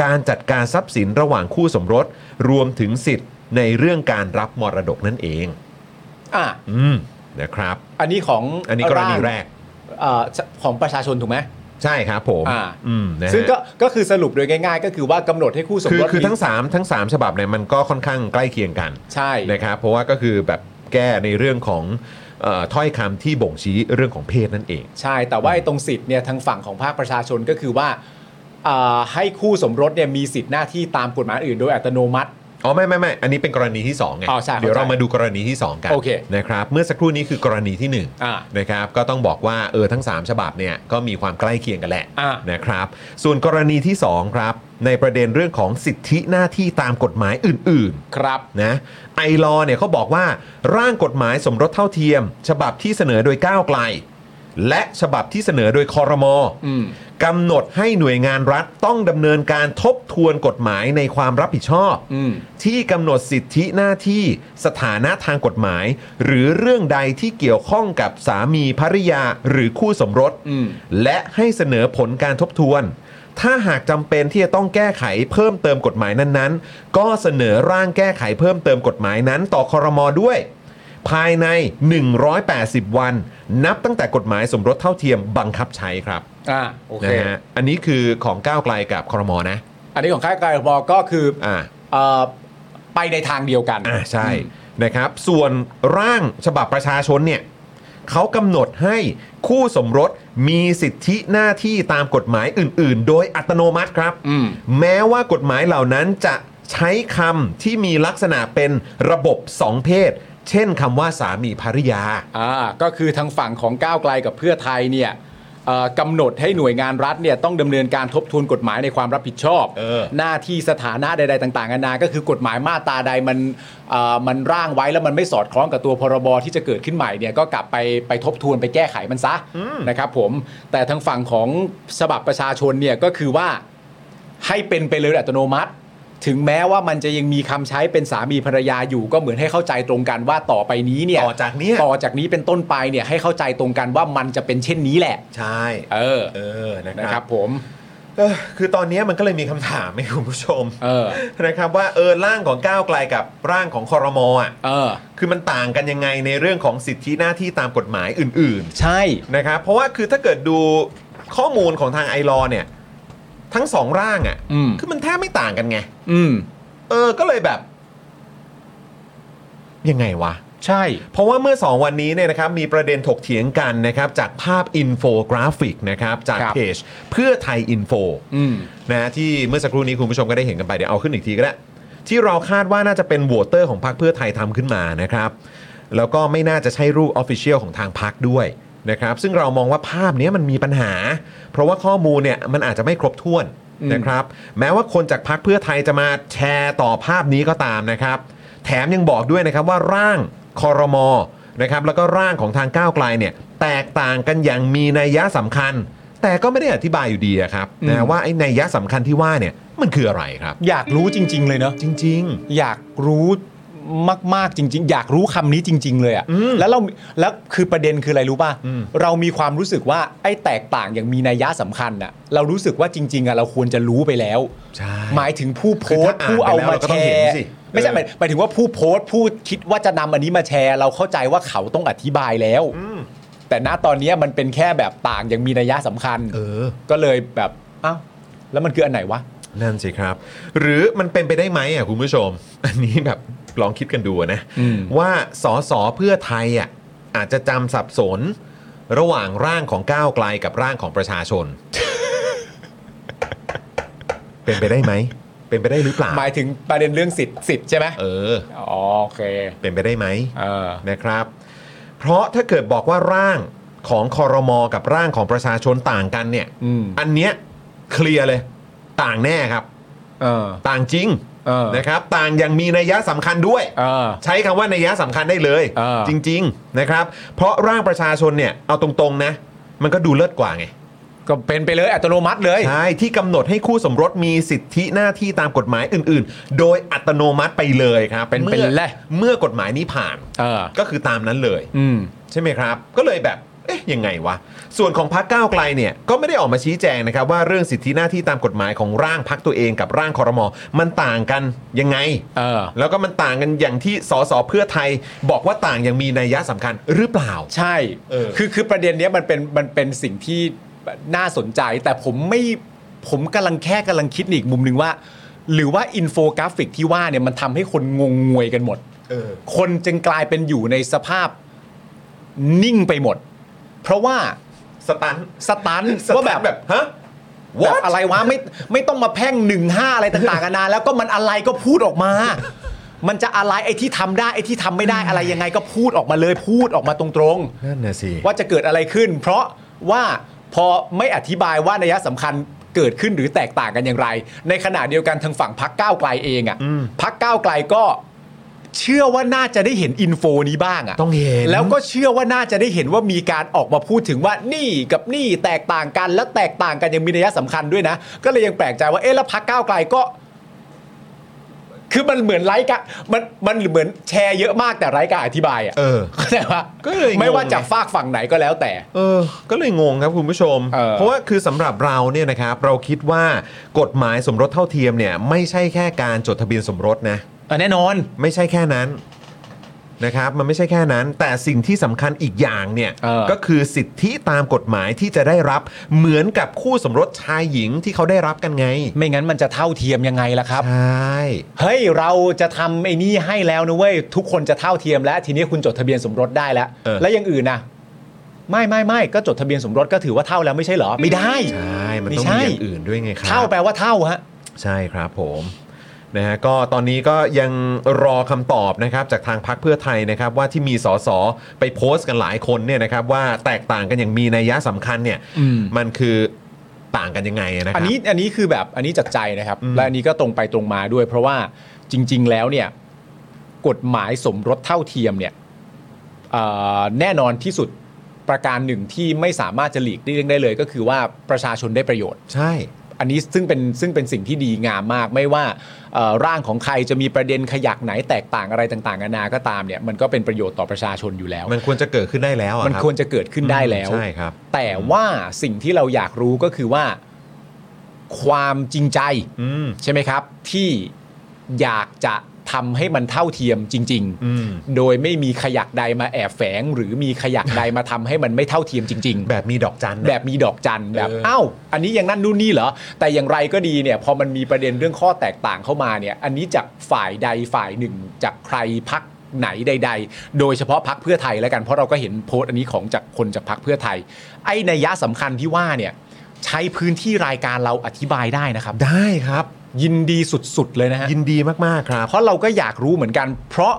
S1: การจัดการทรัพย์สินระหว่างคู่สมรส รวมถึงสิทธิ์ในเรื่องการรับมรดกนั่นเอง
S3: อ่ะ
S1: อืมนะครับ
S3: อันนี้ของ
S1: อันนี้กรณีแรก
S3: เอ่อของประชาชนถูกไหม
S1: ใช่ครับผม
S3: อ่า
S1: อืมนะฮะ
S3: ซึ่งก็ก็คือสรุปโดยง่ายๆ ก็คือว่ากำหนดให้คู่สม
S1: คือ
S3: รส
S1: คือ
S3: มี
S1: ทั้งสามทั้งสามฉบับเนี่ยมันก็ค่อนข้างใกล้เคียงกัน
S3: ใช่
S1: นะครับ เพราะว่าก็คือแบบแก้ในเรื่องของเอ่อถ้อยคำที่บ่งชี้เรื่องของเพศนั่นเอง
S3: ใช่ แต่ว่าไอ้ตรงสิทธิ์เนี่ยทางฝั่งของภาคประชาชนก็คือว่าอ่าให้คู่สมรสเนี่ยมีสิทธิ์หน้าที่ตามกฎหมายอื่นโดยอัตโนมัติ
S1: อ๋อไม่ไม่ไม่อันนี้เป็นกรณีที่2ไง
S3: อ๋อใช่เข้าใจ
S1: เดี๋ยวเรามาดูกรณีที่ 2 กัน
S3: โอเค
S1: นะครับเมื่อสักครู่นี้คือกรณีที่
S3: อ่า
S1: 1 นะครับ ก็ต้องบอกว่าเออทั้ง 3 ฉบับเนี่ยก็มีความใกล้เคียงกันแหละ
S3: อ่า
S1: นะครับ ส่วนกรณีที่ 2 ครับ ในประเด็นเรื่องของสิทธิหน้าที่ตามกฎหมายอื่น ๆ
S3: ครับ
S1: นะไอลอเนี่ยเขาบอกว่าร่างกฎหมายสมรสเท่าเทียม ฉบับที่เสนอโดยก้าวไกล และฉบับที่เสนอโดยคอรมอ
S3: อืม
S1: กำหนดให้หน่วยงานรัฐต้องดำเนินการทบทวนกฎหมายในความรับผิดชอบ
S3: อืม
S1: ที่กำหนดสิทธิหน้าที่สถานะทางกฎหมาย หรือเรื่องใดที่เกี่ยวข้องกับสามีภริยาหรือคู่สมรส
S3: อืม
S1: และให้เสนอผลการทบทวน ถ้าหากจำเป็นที่จะต้องแก้ไขเพิ่มเติมกฎหมายนั้นๆ ก็เสนอร่างแก้ไขเพิ่มเติมกฎหมายนั้นต่อคอรมอด้วย ภายใน 180 วัน นับตั้งแต่กฎหมายสมรสเท่าเทียมบังคับใช้ครับ
S3: อ่าโอเค
S1: นะฮะอันนี้คือของก้าวไกลกับคอรมอนะ
S3: อันนี้ของค่ายกรบก็คือ
S1: อ่า
S3: เอ่อไปในทางเดียวกัน
S1: อ่าใช่นะครับ ส่วนร่างฉบับประชาชนเนี่ยเขากำหนดให้คู่สมรสมีสิทธิหน้าที่ตามกฎหมายอื่น ๆ โดยอัตโนมัติครับ
S3: อืม
S1: แม้ว่ากฎหมายเหล่านั้นจะใช้คำที่มีลักษณะเป็นระบบสองเพศ เช่นคำว่าสามีภริยา
S3: อ่าก็คือทางฝั่งของก้าวไกลกับเพื่อไทยเนี่ย เอ่อกำหนดให้หน่วยงานรัฐเนี่ยต้องดำเนินการทบทวนกฎหมายในความรับผิดชอบ
S1: เออ
S3: หน้าที่สถานะใด ๆ ต่างๆนานาก็คือกฎหมายมาตราใดมันเอ่อมันร่างไว้แล้วมันไม่สอดคล้องกับตัวพรบที่จะเกิดขึ้นใหม่เนี่ยก็กลับไปไปทบทวนไปแก้ไขมันซะนะครับผมแต่ทางฝั่งของฉบับประชาชนเนี่ยก็คือว่าให้เป็นไปเลยโดยอัตโนมัติ ถึงแม้ว่ามันจะยังมีคำใช้เป็นสามีภรรยาอยู่ก็เหมือนให้เข้าใจตรงกันว่าต่อไปนี้เนี่ย
S1: ต่อจากเนี้ย
S3: ต่อจากนี้เป็นต้นไปเนี่ยให้เข้าใจตรงกันว่ามันจะเป็นเช่นนี้แหละ
S1: ใช่
S3: เออ
S1: เออนะ
S3: นะ
S1: ค
S3: ค
S1: รั
S3: รั
S1: บบ
S3: ผม
S1: เออคือตอนนี้มันก็เลยมีคำถามให้คุณผู้ชม
S3: เออ
S1: นะครับว่าเออร่างของก้าวไกลกับร่างของคอรมอ่ะ
S3: เออ
S1: คือมันต่างกันยังไงในเรื่องของสิทธิหน้าที่ตามกฎหมายอื่น ๆ
S3: ใช่
S1: นะครับเพราะว่าคือถ้าเกิดดูข้อมูลของทางไอรอเนี่ย ทั้งสองร่างอะ่ะ
S3: อืม
S1: คือมันแทบไม่ต่างกันไง
S3: อืม
S1: เออก็เลยแบบ ยังไงวะ
S3: ใช่
S1: เพราะว่าเมื่อ 2 วันนี้เนี่ยนะครับมีประเด็นถกเถียงกันนะครับ จากภาพอินโฟกราฟิกนะครับ จาก
S3: ครับ
S1: เพจเพื่อไทยอินโฟ
S3: อืม
S1: นะที่เมื่อสักครู่นี้คุณผู้ชมก็ได้เห็นกันไป เดี๋ยวเอาขึ้นอีกทีก็ได้ ที่เราคาดว่าน่าจะเป็นโหวตเตอร์ของพรรคเพื่อไทยทำขึ้นมานะครับ แล้วก็ไม่น่าจะใช่รูปออฟฟิเชียลของทางพรรคด้วยนะครับ ซึ่งเรามองว่าภาพเนี้ยมันมีปัญหา เพราะว่าข้อมูลเนี่ยมันอาจจะไม่ครบถ้วน
S3: อืม
S1: นะครับ แม้ว่าคนจากพรรคเพื่อไทยจะมาแชร์ต่อภาพนี้ก็ตามนะครับ แถมยังบอกด้วยนะครับว่าร่างคอรมอนะครับแล้วก็ร่างของทางก้าวไกลเนี่ยแตกต่างกันอย่างมีนัยยะสำคัญ แต่ก็ไม่ได้อธิบายอยู่ดีอะครับ
S3: อืม
S1: นะว่าไอ้นัยยะสำคัญที่ว่าเนี่ยมันคืออะไรครับ
S3: อยากรู้จริง ๆ เลยเนอะ
S1: จริง
S3: อยากรู้มาก ๆ จริง ๆ อยากรู้คำนี้จริง ๆ เลยอะ
S1: อืม
S3: แล้วเราแล้วคือประเด็นคืออะไรรู้ป่ะ
S1: อืม
S3: เรามีความรู้สึกว่าไอ้แตกต่างอย่างมีนัยยะสำคัญอะเรารู้สึกว่าจริง ๆอะเราควรจะรู้ไปแล้ว
S1: ๆใช่
S3: หมายถึงผู้โพสต์
S1: คือ
S3: ผู้
S1: ถ้าอ่า
S3: เอา
S1: นไปแล้วเราก็
S3: มาแช
S1: ต้องเห็น
S3: ร์
S1: สิ
S3: ไม่ใช่
S1: เออ
S3: หมายหมายถึงว่าผู้โพสต์ผู้คิดว่าจะนำอันนี้มาแชร์ เราเข้าใจว่าเขาต้องอธิบายแล้ว
S1: อืม
S3: แต่ณตอนเนี้ยมันเป็นแค่แบบต่างอย่างมีนัยยะสำคัญ
S1: เออ
S3: ก็เลยแบบอ้าวแล้วมันคืออันไหนวะ
S1: นั่นสิครับ หรือมันเป็นไปได้ไหมอ่ะคุณผู้ชม อันนี้แบบลองคิดกันดูนะ
S3: อืม
S1: ว่าสอสอเพื่อไทยอ่ะอาจจะจำสับสน ระหว่างร่างของก้าวไกลกับร่างของประชาชน เป็นไปได้ไหม เป็นไปได้หรือเปล่า
S3: หมายถึงประเด็นเรื่องสิทธิ์สิทธิ์ใช่ไหม
S1: เออ
S3: อ๋อโอเค
S1: เป็นไปได้ไหม
S3: เออ
S1: นะครับ เพราะถ้าเกิดบอกว่าร่างของคอรมอกับร่างของประชาชนต่างกันเนี่ย
S3: อืม
S1: นเนี้ยเคลียร์เลย ต่างแน่ครับ
S3: เออ
S1: ต่างจริง
S3: เออ
S1: นะครับ ต่างอย่างมีนัยยะสำคัญด้วย
S3: เออ
S1: ใช้คำว่านัยยะสำคัญได้เลย
S3: เออ
S1: จริง ๆนะครับ เพราะร่างประชาชนเนี่ยเอาตรงๆนะ มันก็ดูเลิศกว่าไง
S3: ก็เป็นไปเลยอัตโนมัติเลย
S1: ใช่ ที่กำหนดให้คู่สมรสมีสิทธิหน้าที่ตามกฎหมายอื่น ๆ โดยอัตโนมัติไปเลยครับ
S3: เป็น
S1: มื่อ
S3: เป็นแหละ
S1: เมื่อกฎหมายนี้ผ่าน
S3: เออ
S1: ก็คือตามนั้นเลย
S3: อืม
S1: ใช่ไหมครับ ก็เลยแบบ เอ๊ะ ยังไงวะ ส่วนของพักก้าวไกลเนี่ย ก็ไม่ได้ออกมาชี้แจงนะครับ ว่าเรื่องสิทธิหน้าที่ตามกฎหมายของร่างพักตัวเองกับร่างคอรมอมันต่างกันยังไง
S3: เออ
S1: แล้วก็มันต่างกันอย่างที่สสเพื่อไทย บอกว่าต่างอย่างมีนัยยะสำคัญหรือเปล่า
S3: ใช่
S1: เออ
S3: คือคือประเด็นเนี้ยมันเป็นมันเป็นสิ่งที่น่าสนใจ แต่ผมไม่ผมกำลังแค่กำลังคิดในอีกมุมหนึ่งว่า หรือว่าอินโฟกราฟิกที่ว่าเนี่ยมันทำให้คนงงงวยกันหมด
S1: เออ
S3: คนจึงกลายเป็นอยู่ในสภาพนิ่งไปหมด เพราะว่า
S1: สตัน
S3: สตัน
S1: สตัน
S3: ว่าแบบ
S1: แบบ ฮะ
S3: แบ
S1: What?
S3: บอะไรวะไม่ไม่ต้องมาแพ่งหนึ่งห้าอะไรต่างๆนานาแล้วก็มันอะไรก็พูดออกมา มันจะอะไรไอ้ที่ทำได้ไอ้ที่ทำไม่ได้อะไรยังไงก็พูดออกมาเลยพูดออกมาตรง
S1: นั่นน่ะสิ
S3: ๆ ว่าจะเกิดอะไรขึ้น เพราะว่าพอไม่อธิบายว่านัยสำคัญเกิดขึ้นหรือแตกต่างกันอย่างไร ในขณะเดียวกันทางฝั่งพักก้าวไกลเองอะ่ะ
S1: อืม
S3: พักก้าวไกลก็เชื่อว่าน่าจะได้เห็นอินโฟนี้บ้างอ่ะ
S1: ต้องเห็น
S3: แล้วก็เชื่อว่าน่าจะได้เห็นว่ามีการออกมาพูดถึงว่านี่กับนี่แตกต่างกันและแตกต่างกันยังมีนัยสำคัญด้วยนะ ก็เลยยังแปลกใจว่าเอ๊ะแล้วพักก้าวไกลก็ คือมันเหมือนไร้กะมันมันเหมือนแชร์เยอะมากแต่ไร้การอธิบายอ่ะ
S1: เออ
S3: เข้าใจปะ
S1: ก็เลยงง
S3: ไม่ว่าจากฝากฝั่งไหนก็แล้วแต่
S1: เออ ก็เลยงงครับคุณผู้ชม
S3: เออ
S1: เพราะว่าคือสำหรับเราเนี่ยนะครับ เราคิดว่ากฎหมายสมรสเท่าเทียมเนี่ย ไม่ใช่แค่การจดทะเบียนสมรสนะ
S3: ะแน่นอน
S1: ไม่ใช่แค่นั้นนะครับ มันไม่ใช่แค่นั้น แต่สิ่งที่สำคัญอีกอย่างเนี่ย
S3: เออ
S1: ก็คือสิทธิตามกฎหมายที่จะได้รับเหมือนกับคู่สมรสชายหญิงที่เขาได้รับกันไง
S3: ไม่งั้นมันจะเท่าเทียมยังไงล่ะครับ
S1: ใช่
S3: เฮ้ยเราจะทำไอ้นี่ให้แล้วนะเว้ยทุกคนจะเท่าเทียมแล้ว ทีนี้คุณจดทะเบียนสมรสได้แล้ว แล้วอยังอื่นนะไม่ไม่ไม่ก็จดทะเบียนสมรสก็ถือว่าเท่าแล้วไม่ใช่เหรอ ไม่ได้
S1: ใช่มัน
S3: ไม่
S1: ต้อง
S3: ใช่
S1: มีอย่างอื่นด้วยไงครั
S3: เท่าแปลว่าเท่าฮะ
S1: ใช่ครับผม นะฮะก็ตอนนี้ก็ยังรอคำตอบนะครับจากทางพักเพื่อไทยนะครับว่าที่มีสสไปโพสต์กันหลายคนเนี่ยนะครับว่าแตกต่างกันอย่างมีนัยยะสำคัญเนี่ย
S3: อืม
S1: มันคือต่างกันยังไงนะครับ
S3: อันนี้อันนี้คือแบบอันนี้จัดใจนะครับ
S1: อืม
S3: และอันนี้ก็ตรงไปตรงมาด้วย เพราะว่าจริง ๆ แล้วเนี่ยกฎหมายสมรสเท่าเทียมเนี่ยเอ่อแน่นอนที่สุดประการหนึ่งที่ไม่สามารถจะหลีกเลี่ยงได้เลย ก็คือว่าประชาชนได้ประโยชน์
S1: ใช่
S3: อันนี้ซึ่งเป็นซึ่งเป็นสิ่งที่ดีงามมาก ไม่ว่าเอ่อร่างของใครจะมีประเด็นขยักไหนแตกต่างอะไรต่างๆนานาก็ตามเนี่ยมันก็เป็นประโยชน์ต่อประชาชนอยู่แล้ว
S1: มันควรจะเกิดขึ้นได้แล้วอะ
S3: มัน
S1: บ
S3: ควรจะเกิดขึ้นได้แล้ว
S1: ใช่ครับ
S3: แต่ว่าสิ่งที่เราอยากรู้ก็คือว่าความจริงใจ
S1: อืม
S3: ใช่ไหมครับ ที่อยากจะทำให้มันเท่าเทียมจริง
S1: อืม
S3: ๆ โดยไม่มีขยักใดมาแอบแฝง หรือมีขยักใดมาทำให้มันไม่เท่าเทียมจริง ๆ
S1: แบบมีดอกจันนะ
S3: แบบมีดอกจันแบบ
S1: เออ
S3: เอ้าอันนี้ยังนั่นนู่นนี่เหรอ แต่อย่างไรก็ดีเนี่ยพอมันมีประเด็นเรื่องข้อแตกต่างเข้ามาเนี่ย อันนี้จากฝ่ายใดฝ่ายหนึ่ง จากใครพักไหนใด ๆ โดยเฉพาะพักเพื่อไทยแล้วกันเพราะเราก็เห็นโพสต์อันนี้ของจากคนจากพักเพื่อไทย ไอ้นัยยะสำคัญที่ว่าเนี่ยใช้พื้นที่รายการเราอธิบายได้นะครับ
S1: ได้ครับ
S3: ยินดีสุดๆเลยนะฮะ
S1: ยินดีมากๆครับ
S3: เพราะเราก็อยากรู้เหมือนกัน เพราะ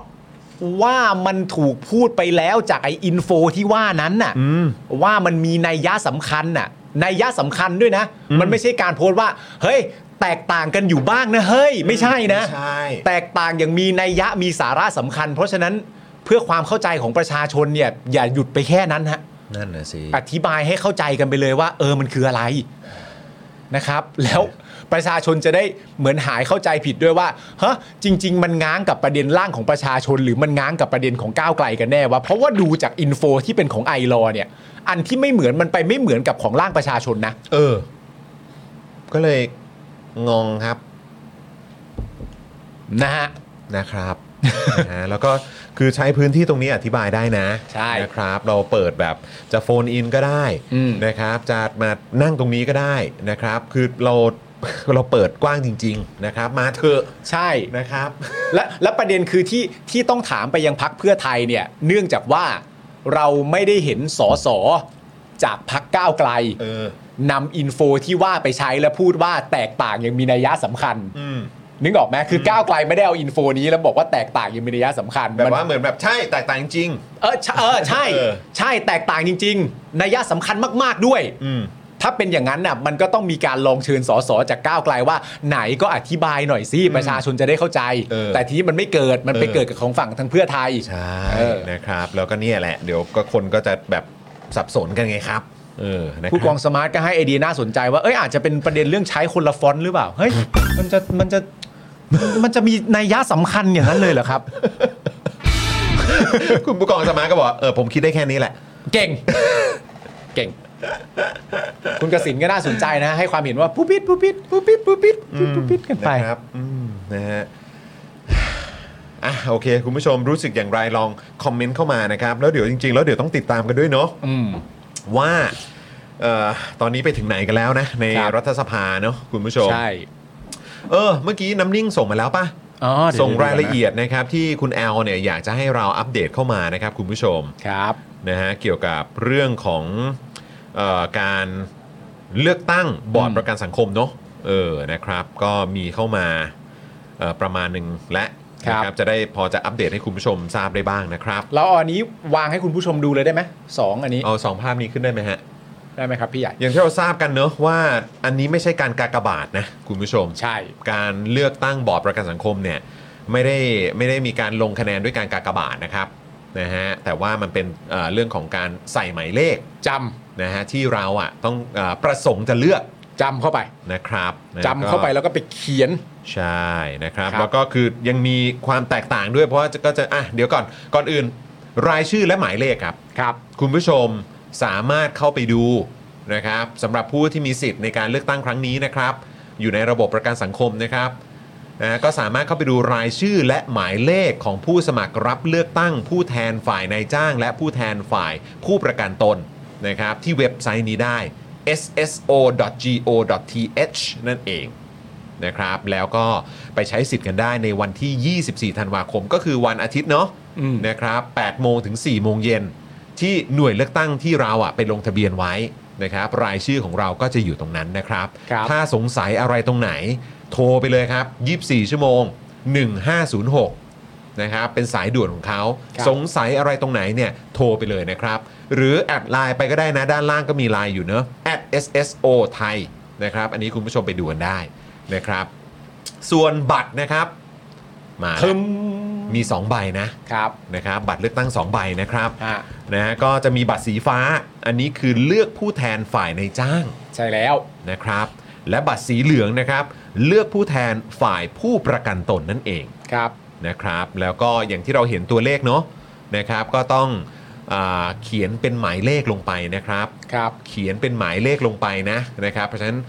S3: ว่ามันถูกพูดไปแล้วจากไออินโฟที่ว่านั้นน่ะ
S1: อืม
S3: ว่ามันมีนัยยะสำคัญน่ะนัยยะสำคัญด้วยนะ
S1: อืม
S3: มันไม่ใช่การโพสต์ว่า เฮ้ย แตกต่างกันอยู่บ้างนะเฮ้ย ไม่ใช่นะ
S1: ใช่
S3: แตกต่างอย่างมีนัยยะมีสาระสำคัญ เพราะฉะนั้นเพื่อความเข้าใจของประชาชนเนี่ยอย่าหยุดไปแค่นั้นฮะ
S1: นั่นนะสิ
S3: อธิบายให้เข้าใจกันไปเลยว่า เออมันคืออะไรนะครับ แล้วประชาชนจะได้เหมือนหายเข้าใจผิดด้วยว่าฮะจริง ๆ มันง้างกับประเด็นร่างของประชาชน หรือมันง้างกับประเด็นของก้าวไกลกันแน่วะเพราะว่าดูจากอินโฟที่เป็นของไอรอเนี่ย อันที่ไม่เหมือนมันไปไม่เหมือนกับของร่างประชาชนนะ
S1: เออ ก็เลยงงครับ
S3: นะฮะ
S1: นะครับ นะฮะแล้วก็คือใช้พื้นที่ตรงนี้อธิบายได้นะ
S3: ใช่
S1: นะครับ เราเปิดแบบจะโฟนอินก็ได้
S3: อืม
S1: นะครับ จะมานั่งตรงนี้ก็ได้นะครับ คือเรา เราเปิดกว้างจริง ๆ นะครับ มาเถอะ
S3: ใช่
S1: นะครับ
S3: และและประเด็นคือที่ที่ต้องถามไปยังพักเพื่อไทยเนี่ยเนื่องจากว่าเราไม่ได้เห็นสอสอจากพักก้าวไกล
S1: เออ
S3: นำอินโฟที่ว่าไปใช้และพูดว่าแตกต่างยังมีนัยยะสำคัญ
S1: อืม
S3: นึกออกไหมคือก้าวไกลไม่ได้เอาอินโฟนี้แล้วบอกว่าแตกต่างยังมีนัยยะสำคัญ
S1: แบบ
S3: มัน
S1: ว่าเหมือนแบบใช่แตกต่างจริง
S3: เออใช่เออใช่
S1: เออ
S3: ใช่แตกต่างจริง ๆ นัยยะสำคัญมากๆด้วย
S1: อืม
S3: ถ้าเป็นอย่างนั้นน่ะมันก็ต้องมีการลองเชิญสสจากก้าวไกลว่า ไหนก็อธิบายหน่อยสิประชาชนจะได้เข้าใจ
S1: เออ
S3: แต่ทีนี้มันไม่เกิดมันไป
S1: เออ
S3: เกิดกับของฝั่งทางเพื่อไทย
S1: ใช่
S3: เออ
S1: นะครับ แล้วก็เนี่ยแหละ เดี๋ยวก็คนก็จะแบบสับสนกันไงครับ เออ นะครับ
S3: ผู้กองสมาร์ทก็ให้ไอเดียน่าสนใจว่าเอ้ยอาจจะเป็นประเด็นเรื่องใช้คนละฟอนต์หรือเปล่าเฮ้ยมันจะมันจะมันจะมีนัยยะสำคัญอย่างนั้นเลยเหรอครับ
S1: คุณผู้กองสมาร์ทก็บอกว่าเออผมคิดได้แค่นี้แหละ
S3: เก่ง เก่ง คุณกสินก็น่าสนใจนะ ให้ความเห็นว่าปุ๊บปิดปุ๊บปิดปุ๊บปิดปุ๊บปิดปุ๊บปิ๊ดปุ๊บปิดกันไป
S1: นะครับอืมนะฮะอ่ะโอเค คุณผู้ชมรู้สึกอย่างไรลองคอมเมนต์เข้ามานะครับ แล้วเดี๋ยวจริง ๆ แล้วเดี๋ยวต้องติดตามกันด้วยเนาะ
S3: อืม
S1: ว่าเอ่อตอนนี้ไปถึงไหนกันแล้วนะ ใน
S3: ครับ
S1: รัฐสภาเนาะคุณผู้ชม
S3: ใช่
S1: เออ เมื่อกี้น้ำนิ่งส่งมาแล้วปะ
S3: อ๋อเดี๋ว
S1: ส่งรายละเอียดนะครับที่คุณแอลเนี่ยอยากจะให้เราอัปเดตเข้ามานะครับคุณผู้ชม
S3: ครับ
S1: นะฮะเกี่ยวกับเรื่องของเออการเลือกตั้งบอร์ด
S3: อืม
S1: ประกันสังคมเนาะเออนะครับ ก็มีเข้ามา เอ่อประมาณหนึ่งและ
S3: ครับ
S1: นะจะได้พอจะอัปเดตให้คุณผู้ชมทราบได้บ้างนะครับ
S3: เราเอาอันนี้วางให้คุณผู้ชมดูเลยได้ไหมสองอันนี้
S1: เอาสองภาพนี้ขึ้นได้ไหมฮะ
S3: ได้ไหมครับพี่ใหญ่
S1: อย่างที่เราทราบกันเนอะว่าอันนี้ไม่ใช่การกากบาทนะคุณผู้ชม
S3: ใช่
S1: การเลือกตั้งบอร์ดประกันสังคมเนี่ยไม่ได้ไม่ได้มีการลงคะแนนด้วยการกากบาทนะครับนะฮะแต่ว่ามันเป็นเอ่อเรื่องของการใส่หมายเลข
S3: จ
S1: นะฮะที่เราอ่ะต้องเออประสงค์จะเลือก
S3: ำจำเข้าไป
S1: นะครับนะ
S3: จำเข้าไป
S1: ก็
S3: แล้วก็ไปเขียน
S1: ใช่นะครับ
S3: ครับ
S1: แล้วก็คือยังมีความแตกต่างด้วยเพราะว่าก็จะอ่ะเดี๋ยวก่อนก่อนอื่น รายชื่อและหมายเลขครับ
S3: ครับ
S1: คุณผู้ชมสามารถเข้าไปดูนะครับสำหรับผู้ที่มีสิทธิ์ในการเลือกตั้งครั้งนี้นะครับ อยู่ในระบบประกันสังคมนะครับนะก็สามารถเข้าไปดูรายชื่อและหมายเลขของผู้สมัครรับเลือกตั้ง ผู้แทนฝ่ายนายจ้าง และผู้แทนฝ่ายผู้ประกันตนนะครับที่เว็บไซต์นี้ได้ sso.go.th นั่นเอง นะครับแล้วก็ไปใช้สิทธิ์กันได้ในวันที่ 24 ธันวาคม ก็คือวันอาทิตย์เนาะ
S3: อืม
S1: นะครับ8โมงถึง 4 โมงเย็น ที่หน่วยเลือกตั้งที่เราอะไปลงทะเบียนไว้นะครับ รายชื่อของเราก็จะอยู่ตรงนั้นนะครับ
S3: ครับ
S1: ถ้าสงสัยอะไรตรงไหน โทรไปเลยครับ 24 ชั่วโมง 1506 นะครับ เป็นสายด่วนของเขา
S3: ครับ
S1: สงสัยอะไรตรงไหนเนี่ย โทรไปเลยนะครับ หรือแอดไลน์ไปก็ได้นะ ด้านล่างก็มีไลน์อยู่เนอะ @sso ไทยนะครับ อันนี้คุณผู้ชมไปดูกันได้นะครับ ส่วนบัตรนะครับ มา
S3: ทึม
S1: มี 2 ใบนะ
S3: ครับ
S1: นะครับ บัตรเลือกตั้ง 2 ใบนะครับ
S3: ฮะ
S1: นะฮะก็จะมีบัตรสีฟ้า อันนี้คือเลือกผู้แทนฝ่ายในจ้าง
S3: ใช่แล้ว
S1: นะครับ และบัตรสีเหลืองนะครับ เลือกผู้แทนฝ่ายผู้ประกันตนนั่นเอง
S3: ครับ
S1: นะครับ แล้วก็อย่างที่เราเห็นตัวเลขเนาะนะครับ ก็ต้องอาเขียนเป็นหมายเลขลงไปนะครับ
S3: ครับ
S1: เขียนเป็นหมายเลขลงไปนะนะครับ เพราะฉะนั้น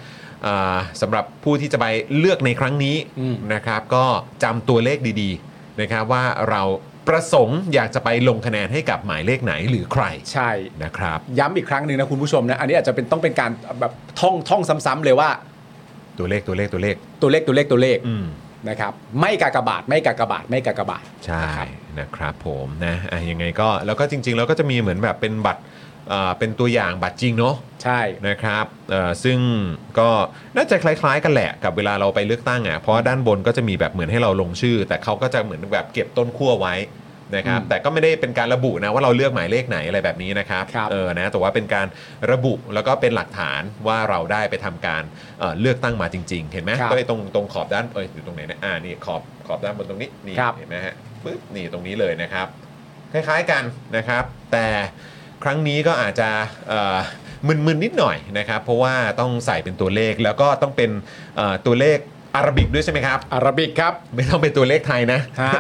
S1: อ่าสำหรับผู้ที่จะไปเลือกในครั้งนี้
S3: อืม
S1: นะครับ ก็จำตัวเลขดีๆนะครับว่าเราประสงค์อยากจะไปลงคะแนนให้กับหมายเลขไหนหรือใคร
S3: ใช่
S1: นะครับ
S3: ย้ำอีกครั้งหนึ่งนะคุณผู้ชมนะ อันนี้อาจจะเป็นต้องเป็นการแบบท่องท่องซ้ำๆเลยว่า
S1: ตัวเลขตัวเลขตัวเลข
S3: ตัวเลขตัวเลขตัวเลข
S1: อืม
S3: นะครับ ไม่กากบาทไม่กากบาทไม่กากบาท
S1: ใช่นะครับผมนะอ่ะยังไงก็แล้วก็จริงๆเราก็จะมีเหมือนแบบเป็นบัตรเอ่อเป็นตัวอย่างบัตรจริงเนาะ
S3: ใช่
S1: นะครับเอ่อซึ่งก็น่าจะคล้ายๆ กันแหละกับเวลาเราไปเลือกตั้งอ่ะเพราะว่าด้านบนก็จะมีแบบเหมือนให้เราลงชื่อ แต่เขาก็จะเหมือนแบบเก็บต้นขั้วไว้นะครับ
S3: อืม
S1: แต่ก็ไม่ได้เป็นการระบุนะว่าเราเลือกหมายเลขไหนอะไรแบบนี้นะครับ
S3: ครับ
S1: เออนะแต่ว่าเป็นการระบุแล้วก็เป็นหลักฐานว่าเราได้ไปทำการเอ่อเลือกตั้งมาจริง ๆ เห็นไหม
S3: ครับ
S1: ก็ไอ้ตรงตรงขอบด้านเอ้ยอยู่ตรงไหนเนี่ยอ่านี่ขอบขอบด้านบนตรงนี้นี่
S3: ครับ
S1: เห็นไหมฮะปึ๊บนี่ตรงนี้เลยนะครับ คล้ายๆกันนะครับ แต่ครั้งนี้ก็อาจจะเอ่อมึนๆนิดหน่อยนะครับ เพราะว่าต้องใส่เป็นตัวเลขแล้วก็ต้องเป็นเอ่อตัวเลขอารบิกด้วยใช่ไหมครับ
S3: อาราบิกครับ
S1: ไม่ต้องเป็นตัวเลขไทยนะ
S3: ฮะ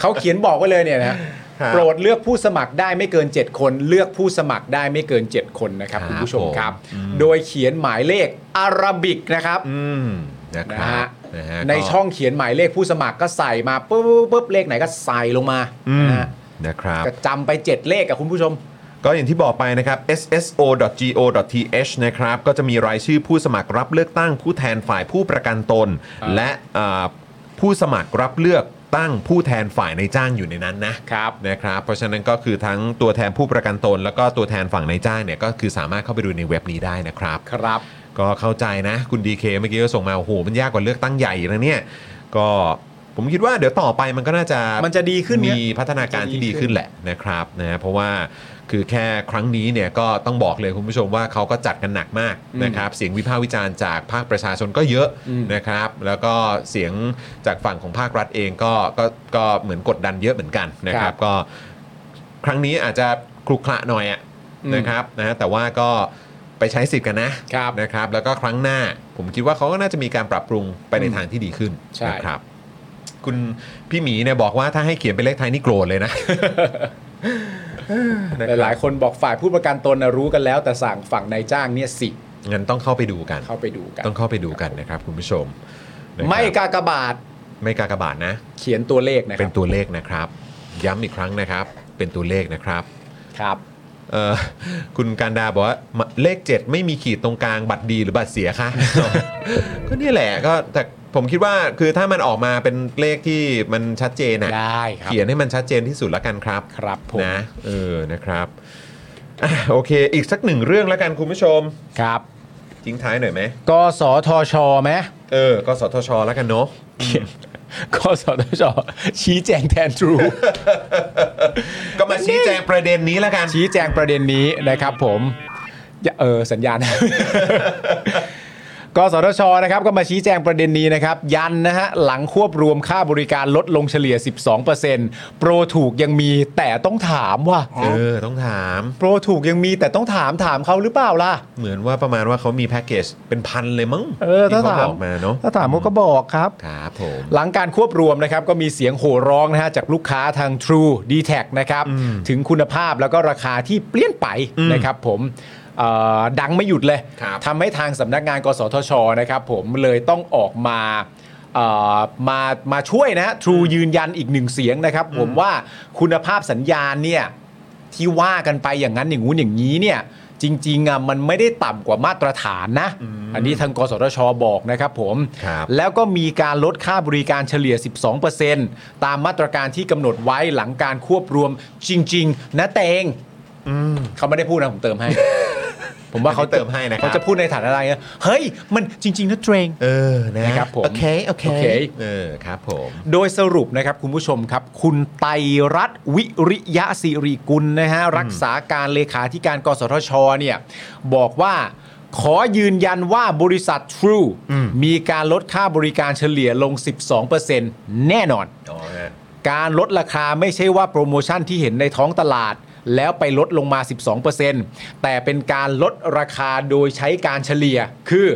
S3: เขาเขียนบอกไว้เลยเนี่ยนะฮะ
S1: ครับ
S3: โปรดเลือกผู้สมัครได้ไม่เกิน 7 คน เลือกผู้สมัครได้ไม่เกิน 7 คนนะครับคุณผู้ชมครับ โดยเขียนหมายเลขอาราบิกนะครับ
S1: อืมนะค
S3: นะ
S1: รั
S3: ฮะ
S1: บนะฮะ
S3: ใน
S1: ก็
S3: ช่องเขียนหมายเลขผู้สมัครก็ใส่มาปุ๊บปุ๊บปุ๊บเลขไหนก็ใส่ลงมา
S1: อืม
S3: นะฮะ
S1: นะครับ
S3: ก็จำไป 7 เลขอะคุณผู้ชม
S1: ก็อย่างที่บอกไปนะครับ sso.go.th นะครับ ก็จะมีรายชื่อผู้สมัครรับเลือกตั้งผู้แทนฝ่ายผู้ประกันตน
S3: ครับ
S1: และเอ่อผู้สมัครรับเลือกตั้งผู้แทนฝ่ายในจ้างอยู่ในนั้นนะครับ นะครับ เพราะฉะนั้นก็คือทั้งตัวแทนผู้ประกันตน แล้วก็ตัวแทนฝั่งในจ้างเนี่ยก็คือสามารถเข้าไปดูในเว็บนี้ได้นะครับ
S3: ครับ
S1: ก็เข้าใจนะคุณดีเคเมื่อกี้ก็ส่งมาโอ้โหมันยากกว่าเลือกตั้งใหญ่อีกนะเนี่ยก็ผมคิดว่าเดี๋ยวต่อไปมันก็น่าจะ
S3: มันจะดีขึ้นเนี่ย
S1: มีพัฒนาการที่ดีขึ้นแหละนะครับนะเพราะว่าคือแค่ครั้งนี้เนี่ยก็ต้องบอกเลยคุณผู้ชมว่าเขาก็จัดกันหนักมาก
S3: อืม
S1: นะครับเสียงวิพากษ์วิจารณ์จากภาคประชาชนก็เยอะ
S3: อืม
S1: นะครับ แล้วก็เสียงจากฝั่งของภาครัฐเองก็ก็ก็เหมือนกดดันเยอะเหมือนกันนะครับก็ ครั้งนี้อาจจะคลุกคละหน่อยอะ
S3: อืม
S1: นะครับนะฮะแต่ว่าก็ไปใช้สิทธิ์กันนะครับ นะครับ แล้วก็ครั้งหน้า ผมคิดว่าเขาก็น่าจะมีการปรับปรุงไปใน
S3: อืม
S1: ทางที่ดีขึ้น
S3: ใช่
S1: นะครับ คุณพี่หมีเนี่ยบอกว่าถ้าให้เขียนเป็นเลขไทยนี่โกรธเลยนะ
S3: หลายๆ คนบอกฝ่ายผู้ประกันตนนะรู้กันแล้ว แต่สั่งฝั่งนายจ้างเนี่ยสิ
S1: งั้นต้องเข้าไปดูกัน
S3: เข้าไปดูกัน
S1: ต้องเข้าไปดูกันนะครับ คุณผู้ชมนะครับ
S3: ไม่กากบาท
S1: ไม่กากบาทนะ
S3: เขียนตัวเลขนะค
S1: เป็
S3: รั
S1: น
S3: บ
S1: ตัวเลขนะครับ ย้ำอีกครั้งนะครับ เป็นตัวเลขนะครับ
S3: ครับ
S1: เอ่อคุณการดาบอกว่าเลข 7 ไม่มีขีดตรงกลางบัตรดีหรือบัตรเสียคะ ก็เนี่ยแหละก็แต่ผมคิดว่าคือถ้ามันออกมาเป็นเลขที่มันชัดเจนอะ
S3: ได้ครับ
S1: เขียนให้มันชัดเจนที่สุดละกันครับ
S3: ครับผม
S1: นะเออนะครับอ่ะโอเค อีกสักหนึ่งเรื่องละกันคุณผู้ชม
S3: ครับ
S1: ทิ้งท้ายหน่อยไหม
S3: กสทชไหม
S1: เออ กสทชละกันเนาะ
S3: กสทช ชี้แจงแทนทรู
S1: ก็มาชี้แจงประเด็นนี้ละกัน
S3: ชี้แจงประเด็นนี้นะครับผมอย่าเออสัญญาณ กสทชนะครับก็มาชี้แจงประเด็นนี้นะครับ ยันนะฮะหลังควบรวมค่าบริการลดลงเฉลี่ย 12%โปรถูกยังมีแต่ต้องถามว่า
S1: เออ ต้องถาม
S3: โปรถูกยังมีแต่ต้องถามถามเขาหรือเปล่าล่ะ
S1: เหมือนว่าประมาณว่าเขามีแพ็กเกจเป็นพันเลยมั้ง
S3: เออถ้า
S1: ที่เขา
S3: ถาม
S1: บอกมาเนาะ
S3: ถ้าถามเขาก็บอกครับ
S1: ครับผม
S3: หลังการควบรวมนะครับก็มีเสียงโห่ร้องนะฮะจากลูกค้าทาง True d t a c นะครับถึงคุณภาพแล้วก็ราคาที่เปลี่ยนไปนะครับผมเอ่อดังไม่หยุดเลย
S1: ครับ
S3: ทำให้ทางสำนักงาน กสทชนะครับผมเลยต้องออกมาเอ่อมามาช่วยนะฮะ True ยืนยันอีกหนึ่งเสียงนะครับผมว่าคุณภาพสัญญาณเนี่ยที่ว่ากันไปอย่างนั้นอย่างงู้นอย่างนี้เนี่ยจริงๆอ่ะมันไม่ได้ต่ำกว่ามาตรฐานนะ อันนี้ทาง กสทชบอกนะครับผม
S1: ครับ
S3: แล้วก็มีการลดค่าบริการเฉลี่ย 12%ตามมาตรการที่กำหนดไว้หลังการ ควบรวมจริง ๆ นะเตงเขาไม่ได้พูดนะผมเติมให้ ผมว่าเขา
S2: อันนี้เติมให้นะครับ
S3: เขาจะพูดในฐานะอะไรนะเฮ้ย มันจริง ๆนะเทรง
S2: เออนะ
S3: นะครับผม
S2: โอเคโอเค
S3: โอเค
S2: เออครับผม
S3: โดยสรุปนะครับคุณผู้ชมครับ คุณไตรรัตน์วิริยะสิริกุลนะฮะรักษาการเลขาธิการกสทชเนี่ยบอกว่าขอยืนยันว่าบริษัท True มีการลดค่าบริการเฉลี่ยลง 12%แน่นอน
S2: อ๋อฮะ
S3: การลดราคาไม่ใช่ว่าโปรโมชั่นที่เห็นในท้องตลาด แล้วไปลดลงมา 12%แต่เป็นการลดราคาโดยใช้การเฉลี่ย คือ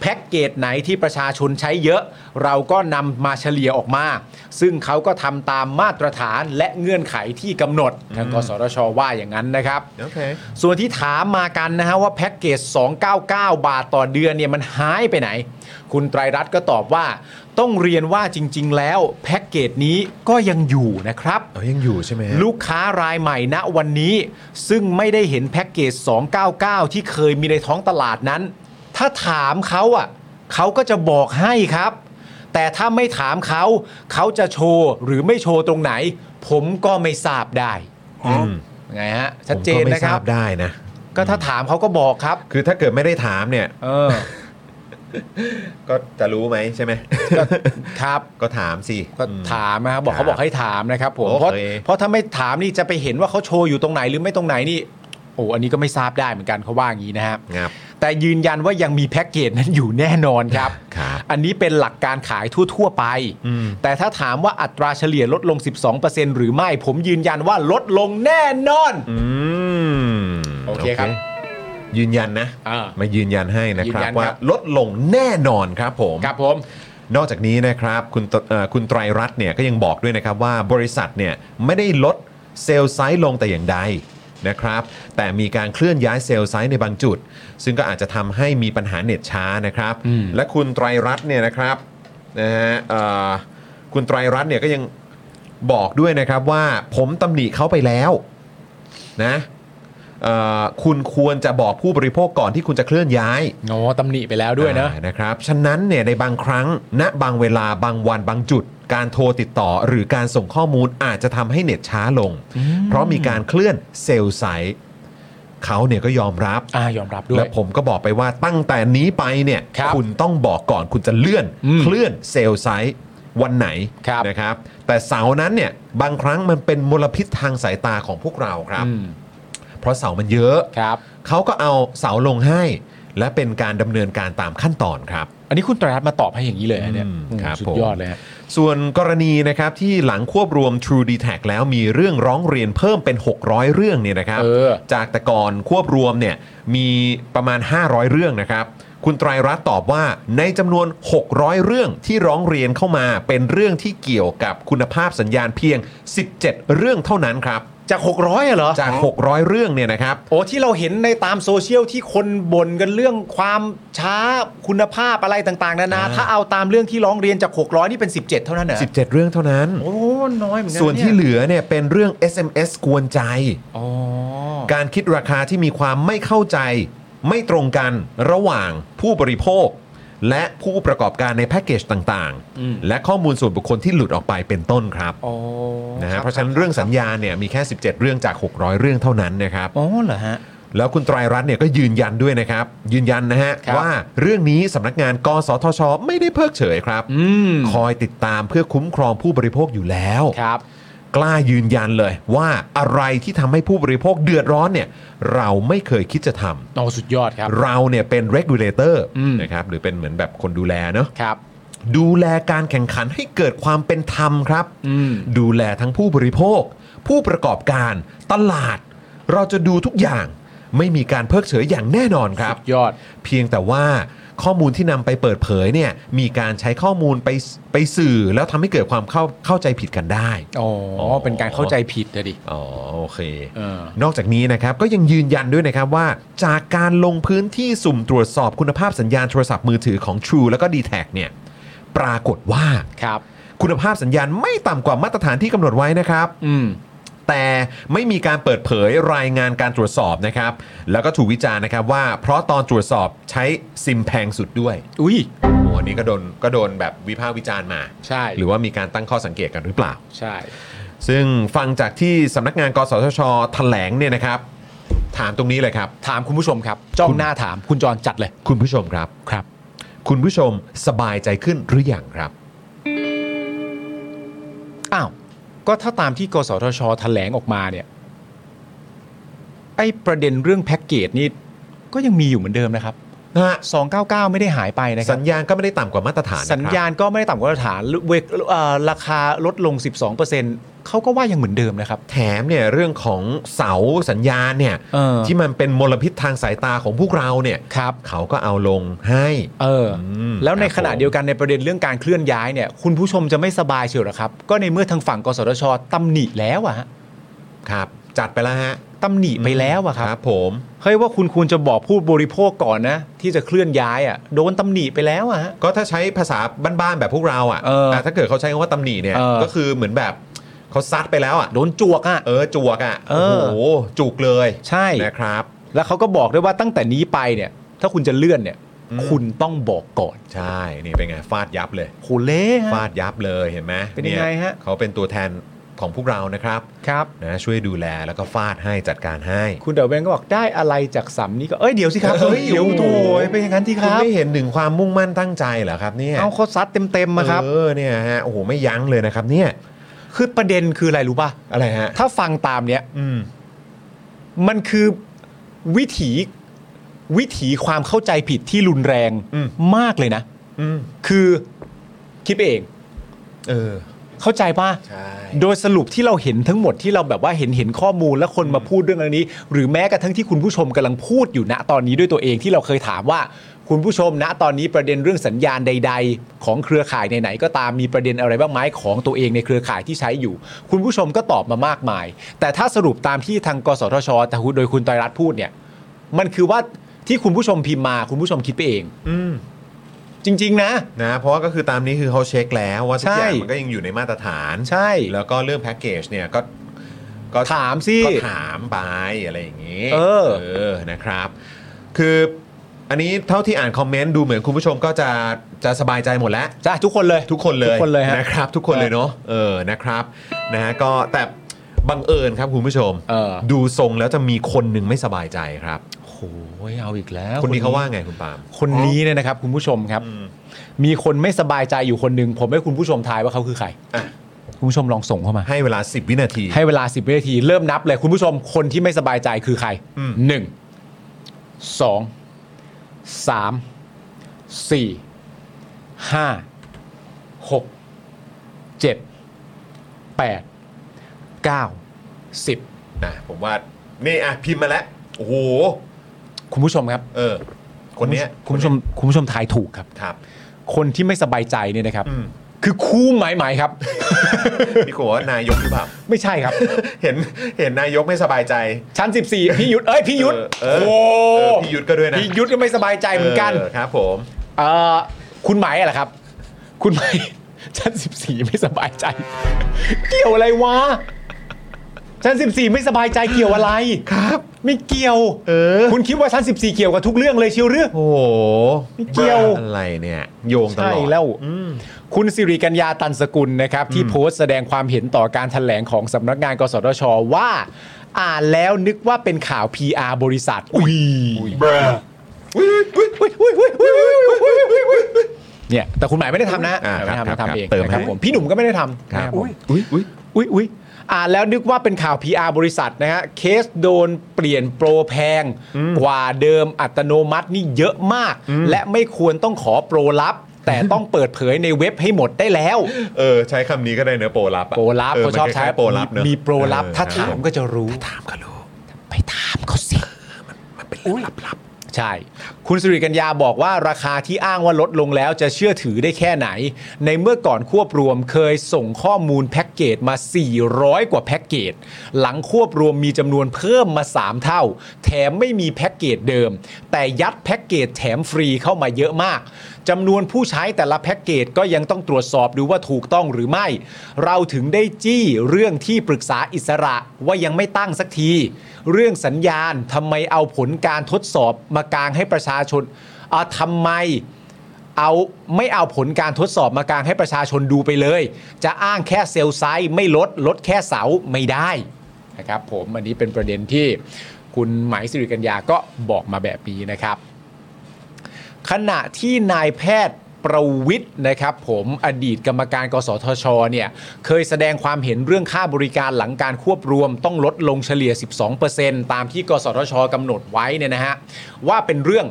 S3: แพ็กเกจไหนที่ประชาชนใช้เยอะ เราก็นำมาเฉลี่ยออกมา ซึ่งเขาก็ทำตามมาตรฐานและเงื่อนไขที่กำหนดทางกสทชว่าอย่างนั้นนะครับ
S2: โอเค
S3: ส่วนที่ถามมากันนะฮะว่าแพ็กเกจ 299 บาทต่อเดือนเนี่ยมันหายไปไหน คุณไตรรัตน์ก็ตอบว่า ต้องเรียนว่าจริง ๆ แล้วแพ็กเกจนี้ก็ยังอยู่นะครับ
S2: เอายังอยู่ใช่ไหมฮะ
S3: ลูกค้ารายใหม่ณวันนี้ ซึ่งไม่ได้เห็นแพ็กเกจ 299 ที่เคยมีในท้องตลาดนั้น ถ้าถามเขาอ่ะเขาก็จะบอกให้ครับ แต่ถ้าไม่ถามเขา เขาจะโชว์หรือไม่โชว์ตรงไหน ผมก็ไม่ทราบได้ไงฮะชัดเจน
S2: ผมก็ไม่
S3: นะค
S2: ทา
S3: รับ
S2: ได้นะ
S3: ก็ถ้าถามเขาก็บอกครับ
S2: คือถ้าเกิดไม่ได้ถามเนี่ย
S3: เออ
S2: ก็จะรู้ไหมใช่ไหม
S3: ครับ
S2: ก็ถามสิ
S3: ก็ถามนะครับบอก
S2: ครับ
S3: เขาบอกให้ถามนะครับผม
S2: โอเค
S3: เพราะเพราะถ้าไม่ถามนี่จะไปเห็นว่าเขาโชว์อยู่ตรงไหนหรือไม่ตรงไหนนี่ โอ้ อันนี้ก็ไม่ทราบได้เหมือนกันเขาว่าอย่างนี้นะครับ
S2: งับ
S3: แต่ยืนยันว่ายังมีแพ็กเกจนั้นอยู่แน่นอนครับ
S2: ครับ
S3: อันนี้เป็นหลักการขายทั่ว ๆ ไป
S2: อืม
S3: แต่ถ้าถามว่าอัตราเฉลี่ยลดลง 12%หรือไม่ ผมยืนยันว่าลดลงแน่นอน
S2: อืม
S3: โอเคครับ
S2: ยืนยันนะ
S3: อ่า
S2: มายืนยันให้นะครับ
S3: ยืนยัน
S2: ว่า
S3: ครับ
S2: ลดลงแน่นอนครับผม
S3: ครับผม
S2: นอกจากนี้นะครับคุณตเอ่อคุณไตรรัตน์เนี่ยก็ยังบอกด้วยนะครับว่าบริษัทเนี่ยไม่ได้ลดเซลล์ไซส์ลงแต่อย่างใดนะครับ แต่มีการเคลื่อนย้ายเซลล์ไซส์ในบางจุด ซึ่งก็อาจจะทำให้มีปัญหาเน็ตช้านะครับ และคุณไตรรัตน์เนี่ยนะครับนะฮะเอ่อคุณไตรรัตน์เนี่ยก็ยังบอกด้วยนะครับว่าผมตำหนิเขาไปแล้วนะเอ่อคุณควรจะบอกผู้บริโภคก่อนที่คุณจะเคลื่อนย้าย
S3: โอ้ตำหนิไปแล้วด้วยนะ
S2: อ่านะครับ ฉะนั้นเนี่ยในบางครั้ง ณ บางเวลา บางวัน บางจุด การโทรติดต่อหรือการส่งข้อมูลอาจจะทำให้เน็ตช้าลง เพราะมีการเคลื่อนเซลล์ไซต์เขาเนี่ยก็ยอมรับ
S3: อ่ายอมรับด้วย
S2: และผมก็บอกไปว่าตั้งแต่นี้ไปเนี่ย
S3: ครับ
S2: ณต้องบอกก่อนคุณจะเลื่อน
S3: อืม
S2: เคลื่อนเซลล์ไซต์วันไหน
S3: ครับ
S2: นะครับ แต่เสาร์นั้นเนี่ยบางครั้งมันเป็นมลพิษทางสายตาของพวกเราครับ
S3: อืม
S2: เพราะเสามันเยอะ
S3: ครับ
S2: เขาก็เอาเสาลงให้ และเป็นการดำเนินการตามขั้นตอนครับ
S3: อันนี้คุณไตรรัตน์มาตอบให้อย่างนี้เลยนะเนี่ย
S2: อืม
S3: อืม
S2: ครับ
S3: สุ
S2: ผ
S3: ด
S2: ม
S3: ยอดเลยฮะ
S2: ส่วนกรณีนะครับที่หลังควบรวม True d e t a c แล้วมีเรื่องร้องเรียนเพิ่มเป็น 600 เรื่องเนี่ยนะครับ
S3: เออ
S2: จากแต่ก่อนควบรวมเนี่ยมีประมาณ 500 เรื่องนะครับ คุณไตรรัตน์ตอบว่าในจำนวน 600 เรื่องที่ร้องเรียนเข้ามาเป็นเรื่องที่เกี่ยวกับคุณภาพสัญญาณเพียง 17 เรื่องเท่านั้นครับ
S3: จาก 600อะเหรอ
S2: จาก 600 เรื่องเนี่ยนะครับ
S3: โอ้ที่เราเห็นในตามโซเชียลที่คนบ่นกันเรื่องความช้าคุณภาพอะไรต่างๆ นานา
S2: อ่า
S3: ถ้าเอาตามเรื่องที่ร้องเรียนจาก 600 นี่เป็น 17 เท่านั้นเหรอ
S2: 17 เรื่องเท่านั้น
S3: โอ้น้อยเหมือนกัะ
S2: ส่วนที่
S3: เย
S2: เหลือเนี่ยเป็นเรื่อง SMS กวนใจ
S3: อ๋อ
S2: การคิดราคาที่มีความไม่เข้าใจ ไม่ตรงกันระหว่างผู้บริโภค และผู้ประกอบการในแพ็กเกจต่างๆ และข้อมูลส่วนบุคคลที่หลุดออกไปเป็นต้นครับ
S3: อ๋อ
S2: นะ
S3: ค
S2: ฮะ
S3: บ
S2: เพราะฉะนั้นเรื่องสัญญาเนี่ยมีแค่ 17 เรื่องจาก 600 เรื่องเท่านั้นนะครับ
S3: อ๋อเหรอฮะ
S2: แล้วคุณไตรรัตน์เนี่ยก็ยืนยันด้วยนะครับ ยืนยันนะฮะ
S3: ครับ
S2: ว่าเรื่องนี้สำนักงานกสทช ไม่ได้เพิกเฉยครับ
S3: อืม
S2: คอยติดตามเพื่อคุ้มครองผู้บริโภคอยู่แล้ว
S3: ครับ
S2: กล้ายืนยันเลยว่าอะไรที่ทำให้ผู้บริโภคเดือดร้อนเนี่ยเราไม่เคยคิดจะทำ
S3: โอ้สุดยอดครับ
S2: เราเนี่ยเป็น regulator
S3: อืม
S2: นะครับหรือเป็นเหมือนแบบคนดูแลเนาะ
S3: ครับ
S2: ดูแลการแข่งขันให้เกิดความเป็นธรรมครับ
S3: อืม
S2: ดูแลทั้งผู้บริโภค ผู้ประกอบการ ตลาด เราจะดูทุกอย่าง ไม่มีการเพิกเฉยอย่างแน่นอนครับ
S3: ยอด
S2: เพียงแต่ว่าข้อมูลที่นำไปเปิดเผยเนี่ยมีการใช้ข้อมูลไปไปสื่อ แล้วทำให้เกิดความเข้าเข้าใจผิดกันได้
S3: อ๋อ เป็นการเข้าใจผิดนะดิ
S2: อ๋อโอเค
S3: เออ
S2: นอกจากนี้นะครับก็ยังยืนยันด้วยนะครับว่า จากการลงพื้นที่สุ่มตรวจสอบคุณภาพสัญญาณโทรศัพท์มือถือของ True แล้วก็ d t แทเนี่ยปรากฏว่า
S3: ครับ
S2: คุณภาพสัญญาณไม่ต่ำกว่ามาตรฐานที่กำหนดไว้นะครับ
S3: อืม
S2: แต่ไม่มีการเปิดเผยรายงานการตรวจสอบนะครับ แล้วก็ถูกวิจารณ์นะครับว่าเพราะตอนตรวจสอบใช้ซิมแพงสุดด้วย
S3: อุ้ย
S2: โอ้โหอันนี้ก็โดนก็โดนแบบวิพากษ์วิจารณ์มา
S3: ใช่
S2: หรือว่ามีการตั้งข้อสังเกตกันหรือเปล่า
S3: ใช่
S2: ซึ่งฟังจากที่สำนักงานกสทช แถลงเนี่ยนะครับ แถ
S1: ถามตรงนี้เลยครับ
S3: ถามคุณผู้ชมครับ จ้องหน้าถามคุณจรจัดเลย
S1: คุณผู้ชมครับ
S3: ครับ
S1: คุณผู้ชมสบายใจขึ้นหรือยังครับ
S3: อ้าว ก็ถ้าตามที่กสทชแถลงออกมาเนี่ย ไอ้ประเด็นเรื่องแพ็กเกจนี่ก็ยังมีอยู่เหมือนเดิมนะครับ
S1: นะฮะ
S3: 299 ไม่ได้หายไปนะครั
S1: สัญญาณก็ไม่ได้ต่ำกว่ามาตรฐานนะครับ
S3: สัญญาณก็ไม่ได้ต่ำกว่ามาตรฐานเวกเอ่อราคาลดลง 12%เขาก็ว่ายังเหมือนเดิมนะครับ
S1: แถมเนี่ยเรื่องของเสาสัญญาณเนี่ย
S3: เออ
S1: ที่มันเป็นมลพิษทางสายตาของพวกเราเนี่ย
S3: ครับ
S1: เขาก็เอาลงให้
S3: เอออ
S1: ม
S3: แล้วใน
S1: ครับ
S3: ขณะ
S1: ผม
S3: เดียวกันในประเด็นเรื่องการเคลื่อนย้ายเนี่ยคุณผู้ชมจะไม่สบายเชียวเหรอครับ ก็ในเมื่อทางฝั่งกสทชตำหนิแล้วอะฮะ
S1: ครับ จัดไปแล้วฮะ
S3: ตำหนิไปแล้วอะครับ
S1: ครับผม
S3: เฮ้ยว่าคุณควรจะบอกผู้บริโภคก่อนนะ ที่จะเคลื่อนย้ายอะ่ะโดนตำหนิไปแล้วอะ่ะ
S1: ก็ถ้าใช้ภาษาบ้านๆแบบพวกเราอ่ะ
S3: เออ
S1: แต่ถ้าเกิดเขาใช้คำว่าตำหนิเนี่ย
S3: เออ
S1: ก็คือเหมือนแบบเขาซัดไปแล้วอ่ะ
S3: โดนจวกอ่ะ
S1: เออจวกอ่ะ
S3: เอ
S1: โอ้
S3: อ
S1: โหจุกเลย
S3: ใช่
S1: นะครับ
S3: แล้วเขาก็บอกด้วยว่าตั้งแต่นี้ไปเนี่ย ถ้าคุณจะเลื่อนเนี่ย
S1: อืม
S3: คุณต้องบอกก่อน
S1: ใช่นี่เป็นไงฟาดยับเลย
S3: โหเละฮะ
S1: ฟาดยับเลยเห็นไหม
S3: เป็นยังไงฮะ
S1: เยเขาเป็นตัวแทนของพวกเรานะครับ
S3: ครับ
S1: นะช่วยดูแลแล้วก็ฟาดให้จัดการให้
S3: คุณเดอะเวนก็บอกได้อะไรจากสัมนี้ก็เอ้ยเดี๋ยวสิครับ
S1: เฮ้ย
S3: เดี๋ยว
S1: โอ้โห
S3: โถ่เป็นอย่างนั้นที่ค
S1: คุณ
S3: รับ
S1: ไม่เห็นถึงความมุ่งมั่นตั้งใจเหรอครับเนี่ย
S3: เอาเขาซัดเต็มๆมาครับ
S1: เออเนี่ยฮะโอ้โหไม่ยั้งเลยนะครับเนี่ย
S3: คือประเด็นคืออะไรรู้ป่ะ
S1: อะไรฮะ
S3: ถ้าฟังตามเนี้ย
S1: อืม
S3: มันคือวิถีวิถีความเข้าใจผิดที่รุนแรงมากเลยนะ
S1: อืม
S3: คือคิดไปเอง
S1: เออ
S3: เข้าใจป่ะ
S1: ใช่
S3: โดยสรุปที่เราเห็นทั้งหมดที่เราแบบว่าเห็นเห็นข้อมูลและคนมาพูดเรื่องอันนี้ หรือแม้กระทั่งที่คุณผู้ชมกำลังพูดอยู่ณตอนนี้ด้วยตัวเองที่เราเคยถามว่า คุณผู้ชมณตอนนี้ประเด็นเรื่องสัญญาณใด ๆ ของเครือข่ายไหนๆก็ตามมีประเด็นอะไรบ้างไหมของตัวเองในเครือข่ายที่ใช้อยู่ คุณผู้ชมก็ตอบมามากมาย แต่ถ้าสรุปตามที่ทางกสทชแต่โดยคุณไตรรัตน์พูดเนี่ย มันคือว่าที่คุณผู้ชมพิมพ์มาคุณผู้ชมคิดไปเอง
S1: อืม
S3: จริง ๆ นะ
S1: นะเพราะว่าก็คือตามนี้คือเขาเช็คแล้วว่าทุกอย่าง
S3: ใช่
S1: มันก็ยังอยู่ในมาตรฐาน
S3: ใช่
S1: แล้วก็เรื่องแพ็กเกจเนี่ยก็ก็
S3: ถามสิ
S1: ก็ถามไปอะไรอย่างนี้
S3: เออ
S1: อนะครับ คืออันนี้เท่าที่อ่านคอมเมนต์ดูเหมือนคุณผู้ชมก็จะจะสบายใจหมดแล้ว
S3: จ้าทุกคนเลย
S1: ทุกคนเลย
S3: ทุกคนเลยฮะ
S1: นะครับ ทุกคนเลยเนาะเออนะครับนะฮะก็แต่บังเอิญครับคุณผู้ชม
S3: เออ
S1: ดูทรงแล้วจะมีคนหนึ่งไม่สบายใจครับ
S3: โอ้ยเอาอีกแล้ว
S1: คนนี้เขาว่าไงคุณปาล์ม
S3: คนนี้เนี่ยนะครับคุณผู้ชมครับ มีคนไม่สบายใจอยู่คนหนึ่งผมให้คุณผู้ชมทายว่าเขาคือใคร
S1: อ่ะ
S3: คุณผู้ชมลองส่งเข้ามา
S1: ให้เวลา 10 วินาที
S3: ให้เวลา 10วินาทีเริ่มนับเลยคุณผู้ชมคนที่ไม่สบายใจคือใคร
S1: อืม
S3: หนึ่งสองสามสี่ห้าหกเจ็ดแปดเก้าสิบ
S1: นะผมว่านี่อ่ะพิมพ์มาแล้วโอ้โห
S3: คุณผู้ชมครับ
S1: เออ คนเนี้ย
S3: คุณผู้ชมคุณผู้ชมทายถูกครับ
S1: ครับ
S3: คนที่ไม่สบายใจเนี่ยนะครับ
S1: อืม
S3: คือคู่หมายหมายครับ
S1: นี่กูว่านายกหรือเปล่า
S3: ไม่ใช่ ครับ
S1: เห็นเห็นนายกไม่สบายใจ
S3: ชั้น 14 พี่ยุทธเอ้ยพี่ยุทธ
S1: เออเออ
S3: โอ้
S1: เออพี่ยุทธก็ด้วยนะ
S3: พี่ยุทธก็ไม่สบายใจเหมือนกัน
S1: ครับผม
S3: เอ่อคุณหมายอะไรครับ คุณหมาย ชั้น 14 ไม่สบาย ใจ เกี่ยวอะไรวะชั้น 14 ไม่สบายใจเกี่ยวอะไร
S1: ครับ
S3: ไม่เกี่ยว
S1: เออ
S3: คุณคิดว่าชั้น 14 เกี่ยวกับทุกเรื่องเลยเชียวหรือ
S1: โอ้โห
S3: ไม่เกี่ยว
S1: อะไรเนี่ย โยงตลอด
S3: ใช่แล้วคุณสิริกัญญาตันสกุลนะครับ ที่โพสต์แสดงความเห็นต่อการถแถลงของสำนักงาน กสทช ว่า อ่านแล้วนึกว่าเป็นข่าว PR บริษัท อุ้ยเนี่ยแต่คุณหมายไม่ได้ทำนะ
S1: อ่า
S3: ไม่ได้ทำ
S1: ครั
S3: นะ
S1: บครับ
S3: ทำเอง
S1: เติม
S3: นะค
S1: ค
S3: รั
S1: รั
S3: บบ ผมพี่หนุ่มก็ไม่ได้ทำ
S1: ครับ
S3: นะ
S1: ผ
S3: ผม ม
S1: อุ้ยอุ้ย
S3: อุ้ยอุ้ยอ่านแล้วนึกว่าเป็นข่าว PR บริษัทนะฮะ เคสโดนเปลี่ยนโปรแพง กว่าเดิมอัตโนมัตินี่เยอะมาก และไม่ควรต้องขอโปรลับ แต่ต้องเปิดเผยในเว็บให้หมดได้แล้ว
S1: เออใช้คำนี้ก็ได้เนอะโปรลับะ
S3: โปรลับ
S1: เออ
S3: เขาชอบ
S1: มันค
S3: ใช้
S1: ล้ยๆโปรลับเนอะ
S3: มีโปรลับ
S1: เออ
S3: ถ้าถามก็จะรู้
S1: ถามก็รู้
S3: ไปถามเขาสิ
S1: มันเป็นเรื่องลับ
S3: ใช่ คุณสิริกัญญาบอกว่าราคาที่อ้างว่าลดลงแล้วจะเชื่อถือได้แค่ไหน ในเมื่อก่อนควบรวมเคยส่งข้อมูลแพ็กเกจมา 400 กว่าแพ็กเกจ หลังควบรวมมีจำนวนเพิ่มมา 3 เท่า แถมไม่มีแพ็กเกจเดิม แต่ยัดแพ็กเกจแถมฟรีเข้ามาเยอะมากจำนวนผู้ใช้แต่ละแพ็กเกจก็ยังต้องตรวจสอบดูว่าถูกต้องหรือไม่ เราถึงได้จี้เรื่องที่ปรึกษาอิสระว่ายังไม่ตั้งสักที เรื่องสัญญาณทำไมเอาผลการทดสอบมากางให้ประชาชนอ่าทำไมเอาไม่เอาผลการทดสอบมากางให้ประชาชนดูไปเลย จะอ้างแค่เซลล์ไซส์ไม่ลด ลดแค่เสาไม่ได้นะครับผมอันนี้เป็นประเด็นที่ คุณไหมายสิริกัญญาก็บอกมาแบบนี้นะครับ ขณะที่นายแพทย์ประวิทย์นะครับ ผมอดีตกรรมการ กสทชเนี่ยเคยแสดงความเห็นเรื่องค่าบริการหลังการควบรวม ต้องลดลงเฉลี่ย 12%ตามที่ กสทชกำหนดไว้เนี่ยนะฮะว่าเป็นเรื่อง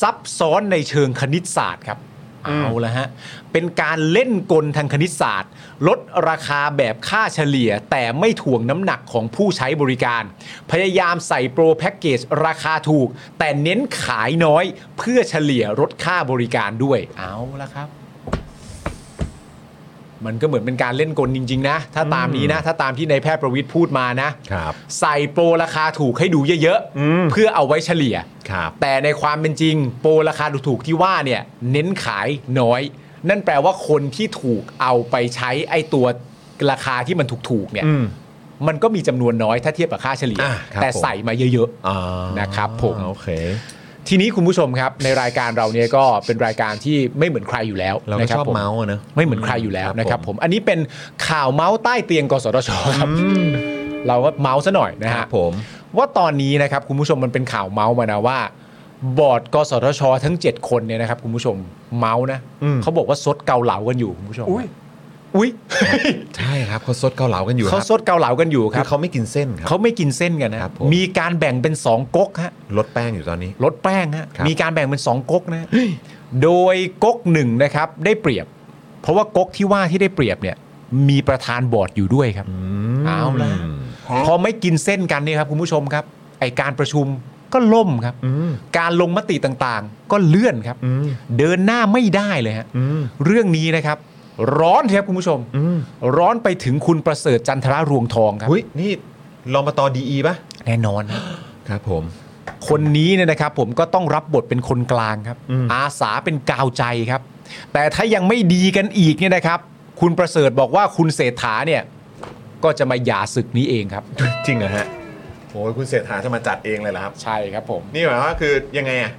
S3: ซับซ้อนในเชิงคณิตศาสตร์ครับ เอาละฮะ เป็นการเล่นกลทางคณิตศาสตร์ ลดราคาแบบค่าเฉลี่ย แต่ไม่ถ่วงน้ำหนักของผู้ใช้บริการ พยายามใส่โปรแพ็กเกจราคาถูก แต่เน้นขายน้อยเพื่อเฉลี่ยลดค่าบริการด้วย เอาละครับ มันก็เหมือนเป็นการเล่นกลจริง ๆ นะ ถ้าตามนี้นะ ถ้าตามที่นายแพทย์ประวิทย์พูดมานะ
S1: ครับ
S3: ใส่โปรราคาถูกให้ดูเยอะ
S1: อืม
S3: ๆ เพื่อเอาไว้เฉลี่ย
S1: ครับ
S3: แต่ในความเป็นจริง โปรราคาถูกๆที่ว่าเนี่ยเน้นขายน้อย นั่นแปลว่าคนที่ถูกเอาไปใช้ไอ้ตัวราคาที่มันถูกๆเนี่ย
S1: อืม
S3: มันก็มีจำนวนน้อยถ้าเทียบกับค่าเฉลี่ย
S1: อ่ะครับ
S3: แต่
S1: ผม
S3: ใส่มาเยอะ
S1: อ่า
S3: นะครับผม
S1: โอเค
S3: ทีนี้คุณผู้ชมครับ ในรายการเราเนี่ยก็เป็นรายการที่ไม่เหมือนใครอยู่แล้ว
S1: เราก็
S3: นะครั
S1: ชอบ
S3: ผ
S1: เมาส์อะเนอะ
S3: ไม่เหมือนใครอยู่แล้
S1: ค
S3: ว
S1: รับ
S3: นะครับ
S1: ผม
S3: ผมอันนี้เป็นข่าวเมาส์ใต้เตียงกสทชครับเราก็เมาส์ซะหน่อยนะ
S1: ครั
S3: ฮะ
S1: บผม
S3: ว่าตอนนี้นะครับคุณผู้ชมมันเป็นข่าวเมาส์มานะว่า บอร์ดกสทช ทั้ง 7 คนเนี่ยนะครับคุณผู้ชมเมาส์นะ
S1: อืม
S3: เขาบอกว่าซดเกาเหลากันอยู่คุณผู้ชมอุ้ยอุ้ย
S1: ใช่ครับเขาซดเกาเหลากันอยู่ค
S3: เขา
S1: รับ
S3: ซดเกาเหลากันอยู่ค
S1: คื
S3: รั
S1: อบ เขาไม่กินเส้นครับ
S3: เขาไม่กินเส้นกันนะครับ
S1: ผม
S3: มีการแบ่งเป็น 2ก๊กฮะ
S1: ลดแป้งอยู่ตอนนี้
S3: ลดแป้งฮะ
S1: ครับ
S3: มีการแบ่งเป็น 2ก๊กนะโดยก๊กหนึ่งนะครับได้เปรียบ เพราะว่าก๊กที่ว่าที่ได้เปรียบเนี่ยมีประธานบอร์ดอยู่ด้วยครับ
S1: ม
S3: เอาละ พอไม่กินเส้นกันเนี่ยครับคุณผู้ชมครับไอการประชุมก็ล่มครับ
S1: อืม
S3: การลงมติต่างๆ ก็เลื่อนครับ
S1: อืม
S3: เดินหน้าไม่ได้เลยฮะ
S1: อืม
S3: เรื่องนี้นะครับ ร้อนครับคุณผู้ชม
S1: อืม
S3: ร้อนไปถึงคุณประเสริฐจันทรารวงทองครับ
S1: หุ้ยนี่ลองมาต่อดีอีป่ะ
S3: แน่นอนฮะ
S1: ครับผม
S3: คนนี้เนี่ยนะครับ ผมก็ต้องรับบทเป็นคนกลางครับ
S1: อืม
S3: อาสาเป็นกาวใจครับ แต่ถ้ายังไม่ดีกันอีกเนี่ยนะครับ คุณประเสริฐบอกว่าคุณเศรษฐาเนี่ยก็จะมาหย่าศึกนี้เองครับ
S1: จริงเหรอฮะโอ้ยคุณเศรษฐาจะมาจัดเองเลยเหรอครับ
S3: ใช่ครับผม
S1: นี่หมายความว่าคือยังไงอะ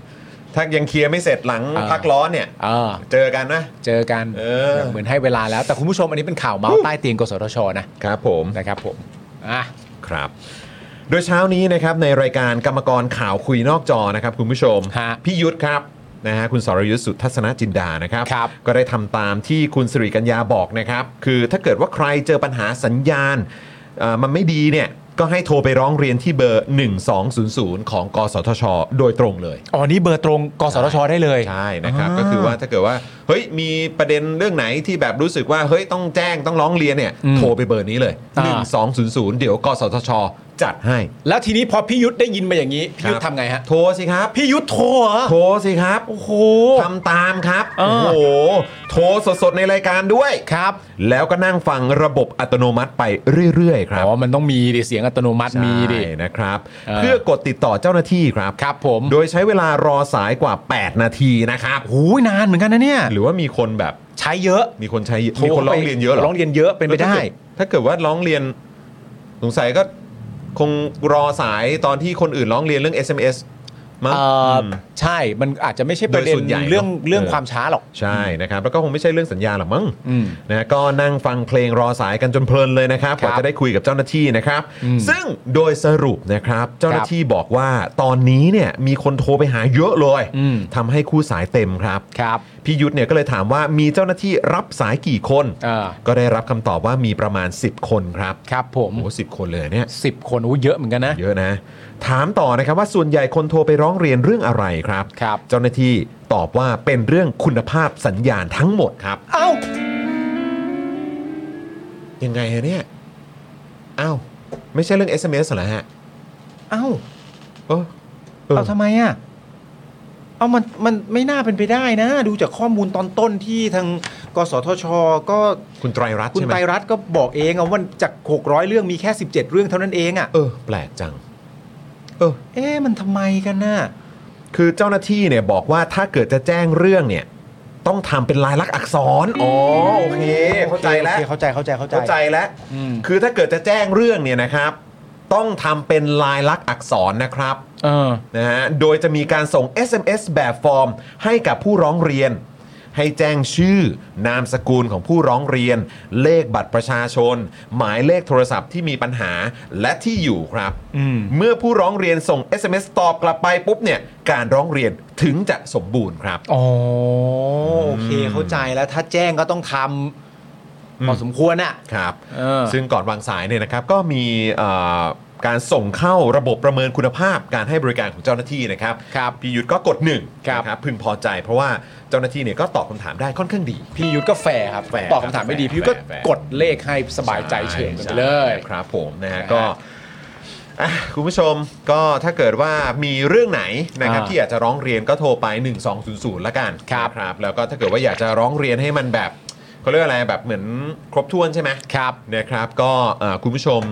S1: ถ้ายังเคลียร์ไม่เสร็จหลัง
S3: อ่า
S1: พักร้อนเนี่ย
S3: อ่า
S1: เจอกันนะ
S3: เจอกัน
S1: เออ
S3: เหมือนให้เวลาแล้ว แต่คุณผู้ชมอันนี้เป็นข่าวเมาส์ใต้เตียงกสทชนะครับ
S1: ผม
S3: นะครับผมอ่ะ
S1: ครับ โดยเช้านี้นะครับในรายการกรรมกรข่าวคุยนอกจอนะครับคุณผู้ชม
S3: ฮะ
S1: พี่ยุทธครับนะฮะคุณสรยุทธสุทัศนจินดานะครับ
S3: ครับ
S1: ก็ได้ทำตามที่คุณสิริกัญญาบอกนะครับ คือถ้าเกิดว่าใครเจอปัญหาสัญญาณเอ่อมันไม่ดีเนี่ยก็ให้โทรไปร้องเรียนที่เบอร์ 1200 ของกสทช โดยตรงเลย
S3: อ๋อนี่เบอร์ตรงกสทชได้เลย
S1: ใช่นะครับ
S3: อ่า
S1: ก็คือว่าถ้าเกิดว่าเฮ้ยมีประเด็นเรื่องไหนที่แบบรู้สึกว่าเฮ้ยต้องแจ้งต้องร้องเรียนเนี่ย
S3: อืม
S1: โทรไปเบอร์นี้เลย
S3: อ่า
S1: 1200 เดี๋ยวกสทช จัดให้
S3: แล้วทีนี้พอพี่ยุทธได้ยินมาอย่างนี้ พี่ยุท
S1: ค
S3: ธ
S1: รับ
S3: ทำไงฮะ
S1: โทรสิครับ
S3: พี่ยุทธโทรเหรอ
S1: โทรสิครับ
S3: โอ้โห
S1: ทำตามครับ
S3: เอ
S1: โอ้
S3: อ
S1: โหโทรสดๆในรายการด้วย
S3: ครับ
S1: แล้วก็นั่งฟังระบบอัตโนมัติไปเรื่อยๆ ค
S3: อ๋
S1: รับ
S3: อมันต้องมีดิเสียงอัตโนมัติมีดิ
S1: ใช่นะครับ
S3: เออ
S1: เพื่อกดติดต่อเจ้าหน้าที่ครับ
S3: ครับผม
S1: โดยใช้เวลารอสายกว่า 8 นาทีนะครับ
S3: โอ้ยนานเหมือนกันนะเนี่ย
S1: หรือว่ามีคนแบบ
S3: ใช้เยอะ
S1: มีคนใช้มีคนร้องเรียนเยอะเหรอ
S3: ร้องเรียนเยอะเป็นไปได้
S1: แล้วถ้าเกิดถ้าเกิดว่าร้องเรียนสงสัยก็คงรอสายตอนที่คนอื่นร้องเรียนเรื่อง SMS มั้ง
S3: เอ่ออใช่มันอาจจะไม่ใช่ประเด็
S1: โดยส่
S3: น
S1: วนใหญ่
S3: เรื่อง
S1: เนอะ
S3: เรื่อง
S1: เออ
S3: ความช้าหรอก
S1: ใช่นะครับ แล้วก็คงไม่ใช่เรื่องสัญญาหรอกมั้ง
S3: อืม
S1: นะก็นั่งฟังเพลงรอสายกันจนเพลินเลยนะครับ
S3: ค
S1: ก
S3: รับ
S1: ว่าจะได้คุยกับเจ้าหน้าที่นะครับ
S3: อืม
S1: ซึ่งโดยสรุปนะครับ เจ้าหน้าที่บอกว่าตอนนี้เนี่ยมีคนโทรไปหาเยอะเลย
S3: อืม
S1: ทำให้คู่สายเต็มครับ
S3: ครับ
S1: พี่ยุทธเนี่ยก็เลยถามว่ามีเจ้าหน้าที่รับสายกี่คน
S3: อ่า
S1: ก็ได้รับคำตอบว่ามีประมาณ 10 คนครับ
S3: ครับผม
S1: โอ้สิคนเลยเนี่ย
S3: สิบคนโอ้เยอะเหมือนกันนะ
S1: เยอะนะ ถามต่อนะครับว่าส่วนใหญ่คนโทรไปร้องเรียนเรื่องอะไรครับ
S3: ครับ
S1: เจ้าหน้าที่ตอบว่าเป็นเรื่องคุณภาพสัญญาณทั้งหมดครับ
S3: เอ้า
S1: ยังไงฮะเนี่ยอ้าวไม่ใช่เรื่อง SMS เหรอฮะ
S3: เอ้า
S1: เออเออ
S3: เอาทำไมอ่ะ เอามันมันไม่น่าเป็นไปได้นะ ดูจากข้อมูลตอนต้นที่ทางกสทช ก็
S1: คุณไตรรัตน์
S3: คุณ
S1: ใช่ไหม
S3: ไตรรัตน์ก็บอกเองอะว่าจาก 600 เรื่องมีแค่ 17 เรื่องเท่านั้นเองอะ
S1: เออ แปลกจัง เออ
S3: เอ๊ะมันทำไมกันน่ะ
S1: คือเจ้าหน้าที่เนี่ยบอกว่าถ้าเกิดจะแจ้งเรื่องเนี่ย ต้องทำเป็นลายลักษณ์อักษรอ๋อโอเค เข้าใจแล้ว
S3: โอเคเข้าใจเข้าใจเข้าใจ
S1: เข้าใจแล้ว
S3: อืม
S1: คือถ้าเกิดจะแจ้งเรื่องเนี่ยนะครับ ต้องทำเป็นลายลักษณ์อักษรนะครับ
S3: เออ
S1: นะฮะ โดยจะมีการส่ง SMS แบบฟอร์มให้กับผู้ร้องเรียน
S2: ให้แจ้งชื่อ นามสกุลของผู้ร้องเรียน เลขบัตรประชาชน หมายเลขโทรศัพท์ที่มีปัญหาและที่อยู่ครับ เมื่อผู้ร้องเรียนส่ง SMS ตอบกลับไปปุ๊บเนี่ยการร้องเรียนถึงจะสมบูรณ์ครับ
S3: อ๋อโอเคเข้าใจแล้วถ้าแจ้งก็ต้องทำพอสมควรอ่ะ
S2: ครับ
S3: เออ
S2: ซึ่งก่อนวางสายเนี่ยนะครับก็มีเอ่อการส่งเข้าระบบประเมินคุณภาพ การให้บริการของเจ้าหน้าที่นะครับ
S3: ครับ
S2: พี่ยุทธก็กดหนึ่ง
S3: ครับ
S2: นะพึงพอใจ เพราะว่าเจ้าหน้าที่เนี่ยก็ตอบคำถามได้ค่อนข้างดี
S3: พี่ยุทธก็แฟร์ครับ
S2: แฟร์
S3: ตอบคำถามไม่ดี
S2: ครับ
S3: พี่ยุทธก็
S2: แฟร์แฟร์
S3: กดเลขให้สบายใจเฉยไปเลย
S2: ใช่ครับผมนะฮะ
S3: นะฮะ
S2: ก็อ่ะคุณผู้ชมก็ถ้าเกิดว่ามีเรื่องไหนนะครับ
S3: อ่า
S2: ที่อยากจะร้องเรียนก็โทรไป 1200ละกัน
S3: ครับ
S2: นะครับ แล้วก็ถ้าเกิดว่าอยากจะร้องเรียนให้มันแบบเขาเรียกอะไรแบบเหมือนครบถ้วนใช่ไหม
S3: ครับ
S2: นะครับก็เอ่อคุณผู้ชม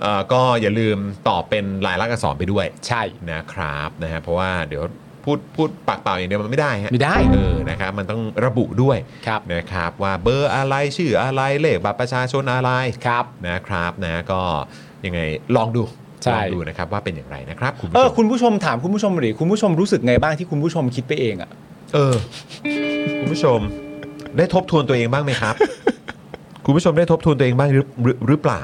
S2: เอ่อก็อย่าลืมตอบเป็นลายลักษณ์อักษรไปด้วย
S3: ใช่
S2: นะครับนะฮะเพราะว่าเดี๋ยวพูดพูดปากเปล่าอย่างเดียวมันไม่ได้ฮะ
S3: ไม่ได้
S2: เออนะครับมันต้องระบุด้วย
S3: ครับ
S2: นะครับว่าเบอร์อะไรชื่ออะไรเลขบัตรประชาชนอะไร
S3: ครับ
S2: นะครับนะก็ยังไงลองดู
S3: ใช่
S2: ลองดูนะครับว่าเป็นอย่างไรนะครับคุณผู้
S3: เออ
S2: ชม
S3: คุณผู้ชมถามคุณผู้ชมหรือคุณผู้ชมรู้สึกไงบ้างที่คุณผู้ชมคิดไปเองอ่ะ
S2: เออคุณผู้ชมได้ทบทวนตัวเองบ้างไหม ครับ คุณผู้ชมได้ทบทวนตัวเองบ้างหรือหรือหรือเปล่า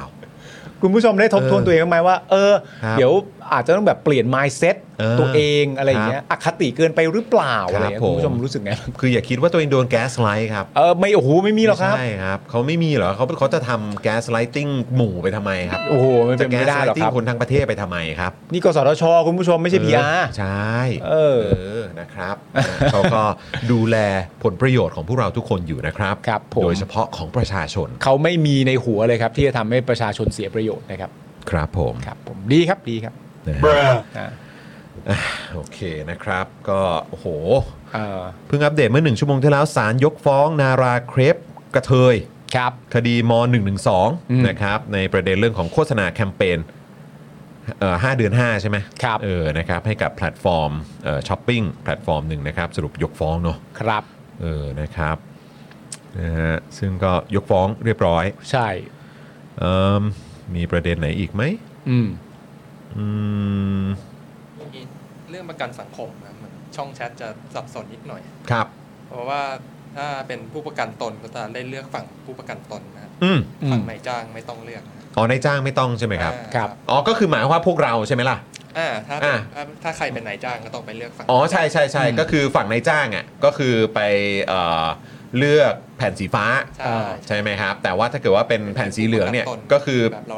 S3: คุณผู้ชมได้ทบทวน
S2: เออ
S3: ตัวเองบ้างไหมว่า เออ
S2: ครับ
S3: เดี๋ยวอาจจะต้องแบบเปลี่ยน mindset
S2: เออ
S3: ตัวเองอะไรอย่างเงี้ยอคติเกินไปหรือเปล่า
S2: ครับ
S3: อะไรอย่างเงี้ยคุณผู้ชม
S2: ผม
S3: รู้สึกไงบ้าง
S2: คืออย่าคิดว่าตัวเองโดนแก๊สไลท์ครับ
S3: เออไม่โอ้โหไม่มีหรอกครับ
S2: ใช่ครับเขาไม่มีเหรอเขาเขาจะทำแก๊สไลติ้งหมู่ไปทำไมครับ
S3: โอ้โหมันเป็
S2: จะ
S3: น
S2: แก๊
S3: ไม่
S2: ส
S3: ได้
S2: ไล
S3: หรอก
S2: ติ้ง
S3: ครับ
S2: คนทั้งประเทศไปทำไมครับ
S3: นี่กสทชคุณผู้ชมไม่ใช่พีอา
S2: ใช่
S3: เออ
S2: นะครับ เขาก็ดูแลผลประโยชน์ของพวกเราทุกคนอยู่นะครับ
S3: ครับผม
S2: โดยเฉพาะของประชาชน
S3: เขาไม่มีในหัวเลยครับ ที่จะทำให้ประชาชนเสียประโยชน์นะครับ
S2: ครับผม
S3: ครับ ผมดีครับดีครับ
S2: นะฮะ
S3: อ่า
S2: โอเคนะครับ ก็โอ้โห
S3: เออ
S2: เพิ่งอัปเดตเมื่อหนึ่งชั่วโมงที่แล้วศาลยกฟ้องนาราเครปกระเทย
S3: ครับ
S2: คดีม
S3: อืม
S2: .112 นะครับในประเด็นเรื่องของโฆษณาแคมเปญเอ่อ5เดือน 5 ใช่ไหม
S3: ครับ
S2: เออนะครับให้กับแพลตฟอร์มเอ่อช้อปปิ้งแพลตฟอร์มหนึ่งนะครับสรุปยกฟ้องเนาะ
S3: ครับ
S2: เออ นะครับนะฮะซึ่งก็ยกฟ้องเรียบร้อย
S3: ใช่
S2: เอิ่มมีประเด็นไหนอีกไหม
S3: อืม
S2: อืม
S5: มีเรื่องประกันสังคมนะมันช่องแชทจะสับสนนิดหน่อย
S2: ครับ
S5: เพราะว่าถ้าเป็นผู้ประกันตนก็จะได้เลือกฝั่งผู้ประกันตนนะ
S2: อืม
S3: อืม
S5: ฝั่งนายจ้างไม่ต้องเลือกนะ
S2: อ๋อนายจ้างไม่ต้องใช่ไหมครับ
S5: อ่า
S3: ครับ
S2: อ๋อ ก็คือหมายความว่าพวกเราใช่ไหมล่ะ
S5: อ่าถ้า
S2: อ่า
S5: ถ้าถ้าใครเป็นนายจ้างก็ต้องไปเลือกฝั่ง
S2: อ๋อ ใช่ใช่ใช่
S3: อืม
S2: ก็คือฝั่งนายจ้างอ่ะ ก็คือไปเอ่อเลือกแผ่นสีฟ้า
S5: ใช่
S2: ใช่ไหมครับ แต่ว่าถ้าเกิดว่าเป็นแผ่นสีเหลืองเนี่ย
S5: ผู้ประต
S2: ก็คือ
S5: แบบเรา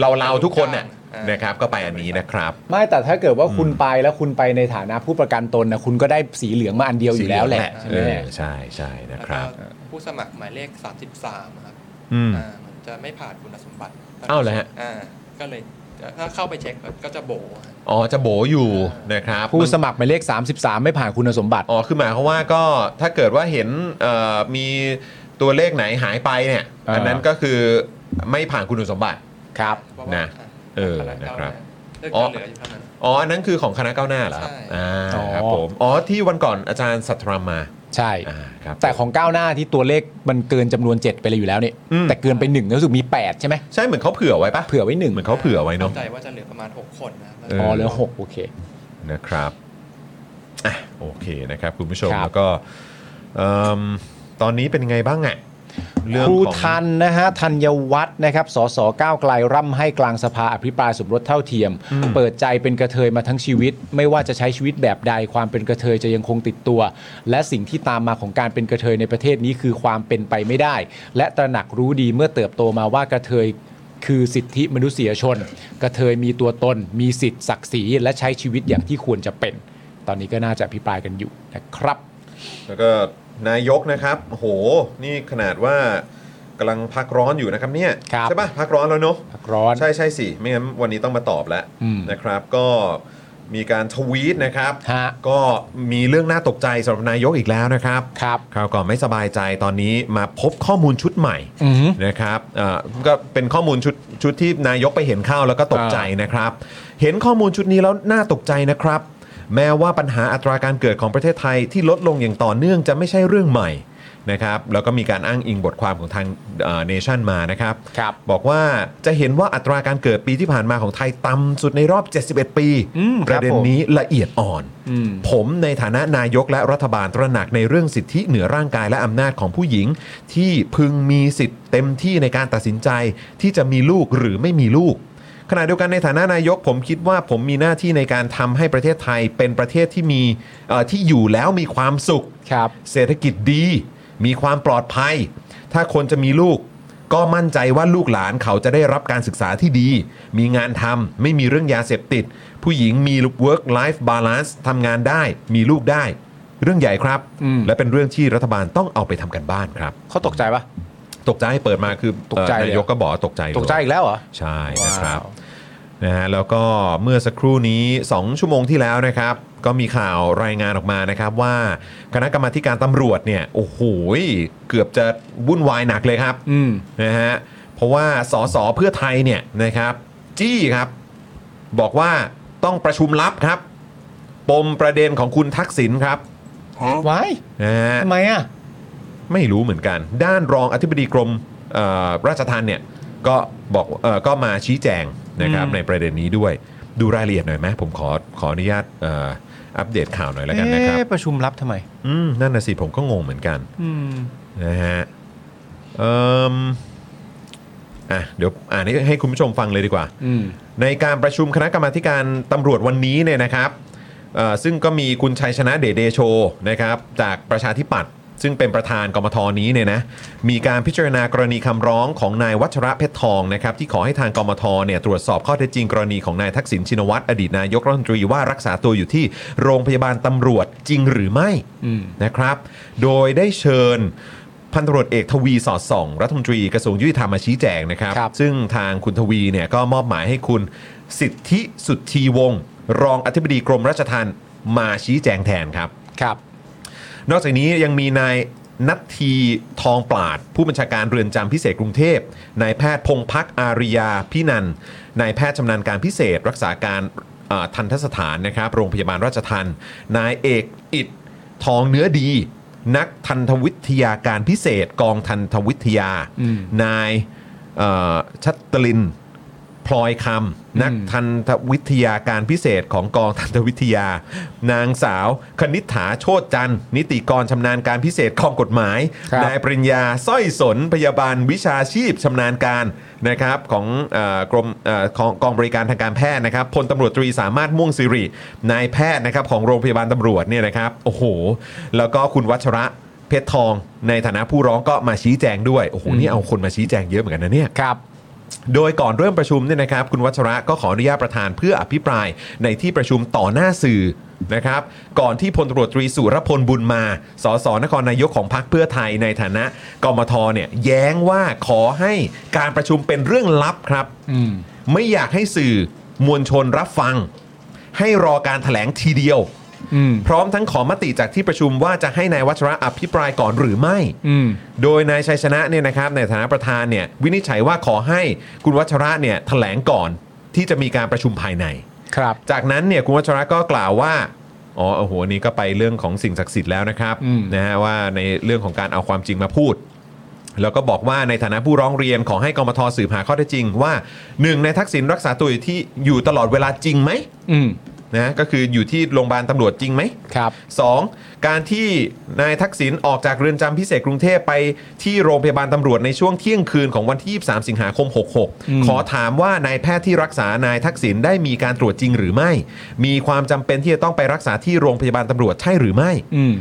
S5: เราๆ
S2: เราเราๆทุกคนเนี่ย
S5: อ่าน
S2: นะครับ ก็ไปอันนี้นะครับ
S3: ไม่แต่ถ้าเกิดว่าคุณไปแล้วคุณไปในฐานะผู้ประกันตนนะคุณก็ได้สีเหลืองมาอันเดียวอยู่แล้วแหละ
S2: สีเห
S3: ใช่ไห
S2: ลื
S3: ม
S2: องแหละเออใช่ใช่นะ
S5: แล้ว
S2: ค
S5: ก็
S2: รับ
S5: ผู้สมัครหมายเลข 33ครับ
S2: อืม
S5: อ่ามันจะไม่ผ่านคุณสมบัติ
S2: อ้าวเหรอฮะ
S5: อ่าก็เลยถ้าเข้าไปเช็คก็จะโบฮะ
S2: อ๋อ จะโบอยู่นะครับ
S3: ผู้สมัครหมายเลข 33 ไม่ผ่านคุณสมบัติ
S2: อ๋อ คือหมายความว่าก็ถ้าเกิดว่าเห็นเอ่อมีตัวเลขไหนหายไปเนี่ย
S3: อ่า
S2: อันนั้นก็คือไม่ผ่านคุณสมบัติ
S3: ครับ
S5: เพราะว่า
S2: นะ
S5: อ่
S2: เออ
S5: ขด
S2: นะครับ
S5: เลือกจะเหลืออยู่เท่านั้น
S2: อ๋อ อันนั้นคือของคณะก้าวหน้าเหรอครับ
S5: ใช่
S2: อ่า
S3: อ๋อ
S2: ครับผม อ๋อ ที่วันก่อนอาจารย์สัทธรรมมา
S3: ใช่
S2: อ่าครับ
S3: แต่ของก้าวหน้าที่ตัวเลขมันเกินจำนวน 7 ไปเลยอยู่แล้วเนี่ย
S2: อืม
S3: แต่เกินไปหนึ่งรู้สึกมี 8 ใช่ไหม
S2: ใช่เหมือนเขาเผื่อไว้ปะ
S3: เผื่อไว้หนึ่ง
S2: เหมือนเขาเผื่อไว้เนาะ
S5: ข้ใจว่าจะเหลือประมาณ 6 คนนะแล้ว
S2: เอ
S3: อ๋อเหลือหกโอเค
S2: นะครับอ่ะโอเคนะครับ คุณผู้ชม
S3: ครับ
S2: แล้วก็เอิ่มตอนนี้เป็นไงบ้างอะเรื่อง
S3: ครู
S2: ของ
S3: ทันนะฮะธัญวัฒน์นะครับสสก้าวไกลร่ำให้กลางสภาอภิปรายสมรสเท่าเทียม เปิดใจเป็นกระเทยมาทั้งชีวิต ไม่ว่าจะใช้ชีวิตแบบใดความเป็นกระเทยจะยังคงติดตัว และสิ่งที่ตามมาของการเป็นกระเทยในประเทศนี้คือความเป็นไปไม่ได้ และตระหนักรู้ดีเมื่อเติบโตมาว่ากระเทย คือสิทธิมนุษยชน กระเทยมีตัวตน มีสิทธิศักดิ์ศรีและใช้ชีวิตอย่างที่ควรจะเป็น ตอนนี้ก็น่าจะอภิปรายกันอยู่นะครับ
S2: แล้วก็นายกนะครับโอ้โห นี่ขนาดว่ากำลังพักร้อนอยู่นะครับเนี่ย
S3: ครับ
S2: ใช่ปะพักร้อนแล้วเนอะ
S3: พักร้อน
S2: ใช่ใช่สิ ไม่งั้นวันนี้ต้องมาตอบแล้ว
S3: อืม
S2: นะครับ ก็มีการทวีตนะครับ
S3: ฮะ
S2: ก็มีเรื่องน่าตกใจสำหรับนายกอีกแล้วนะครับ
S3: ครับ
S2: คราวก่อนไม่สบายใจตอนนี้มาพบข้อมูลชุดใหม่
S3: อือหือ
S2: นะครับเอ่อก็เป็นข้อมูลชุดชุดที่นายกไปเห็นเข้าแล้วก็ตกใจนะครับ เห็นข้อมูลชุดนี้แล้วน่าตกใจนะครับ แม้ว่าปัญหาอัตราการเกิดของประเทศไทยที่ลดลงอย่างต่อเนื่องจะไม่ใช่เรื่องใหม่ นะครับแล้วก็มีการอ้างอิงบทความของทางเนชั่นมานะครับ
S3: ครับ
S2: บอกว่าจะเห็นว่าอัตราการเกิดปีที่ผ่านมาของไทยต่ำสุดในรอบ 71 ปี
S3: อืม
S2: ประเด็น
S3: ครับผม
S2: นี้ละเอียดอ่อน
S3: อืม
S2: ผมในฐานะนายกและรัฐบาลตระหนักในเรื่องสิทธิเหนือร่างกายและอำนาจของผู้หญิง ที่พึงมีสิทธิ์เต็มที่ในการตัดสินใจที่จะมีลูกหรือไม่มีลูก ขณะเดียวกันในฐานะนายก ผมคิดว่าผมมีหน้าที่ในการทำให้ประเทศไทยเป็นประเทศที่มีเอ่อที่อยู่แล้วมีความสุข
S3: ครับ
S2: เศรษฐกิจดี มีความปลอดภัย ถ้าคนจะมีลูก ก็มั่นใจว่าลูกหลานเขาจะได้รับการศึกษาที่ดี มีงานทำไม่มีเรื่องยาเสพติด ผู้หญิงมี work life balance ทำงานได้ มีลูกได้ เรื่องใหญ่ครับ
S3: อืม
S2: และเป็นเรื่องที่รัฐบาลต้องเอาไปทำกันบ้านครับ
S3: เขาตกใจปะ
S2: ตกใจเปิดมาคือ
S3: ตกใจเลย
S2: นายกก็บอกว่าตกใจเลย
S3: ตกใจอีกแล้วเหรอ
S2: ใช่นะครับ
S3: ว้าว
S2: นะฮะแล้วก็เมื่อสักครู่นี้ 2 ชั่วโมงที่แล้วนะครับ ก็มีข่าวรายงานออกมานะครับว่าคณะกรรมาธิการตำรวจเนี่ยโอ้โหเกือบจะวุ่นวายหนักเลยครับ
S3: อืม
S2: นะฮะเพราะว่าสสเพื่อไทยเนี่ยนะครับจี้ครับ บอกว่าต้องประชุมลับครับ ปมประเด็นของคุณทักษิณครับ
S3: ไว้าย
S2: นะฮะ
S3: ทำไมอ่ะ
S2: ไม่รู้เหมือนกัน ด้านรองอธิบดีกรมเอ่อราชทัณฑ์เนี่ยก็บอกเออก็มาชี้แจงนะครับ
S3: อืม
S2: ในประเด็นนี้ด้วย ดูรายละเอียดหน่อยไหมผมขอขออนุญาตเอ่ออัปเดตข่าวหน่อยแล้วกันนะครับ
S3: เอ๊ประชุมรับทำไม
S2: อืมนั่นน่ะสิผมก็งงเหมือนกัน
S3: อืม
S2: นะฮะเอ่มอ่ะเดี๋ยวอ่านให้ให้คุณผู้ชมฟังเลยดีกว่า
S3: อืม
S2: ในการประชุมคณะกรรมาธิการตำรวจวันนี้เนี่ยนะครับเอ่อซึ่งก็มีคุณชัยชนะเดชเดโชนะครับจากประชาธิปัตย์ซึ่งเป็นประธานกมทนี้เนี่ยนะมีการพิจารณากรณีคำร้องของนายวัชระเพชรทองนะครับที่ขอให้ทางกมทเนี่ยตรวจสอบข้อเท็จจริงกรณีของนายทักษิณชินวัตรอดีตนายกรัฐมนตรีว่ารักษาตัวอยู่ที่โรงพยาบาลตำรวจจริงหรือไม่
S3: อืม
S2: นะครับ โดยได้เชิญพันตำรวจเอกทวีสอดส่องรัฐมนตรีกระทรวงยุติธรรมมาชี้แจงนะครับ
S3: ครับ
S2: ซึ่งทางคุณทวีเนี่ยก็มอบหมายให้คุณสิทธิสุทธีวงศ์รองอธิบดีกรมราชทัณฑ์มาชี้แจงแทนครับ
S3: ครับ
S2: นอกจากนี้ยังมีนายนัททีทองปราด ผู้บัญชาการเรือนจำพิเศษกรุงเทพนายแพทย์พงพักอาริยาพินันนายแพทย์ชำนาญการพิเศษ รักษาการเอ่อทันทสถานนะครับ โรงพยาบาลราชทันนายเอกอิดทองเนื้อดี นักทันทวิทยาการพิเศษกองทันทวิทยา
S3: อืม
S2: นายเอ่อชัตตลิน พลอยคำนักทันตวิทยาการพิเศษของกองทันตวิทยา นางสาวคณิษฐาโชติจันทร์นิติกรชำนาญการพิเศษของกฎหมาย
S3: ครับ
S2: นายปริญญาสร้อยสนพยาบาลวิชาชีพชำนาญการนะครับของเออกรมเออของกองบริการทางการแพทย์นะครับพลตำรวจตรีสามารถม่วงสิรินายแพทย์นะครับของโรงพยาบาลตำรวจเนี่ยนะครับโอ้โห แล้วก็คุณวัชระเพชรทอง ในฐานะผู้ร้องก็มาชี้แจงด้วยโอ้โหนี่เอาคนมาชี้แจงเยอะเหมือนกันนะเนี่ย
S3: ครับ
S2: โดยก่อนเริ่มประชุมเนี่ยนะครับ คุณวัชระก็ขออนุญาตประธานเพื่ออภิปรายในที่ประชุมต่อหน้าสื่อนะครับ ก่อนที่พลตำรวจตรีสุรพลบุญมา สสนครนายกของพรรคเพื่อไทยในฐานะกมทเนี่ยแย้งว่าขอให้การประชุมเป็นเรื่องลับครับ
S3: อืม
S2: ไม่อยากให้สื่อมวลชนรับฟัง ให้รอการถแถลงทีเดียว
S3: อืม
S2: พร้อมทั้งขอมติจากที่ประชุมว่าจะให้นายวัชระอภิปรายก่อนหรือไม่
S3: อืม
S2: โดยนายชัยชนะเนี่ยนะครับในฐานะประธานเนี่ยวินิจฉัยว่าขอให้คุณวัชระเนี่ยแถลงก่อนที่จะมีการประชุมภายใน
S3: ครับ
S2: จากนั้นเนี่ยคุณวัชระก็กล่าวว่าอ๋อโอ้โหอันนี้ก็ไปเรื่องของสิ่งศักดิ์สิทธิ์แล้วนะครับ
S3: อืม
S2: นะฮะว่าในเรื่องของการเอาความจริงมาพูด แล้วก็บอกว่าในฐานะผู้ร้องเรียนขอให้กมทสืบหาข้อเท็จจริงว่าหนึ่งในทักษิณรักษาตัวอยู่ที่อยู่ตลอดเวลาจริงไหม
S3: อืม
S2: นะก็คืออยู่ที่โรงพยาบาลตำรวจจริงไหม
S3: ครับ
S2: สองการที่นายทักษิณออกจากเรือนจำพิเศษกรุงเทพไปที่โรงพยาบาลตำรวจในช่วงเที่ยงคืนของวันที่ 23 สิงหาคม
S3: อืม
S2: 66 ขอถามว่านายแพทย์ที่รักษานายทักษิณได้มีการตรวจจริงหรือไม่ มีความจำเป็นที่จะต้องไปรักษาที่โรงพยาบาลตำรวจใช่หรือไม่
S3: อืม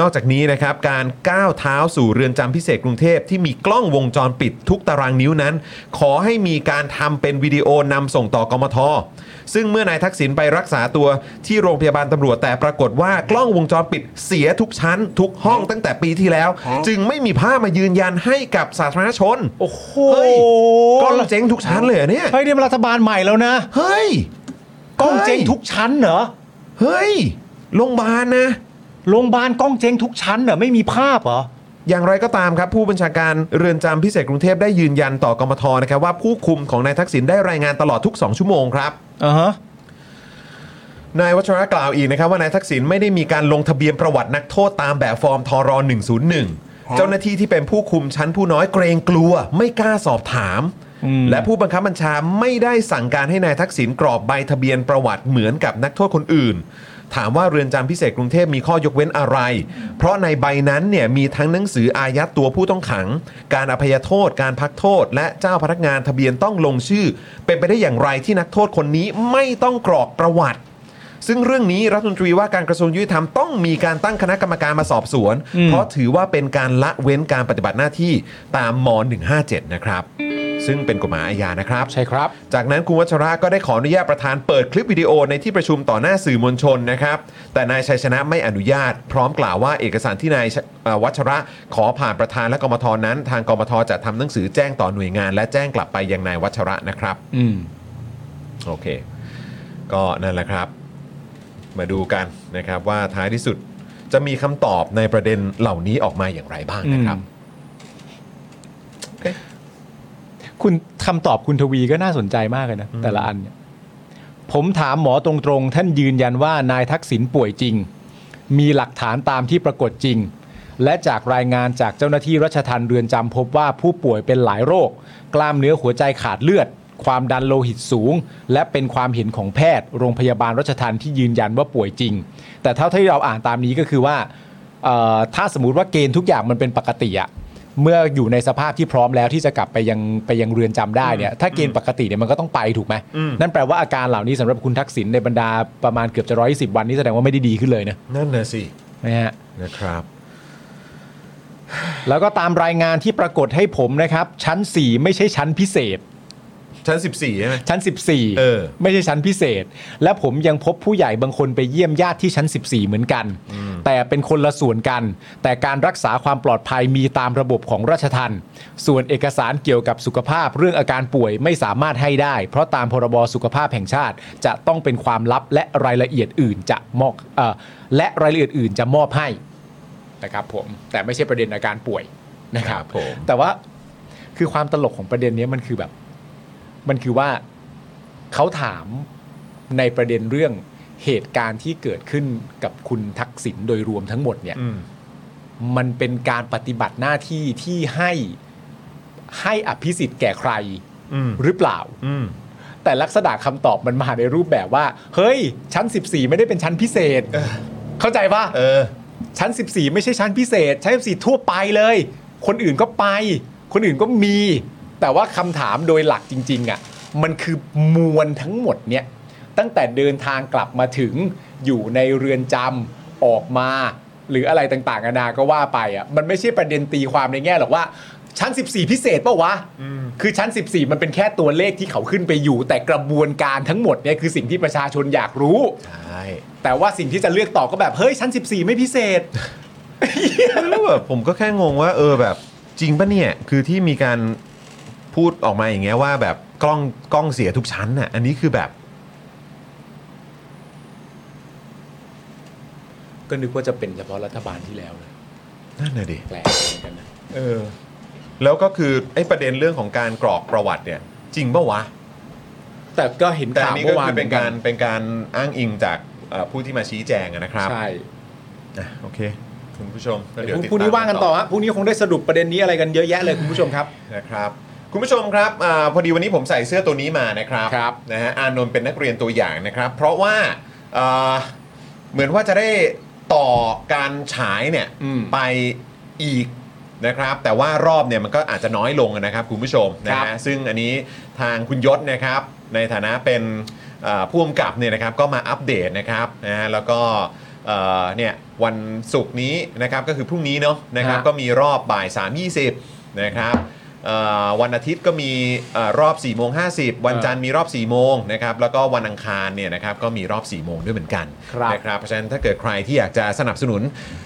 S2: นอกจากนี้นะครับ การก้าวเท้าสู่เรือนจำพิเศษกรุงเทพที่มีกล้องวงจรปิดทุกตารางนิ้วนั้น ขอให้มีการทำเป็นวิดีโอนำส่งต่อกมท ซึ่งเมื่อนายทักษิณไปรักษาตัวที่โรงพยาบาลตำรวจแต่ปรากฏว่ากล้องวงจรปิดเสียทุกชั้น ทุกห้องตั้งแต่ปีที่แล้ว จึงไม่มีภาพมายืนยันให้กับสาธารณชน
S3: โอ้โห
S2: เฮ้ย กล้องเจ๊งทุกชั้นเลยเหรอเนี่ย
S3: เฮ้ยนี่มันรัฐบาลใหม่แล้วนะ
S2: เฮ้ย
S3: กล้องเจ๊ง
S2: เฮ้ย
S3: ทุกชั้นเหรอ
S2: เฮ้ยโรงพยาบาลนะ
S3: โรงพยาบาลกล้องเจ๊งทุกชั้นเหรอ ไม่มีภาพเหรอ
S2: อย่างไรก็ตามครับ ผู้บัญชาการเรือนจำพิเศษกรุงเทพได้ยืนยันต่อกมทนะครับว่าผู้คุมของนายทักษิณได้รายงานตลอดทุก 2 ชั่วโมงครับ
S3: อ่าฮะ
S2: นายวัชระกล่าวอีกนะครับว่านายทักษิณไม่ได้มีการลงทะเบียนประวัตินักโทษตามแบบฟอร์มทร101 เจ้าหน้าที่ที่เป็นผู้คุมชั้นผู้น้อยเกรงกลัว ไม่กล้าสอบถาม และผู้บังคับบัญชาไม่ได้สั่งการให้นายทักษิณกรอกใบทะเบียนประวัติเหมือนกับนักโทษคนอื่น ถามว่าเรือนจำพิเศษกรุงเทพมีข้อยกเว้นอะไร เพราะในใบนั้นเนี่ยมีทั้งหนังสืออายัดตัวผู้ต้องขัง การอภัยโทษ การพักโทษ และเจ้าพนักงานทะเบียนต้องลงชื่อ เป็นไปได้อย่างไรที่นักโทษคนนี้ไม่ต้องกรอกประวัติ ซึ่งเรื่องนี้รัฐมนตรีว่าการกระทรวงยุติธรรมต้องมีการตั้งคณะกรรมการมาสอบสวน เพราะถือว่าเป็นการละเว้นการปฏิบัติหน้าที่ตามม .157 นะครับ ซึ่งเป็นกฎหมายอาญานะครับ
S3: ใช่ครับ
S2: จากนั้นคุณวัชระก็ได้ขออนุญาตประธานเปิดคลิปวิดีโอในที่ประชุมต่อหน้าสื่อมวลชนนะครับ แต่นายชัยชนะไม่อนุญาต พร้อมกล่าวว่าเอกสารที่นายชเอ่อวัชระขอผ่านประธานและกมทนั้น ทางกมทจะทำหนังสือแจ้งต่อหน่วยงาน และแจ้งกลับไปยังนายวัชระนะครับ
S3: อืม
S2: โอเค ก็นั่นแหละครับ มาดูกันนะครับว่าท้ายที่สุดจะมีคำตอบในประเด็นเหล่านี้ออกมาอย่างไรบ้างนะครับ
S3: คุณคำตอบคุณทวีก็น่าสนใจมากเลยนะ แต่ละอันเนี่ยผมถามหมอตรงๆ ท่านยืนยันว่านายทักษิณป่วยจริง มีหลักฐานตามที่ปรากฏจริง และจากรายงานจากเจ้าหน้าที่รัชทันเรือนจำพบว่าผู้ป่วยเป็นหลายโรค กล้ามเนื้อหัวใจขาดเลือด ความดันโลหิตสูง และเป็นความเห็นของแพทย์ โรงพยาบาลรัชทันที่ยืนยันว่าป่วยจริง แต่เท่าที่เราอ่านตามนี้ก็คือว่าเอ่อถ้าสมมติว่าเกณฑ์ทุกอย่างมันเป็นปกติอะ เมื่ออยู่ในสภาพที่พร้อมแล้วที่จะกลับไปยังไปยังเรือนจำได้เนี่ยถ้าเกณฑ์ปกติเนี่ยมันก็ต้องไปถูกไหมนั่นแปลว่าอาการเหล่านี้สำหรับคุณทักษิณในบรรดาประมาณเกือบจะร้อยสิบวันนี้แสดงว่าไม่ได้ดีขึ้นเลยนะ
S2: นั่นนะสิ
S3: นะฮะ
S2: นะครับ
S3: แล้วก็ตามรายงานที่ปรากฏให้ผมนะครับ ชั้น 4 ไม่ใช่ชั้นพิเศษ
S2: ชั้น 14 ใช่ไหม
S3: ชั้น 14
S2: เออ
S3: ไม่ใช่ชั้นพิเศษ และผมยังพบผู้ใหญ่บางคนไปเยี่ยมญาติที่ชั้น 14 เหมือนกัน แต่เป็นคนละส่วนกัน แต่การรักษาความปลอดภัยมีตามระบบของราชทันส่วนเอกสารเกี่ยวกับสุขภาพเรื่องอาการป่วยไม่สามารถให้ได้ เพราะตามพรบสุขภาพแห่งชาติ จะต้องเป็นความลับและรายละเอียดอื่นจะมอบเอ่อและรายละเอียดอื่นจะมอบให้นะครับผมแต่ไม่ใช่ประเด็นอาการป่วยนะครับ
S2: ผม
S3: แต่ว่าคือความตลกของประเด็นเนี้ยมันคือแบบ มันคือว่าเขาถามในประเด็นเรื่องเหตุการณ์ที่เกิดขึ้นกับคุณทักษิณโดยรวมทั้งหมดเนี่ย
S2: อืม
S3: มันเป็นการปฏิบัติหน้าที่ที่ให้ให้อภิสิทธิ์แก่ใคร
S2: อืม
S3: หรือเปล่า
S2: อืม
S3: แต่ลักษณะคำตอบมันมาในรูปแบบว่า เฮ้ย ชั้น 14 ไม่ได้เป็นชั้นพิเศษ เข้าใจปะ
S2: เออ
S3: ชั้น 14 ไม่ใช่ชั้นพิเศษ ชั้น14ทั่วไปเลย คนอื่นก็ไป คนอื่นก็มี แต่ว่าคำถามโดยหลักจริง ๆอะ่ะมันคือมวลทั้งหมดเนี่ยตั้งแต่เดินทางกลับมาถึงอยู่ในเรือนจำออกมา หรืออะไรต่างๆนานาก็ว่าไปอะ่ะมันไม่ใช่ประเด็นตีความในแง่หรอกว่า ชั้น 14 พิเศษเปล่าวะคือชั้น 14 มันเป็นแค่ตัวเลขที่เขาขึ้นไปอยู่ แต่กระบวนการทั้งหมดเนี่ยคือสิ่งที่ประชาชนอยากรู้
S2: ใช่
S3: แต่ว่าสิ่งที่จะเลือกต่อก็แบบ เฮ้ย ชั้น 14 ไม่พิเศษ
S2: แล้วแบบผมก็แค่งงว่า เออแบบ จริงปะเนี่ย คือที่มีการพูดออกมาอย่างเงี้ยว่าแบบกล้องกล้องเสียทุกชั้นน่ะ อันนี้คือแบบ
S3: ก็นึกว่าจะเป็นเฉพาะรัฐบาลที่แล้วนะ
S2: นั่นน่ะดิ
S3: แปลกเหมือนกันนะ
S2: เออ แล้วก็คือไอ้ประเด็นเรื่องของการกรอกประวัติเนี่ย จริงปะวะ
S3: แต่ก็เห็น
S2: แต่
S3: ข่า
S2: อั
S3: วน
S2: นี้
S3: เมื่
S2: ก็
S3: อวาน
S2: คือเป็นการเป็นการอ้างอิงจากเอ่อผู้ที่มาชี้แจงอะนะครับ
S3: ใช่
S2: อ่ะโอเค คุณผู้ชมก็
S3: เดี๋
S2: เดี๋
S3: ย
S2: ยว
S3: ว
S2: ติด
S3: พรุ่งนี้ว่างกันต่อ
S2: ม
S3: ฮะพรุ่งนี้คงได้สรุปประเด็นนี้อะไรกันเยอะแยะเลยคุณผู้ชมครับ
S2: นะครับ คุณผู้ชมครับอาพอดีวันนี้ผมใส่เสื้อตัวนี้มานะครับ
S3: ครับ
S2: นะฮะอานนท์เป็นนักเรียนตัวอย่างนะครับ เพราะว่าเอ่อเหมือนว่าจะได้ต่อการฉายเนี่ย
S3: อืม
S2: ไปอีกนะครับ แต่ว่ารอบเนี่ยมันก็อาจจะน้อยลงนะครับคุณผู้ชมนะ
S3: ครั
S2: ฮะ
S3: บ
S2: ซึ่งอันนี้ทางคุณยศนะครับ ในฐานะเป็น เอ่อผู้กำกับเนี่ยนะครับก็มาอัปเดตนะครับนะฮะแล้วก็เอ่อเนี่ยวันศุกร์นี้นะครับก็คือพรุ่งนี้เนาะนะครับ
S3: ฮะ
S2: ก็มีรอบบ่าย 3 20นะครับเอ่อวันอาทิตย์ก็มีเอ่อรอบ4ี่โมงห้วันจันทร์มีรอบ4ี่โมงนะครับแล้วก็วันอังคารเนี่ยนะครับก็มีรอบ4ี่โมงด้วยเหมือนกัน
S3: ครับ
S2: นะครับเพราะฉะนั้นถ้าเกิดใครที่อยากจะสนับสนุน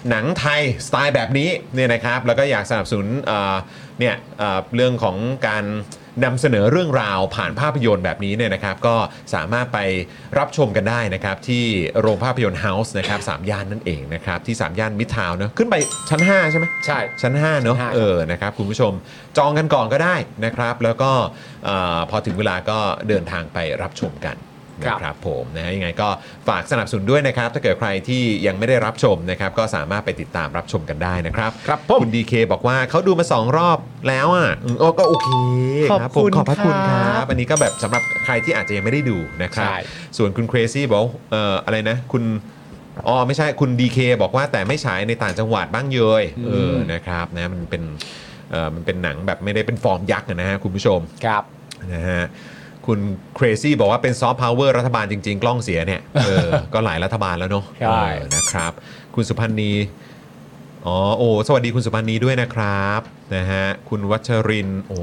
S2: หนังไทยสไตล์แบบนี้เนี่ยนะครับแล้วก็อยากสนับสนุนเอ่อเนี่ยเอ่อเรื่องของการ นำเสนอเรื่องราวผ่านภาพยนตร์แบบนี้เนี่ยนะครับ ก็สามารถไปรับชมกันได้นะครับ ที่โรงภาพยนตร์เฮาส์นะครับสามย่านนั่นเองนะครับ ที่ 3 ย่านมิตรทาวน์เนอะขึ้นไปชั้น 5 ใช่ไหม
S3: ใช่
S2: ชั้น 5 เนอะ
S3: ชั้นห้า
S2: เออนะครับ คุณผู้ชมจองกันก่อนก็ได้นะครับ แล้วก็เอ่อพอถึงเวลาก็เดินทางไปรับชมกัน ครับ
S3: นะครับผมนะฮะยังไงก็ฝากสนับสนุนด้วยนะครับ ถ้าเกิดใครที่ยังไม่ได้รับชมนะครับ ก็สามารถไปติดตามรับชมกันได้นะครับ
S2: ครับผม
S3: คุณดีเคบอกว่าเขาดูมา 2 รอบแล้วอ่ะอืมโอ้ก็โอเครัผมข
S2: ข
S3: อ
S2: อ
S3: บบ พ
S2: คุณ
S3: ระคุณครั
S2: ครับ บ
S3: อันนี้ก็แบบสำหรับใครที่อาจจะยังไม่ได้ดูนะครับ
S2: ใช่
S3: ส่วนคุณเครซี่บอกว่าเอ่ออะไรนะ คุณอ๋อไม่ใช่คุณดีเคบอกว่าแต่ไม่ฉายในต่างจังหวัดบ้างเยยเอออนะครับนะมันเป็นเอ่อมันเป็นหนังแบบไม่ได้เป็นฟอร์มยักษ์นะฮะคุณผู้ชม
S2: ครับ
S3: นะฮะคุณเครซี่บอกว่าเป็นซอฟต์พาวเวอร์รัฐบาลจริง ๆ กล้องเสีย เนี่ยเออ ก็หลายรัฐบาลแล้วเนาะ
S2: ใช่
S3: เออนะครับ คุณสุพันธ์นีอ๋อโอ้สวัสดีคุณสุพันธ์นีด้วยนะครับนะฮะคุณวัชรินทร์โอ้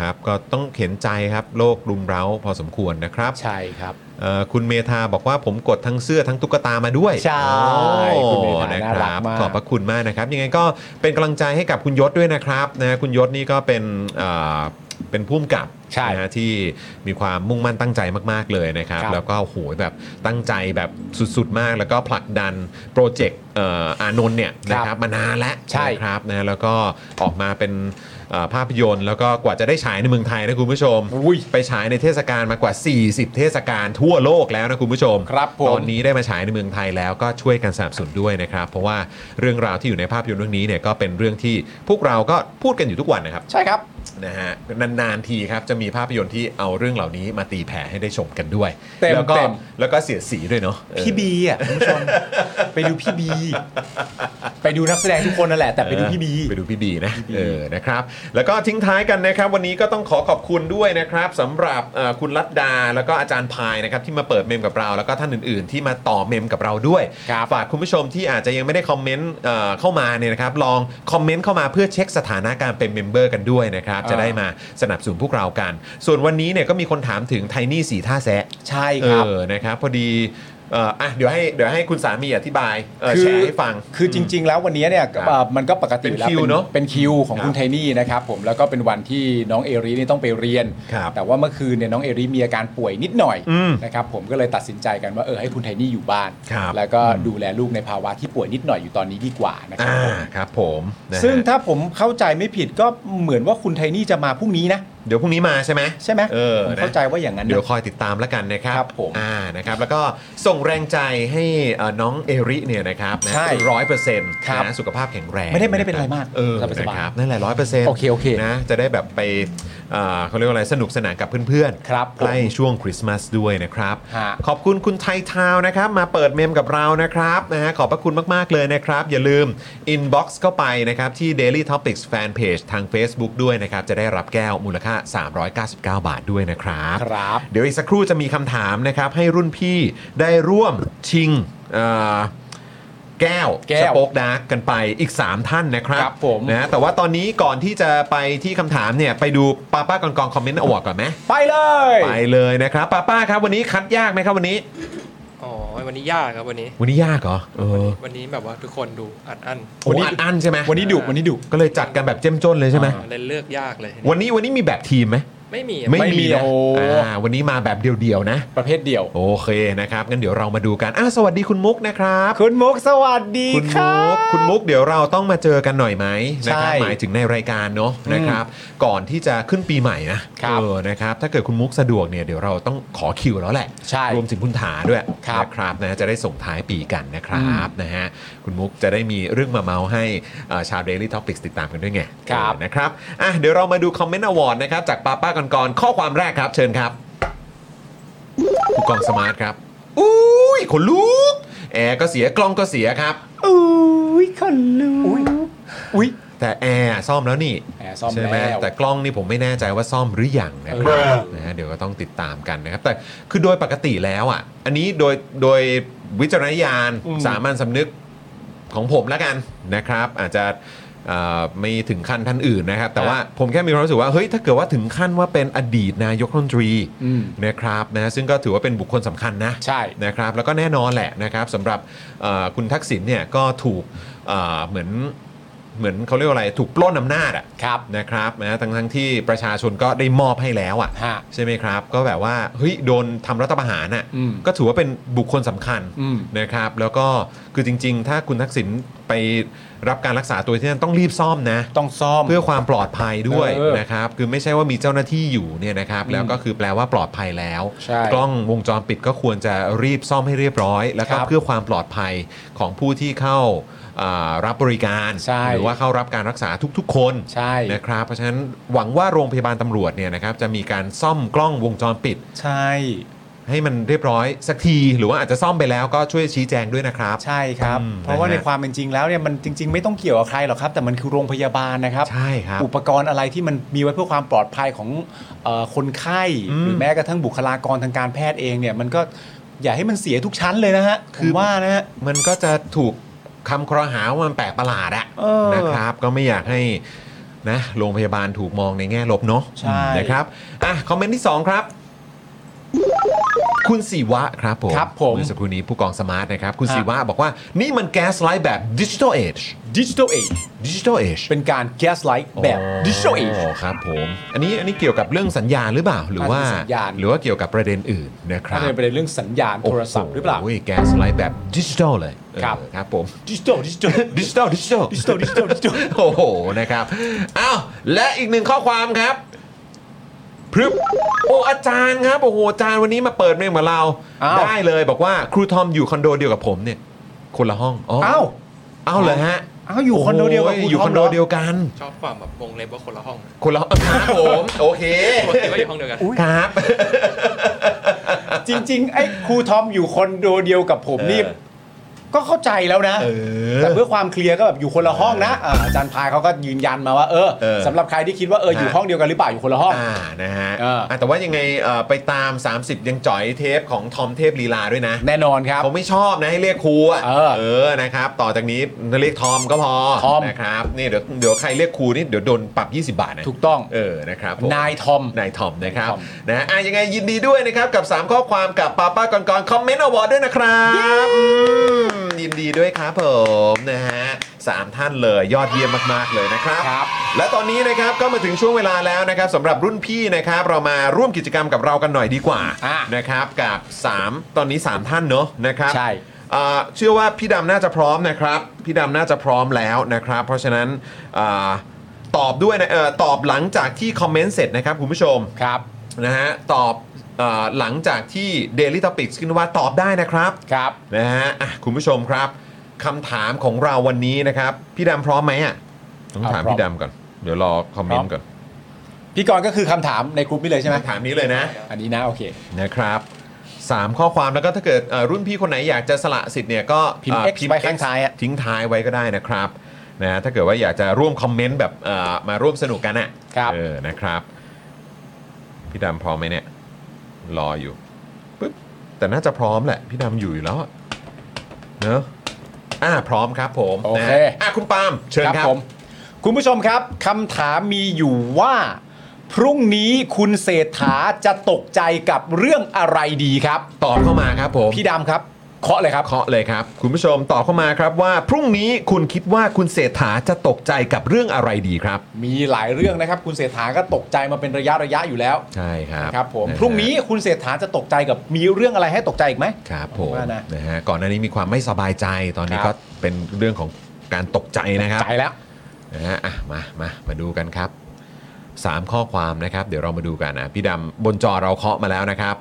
S3: ครับ ก็ต้องเข็นใจครับโลกรุมเร้าพอสมควรนะครับ
S2: ใช่ครับ
S3: เอ่อคุณเมธาบอกว่าผมกดทั้งเสื้อทั้งตุ๊กตามาด้วย
S2: ใช่คุณเมธา
S3: โอ้นะ
S2: น่า
S3: ค
S2: รั
S3: รั
S2: ก
S3: บ
S2: มาก
S3: ขอบพระคุณมากนะครับ ยังไงก็เป็นกำลังใจให้กับคุณยศด้วยนะครับนะฮะคุณยศนี่ก็เป็นเอ่อเป็นผู้กำกับ
S2: ใช่
S3: นะฮะที่มีความมุ่งมั่นตั้งใจมาก ๆ เลยนะครับ
S2: ครับ
S3: แล้วก็โอ้โหแบบตั้งใจแบบสุด ๆ มาก แล้วก็ผลักดันโปรเจกต์เอ่ออานนท์เนี่ย
S2: ค
S3: นะ
S2: รับ
S3: ครับมานานแล้ว
S2: ใช่
S3: นะครับนะแล้วก็ออกมาเป็นเอ่อภาพยนตร์ แล้วก็กว่าจะได้ฉายในเมืองไทยนะคุณผู้ชม
S2: อุ้ย
S3: ไปฉายในเทศกาลมากว่า 40 เทศกาลทั่วโลกแล้วนะคุณผู้ชม
S2: ครับผม
S3: ตอนนี้ได้มาฉายในเมืองไทยแล้วก็ช่วยกันสนับสนุนด้วยนะครับ เพราะว่าเรื่องราวที่อยู่ในภาพยนตร์เรื่องนี้เนี่ยก็เป็นเรื่องที่พวกเราก็พูดกันอยู่ทุกวันนะครับ
S2: ใช่ครับ
S3: นะฮะนานๆทีครับ จะมีภาพยนตร์ที่เอาเรื่องเหล่านี้มาตีแผ่ให้ได้ชมกันด้วย
S2: เต็ม
S3: แล้วก็
S2: เต็ม
S3: แล้วก็เสียดสีด้วยเนาะ
S2: พี่บีอ่ะคุณผู้ชม ไปดูพี่ บี ไปดูนักแสดงทุกคนนั่นแหละแต่ไปดูพี่บี
S3: ไปดูพี่บีนะเออนะครับ แล้วก็ทิ้งท้ายกันนะครับ วันนี้ก็ต้องขอขอบคุณด้วยนะครับสำหรับเอ่อคุณลัดดาแล้วก็อาจารย์พายนะครับที่มาเปิดเมมกับเราแล้วก็ท่านอื่นๆ ที่มาต่อเมมกับเราด้วย
S2: ครับ
S3: ฝากคุณผู้ชมที่อาจจะยังไม่ได้คอมเมนต์เอ่อเข้ามาเนี่ยนะครับลองคอมเมนต์เข้ามาเพื่อเช็คสถานะการเป็นเมมเบอร์กันด้วยนะครับจะได้มาสนับสนุนพวกเรากัน ส่วนวันนี้เนี่ยก็มีคนถามถึงไทนี่สีท่าแซะ
S2: ใช่ครับ
S3: เออ นะครับ พอดีเอ่ออ่ะ เดี๋ยวให้ เดี๋ยวให้คุณสามีอธิบายเออ
S2: คือ
S3: แชร์ให้ฟัง
S2: คือจริง ๆ แล้ววันนี้เนี่ย
S3: ครับ
S2: เอ่อมันก็ปกติ
S3: เป็น
S2: แล้ว
S3: คิวเนอะ
S2: เป็นคิวของ
S3: ครับ
S2: คุณไทนี่นะครับผมแล้วก็เป็นวันที่น้องเอรินี่ต้องไปเรียน
S3: ครับ
S2: แต่ว่าเมื่อคืนเนี่ยน้องเอริมีอาการป่วยนิดหน่อย
S3: อืม
S2: นะครับผมก็เลยตัดสินใจกันว่าเออให้คุณไทนี่อยู่บ้าน
S3: ครับ
S2: แล้วก็ดูแลลูกในภาวะที่ป่วยนิดหน่อยอยู่ตอนนี้ดีกว่านะครับ
S3: อ่า
S2: ผม
S3: ครับผมนะฮะ
S2: ซึ่งถ้าผมเข้าใจไม่ผิดก็เหมือนว่าคุณไทนี่จะมาพรุ่งนี้นะ
S3: เดี๋ยวพรุ่งนี้มาใช่ไหม
S2: ใช่ไหม
S3: เออ
S2: ผม
S3: นะ
S2: เข้าใจว่าอย่างนั้นนะ
S3: เดี๋ยวคอยติดตามแล้วกันนะครับ
S2: ครับผม
S3: อ่า นะครับ แล้วก็ส่งแรงใจให้เอ่อน้องเอริเนี่ยนะครับนะ
S2: ใช่
S3: ร้อยเปอร์เซ็นต์
S2: ครับ
S3: นะสุขภาพแข็งแรง
S2: ไม่ได้ไม่ได้เป็นอะไรมาก
S3: เออ
S2: สบายๆ
S3: นะครับนั่นแหละร้อยเปอร์เซ็นต์
S2: โอเคโอเค
S3: นะ จะได้แบบไปเอ่อเขาเรียกว่าอะไร สนุกสนานกับเพื่อนๆ
S2: ครับผม
S3: ใกล้ช่วงคริสต์มาสด้วยนะครับ
S2: ฮะ
S3: ขอบคุณคุณไทยทาวน์นะครับ มาเปิดเมมกับเรานะครับนะฮะขอบพระคุณมาก ๆ เลยนะครับ อย่าลืม inbox เข้าไปนะครับ ที่ Daily Topics Fan Page ทาง Facebook ด้วยนะครับ จะได้รับแก้วมูลค่า 399 บาทด้วยนะครับ
S2: ครับ
S3: เดี๋ยวอีกสักครู่จะมีคำถามนะครับ ให้รุ่นพี่ได้ร่วมชิงเอ่อแก้ว
S2: แก้ว
S3: สป็อกดาร์กกันไปอีก 3 ท่านนะครับ
S2: ครับผม
S3: นะแต่ว่าตอนนี้ก่อนที่จะไปที่คำถามเนี่ยไปดูป้าป้ากองกองคอมเมนต์อวอร์ก่อนไหม
S2: ไปเลย
S3: ไปเลยนะครับป้าป้าครับวันนี้คัดยากไหมครับวันนี้
S5: อ๋อวันนี้ยากครับวันนี้
S3: วันนี้ยากเหรอเออ
S5: วันนี้แบบว่าทุกคนดูอัดอั้น
S3: วันนี้อัดอั้นใช่ไหม
S2: วันนี้ดุวันนี้ดุ
S3: ก็เลยจัดกันแบบเจ้มจนเลยใช่ไหม
S5: อ่าเลยเลือกยากเลย
S3: วันนี้วันนี้มีแบบทีมไหม
S5: ไม่มี
S2: ไม่มี
S3: นะ
S2: โอ้
S3: อ่าวันนี้มาแบบเดียวๆนะ
S2: ประเภทเดียว
S3: โอเคนะครับงั้นเดี๋ยวเรามาดูกันอ่ะสวัสดีคุณมุกนะครับ
S2: คุณมุกสวัสดี
S3: คุณ
S2: ค
S3: มุ
S2: รับ
S3: กคุณมุกเดี๋ยวเราต้องมาเจอกันหน่อยไหมนะครับ
S2: ใช่
S3: หมายถึงในรายการเนอะนะครับ ก่อนที่จะขึ้นปีใหม่นะครับ เออนะครับ ถ้าเกิดคุณมุกสะดวกเนี่ยเดี๋ยวเราต้องขอคิวแล้วแหละ
S2: ใช่
S3: รวมถึงคุณถาด้วย
S2: ครับ
S3: นะครับนะจะได้ส่งท้ายปีกันนะครับนะฮะคุณมุกจะได้มีเรื่องมาเมาให้เอ่อชาว Daily Topics ติดตามกันด้วยไง
S2: ครับ
S3: เออนะครับอ่ะเดี๋ยวเรามาดูคอมเมนต์อวอร์ดนะครับจากป้าป้าก่อนๆข้อความแรกครับ เชิญครับ ผู้กองสมาร์ทครับอุ้ยขนลุกแอร์ก็เสียกล้องก็เสียครับ
S2: อุ้ยคนลูอุ้ย
S3: แต่แอร์ซ่อมแล้วนี่
S2: แอร์ซ่อม
S3: ใช่ไหม
S2: แล้ว
S3: แต่กล้องนี่ผมไม่แน่ใจว่าซ่อมหรือยังนะครับนะฮะเดี๋ยวก็ต้องติดตามกันนะครับ แต่คือโดยปกติแล้วอ่ะ อันนี้โดยโดยวิจารณญาณ
S2: อืม
S3: สามัญสำนึกของผมแล้วกันนะครับ อาจจะเอ่อไม่ถึงขั้นท่านอื่นนะครับ แต่
S2: ฮะ
S3: ว่าผมแค่มีความรู้สึกว่าเฮ้ยถ้าเกิดว่าถึงขั้นว่าเป็นอดีตนายกรัฐมนตรี
S2: อืม
S3: นะครับนะซึ่งก็ถือว่าเป็นบุคคลสำคัญนะ
S2: ใช่
S3: นะครับแล้วก็แน่นอนแหละนะครับสำหรับเอ่อคุณทักษิณเนี่ยก็ถูกเอ่อเหมือนเหมือนเขาเรียกว่าอะไรถูกปล้นอำนาจอะ
S2: ครับ
S3: นะครับนะทั้งทั้งที่ประชาชนก็ได้มอบให้แล้วอะ
S2: ฮะ
S3: ใช่ไหมครับ ก็แบบว่าเฮ้ยโดนทำรัฐประหารน่ะ
S2: อืม
S3: ก็ถือว่าเป็นบุคคลสำคัญ
S2: อืม
S3: นะครับ แล้วก็คือจริง ๆ ถ้าคุณทักษิณ ไปรับการรักษาตัวที่นั่นต้องรีบซ่อมนะ
S6: ต้องซ่อม
S3: เพื่อความปลอดภัยด้วย
S6: เออ
S3: นะครับ คือไม่ใช่ว่ามีเจ้าหน้าที่อยู่เนี่ยนะครับ แล้วก็คือแปลว่าปลอดภัยแล้ว
S6: ใช่
S3: กล้องวงจรปิดก็ควรจะรีบซ่อมให้เรียบร้อย แล้ว
S6: ค
S3: ก็
S6: รับ
S3: เพื่อความปลอดภัยของผู้ที่เข้าอ่ารับบริการ
S6: ใช่
S3: หรือว่าเข้ารับการรักษาทุกๆ คน
S6: ใช่
S3: นะครับ เพราะฉะนั้นหวังว่าโรงพยาบาลตำรวจเนี่ยนะครับจะมีการซ่อมกล้องวงจรปิด
S6: ใช่
S3: ให้มันเรียบร้อยสักที หรือว่าอาจจะซ่อมไปแล้วก็ช่วยชี้แจงด้วยนะครับ
S6: ใช่ครับ
S3: อืม
S6: เพราะว่า
S3: นะ
S6: ใน
S3: ฮะ
S6: ความเป็นจริงแล้วเนี่ยมันจริง ๆ ไม่ต้องเกี่ยวกับใครหรอกครับ แต่มันคือโรงพยาบาลนะครับ
S3: ใช่ครับ
S6: อุปกรณ์อะไรที่มันมีไว้เพื่อความปลอดภัยของเออคนไข้
S3: อืม
S6: หรือแม้กระทั่งบุคลากรทางการแพทย์เองเนี่ยมันก็อย่าให้มันเสียทุกชั้นเลยนะฮะผมว่านะฮะ
S3: มันก็จะถูกคำครหาว่ามันแปลกประหลาดอะ
S6: เออ
S3: นะครับ ก็ไม่อยากให้นะโรงพยาบาลถูกมองในแง่ลบเนาะ
S6: ใช่
S3: นะครับอ่ะคอมเมนต์ที่ 2 ครับ คุณศิวะครับผม
S6: ครับผม
S3: เมื่อสักครู่นี้ผู้กองสมาร์ทนะครับ คุณศิวะบอกว่านี่มันแก๊สไลท์แบบดิจิทัลเอช
S6: ดิจิทัลเอจ
S3: ดิจิทัลเอช
S6: เป็นการแก๊สไลท์แบบดิจิทัลเอจ
S3: ครับผมอันนี้อันนี้เกี่ยวกับเรื่องสัญญาณหรือเปล่าหรือว่า
S6: น่าจะสัญญาณ
S3: หรือว่าเกี่ยวกับประเด็นอื่นนะครับ
S6: ถ้าเป็นประเด็นเรื่องสัญญาณโทรศัพท์หรือเปล่า
S3: โอ้ยแกสไลด์แบบดิจิทัลเลย
S6: ครับ
S3: เออครับผม
S6: ดิจิทัลดิจิทัล
S3: ดิจิทัลดิจิทัล
S6: ดิจิทัลดิจิทัลดิจิทัล
S3: โอ้โหนะครับอ้าวและอีกหนึ่งข้อความครับพรึบโอ้อาจารย์ครับโอ้โหอาจารย์วันนี้มาเปิดเมงมาเรา
S6: อ้าว
S3: ได้เลยบอกว่าครูทอมอยู่คอนโดเดียวกับผมเนี่ย คนละห้องอ๋อ
S6: อ้าว
S3: อ้าวเหรอฮะ
S6: อ้าวอยู่คอนโดเดียวกับ
S3: โอ้
S6: คุณ
S3: อยู่
S6: ท็
S3: ค
S6: ป
S3: อ
S6: ห
S3: นโด
S6: ร
S3: เดียวกัน
S5: ชอบความแบบวงเล็บว่าคนละห้อง
S3: คนละห้องครับ ผมโอเค
S5: ปกติว่าอยู่ห้องเดียวกัน
S3: ครับ
S6: จริงๆ ไอ้ครูทอมอยู่คอนโดเดียวกับผมนี่
S3: เออ
S6: ก็เข้าใจแล้วนะ
S3: เออ
S6: แต่เพื่อความเคลียร์ก็แบบอยู่คนละห้องนะอ่าอาจารย์พายเขาก็ยืนยันมาว่าเออ
S3: เออ
S6: สำหรับใครที่คิดว่าเอออยู่
S3: ฮะ
S6: ห้องเดียวกันหรือเปล่าอยู่คนละห้อง
S3: อ่า นะฮะ
S6: เอออ่
S3: ะแต่ว่ายังไงเอ่อไปตาม 30 ยังจ่อยเทปของทอมเทพลีลาด้วยนะ
S6: แน่นอนครับ
S3: เขาไม่ชอบนะให้เรียกครูอ่ะ
S6: เออ
S3: นะครับ ต่อจากนี้เรียกทอมก็พอ
S6: ทอม
S3: นะครับ นี่เดี๋ยวเดี๋ยวใครเรียกครูนี่เดี๋ยวโดนปรับ 20 บาทนะ
S6: ถูกต้อง
S3: เออ นะครับผม
S6: นายทอม
S3: นายทอมนะครับ
S6: ทอม
S3: นะอ่ะยังไงยินดีด้วยนะครับ กับ 3 ข้อความกับป้าป้าก่อนก่อนคอมเมนต์อวอร์ดด้วยนะครับอืมยินดีด้วยครับผมนะฮะสามท่านเลยยอดเยี่ยมมาก ๆ เลยนะครับ
S6: ครับ
S3: และตอนนี้นะครับก็มาถึงช่วงเวลาแล้วนะครับสำหรับรุ่นพี่นะครับเรามาร่วมกิจกรรมกับเรากันหน่อยดีกว่า
S6: อ่ะ
S3: นะครับกับ 3 ตอนนี้ 3 ท่านเนอะนะครับ
S6: ใช่
S3: อ่าเชื่อว่าพี่ดำน่าจะพร้อมนะครับ พี่ดำน่าจะพร้อมแล้วนะครับ เพราะฉะนั้นอาตอบด้วยนะเออตอบหลังจากที่คอมเมนต์เสร็จนะครับคุณผู้ชม
S6: ครับ
S3: นะฮะตอบอาหลังจากที่ Daily Topics ขึ้นว่าตอบได้นะครับ
S6: ครับ
S3: นะฮะอ่ะคุณผู้ชมครับคำถามของเราวันนี้นะครับ พี่ดำพร้อมไหมอ่ะต้องถาม
S6: อ่ะพร้อม
S3: พี่ดำก่อน เดี๋ยวรอคอมเมนต์ก่อน
S6: พี่กรณ์ก็คือคำถามในกลุ่มนี้เลยใช่ไหม
S3: คำถามนี้เลยนะ
S6: อันนี้นะโอเค
S3: นะครับสามข้อความแล้วก็ถ้าเกิดเอ่อรุ่นพี่คนไหนอยากจะสละสิทธิ์เนี่ยก็
S6: พิมพ์
S3: อ่า
S6: X ไว้ข้าง
S3: X
S6: ท้ายอะ
S3: ทิ้งท้ายไว้ก็ได้นะครับนะถ้าเกิดว่าอยากจะร่วมคอมเมนต์แบบเอ่อมาร่วมสนุกกันอ่ะ
S6: ครับ
S3: เออนะครับพี่ดำพร้อมไหมเนี่ยรออยู่ปึ๊บแต่น่าจะพร้อมแหละพี่ดำอยู่อยู่แล้วอะเนอะอ่าพร้อมครับผม
S6: โอ
S3: นะ
S6: เค
S3: ฮะอ่ะคุณปาล์มเชิญครับ
S6: ผมคุณผู้ชมครับคำถามมีอยู่ว่า พรุ่งนี้คุณเศรษฐาจะตกใจกับเรื่องอะไรดีครับ
S3: ตอบเข้ามาครับผม
S6: พี่ดำครับเคาะเลยครับ
S3: เคาะเลยครับ คุณผู้ชมตอบเข้ามาครับว่า พรุ่งนี้คุณคิดว่าคุณเศรษฐาจะตกใจกับเรื่องอะไรดีครับ
S6: มีหลายเรื่องนะครับคุณเศรษฐาก็ตกใจมาเป็นระยะระยะอยู่แล้ว
S3: ใช่ครับ
S6: ครับผม
S3: ะฮะ
S6: พรุ่งนี้คุณเศรษฐาจะตกใจกับมีเรื่องอะไรให้ตกใจอีกไหม
S3: ครับผม
S6: ว่านะ
S3: นะฮะก่อนหน้านี้มีความไม่สบายใจตอน
S6: ค
S3: นี้
S6: รั
S3: ก็
S6: บ
S3: เป็นเรื่องของการตกใจนะครับ
S6: ใจแล้ว
S3: นะฮะอ่ะมามามาดูกันครับ 3 ข้อความนะครับ เดี๋ยวเรามาดูกันนะพี่ดำบนจอเราเคาะมาแล้วนะครับ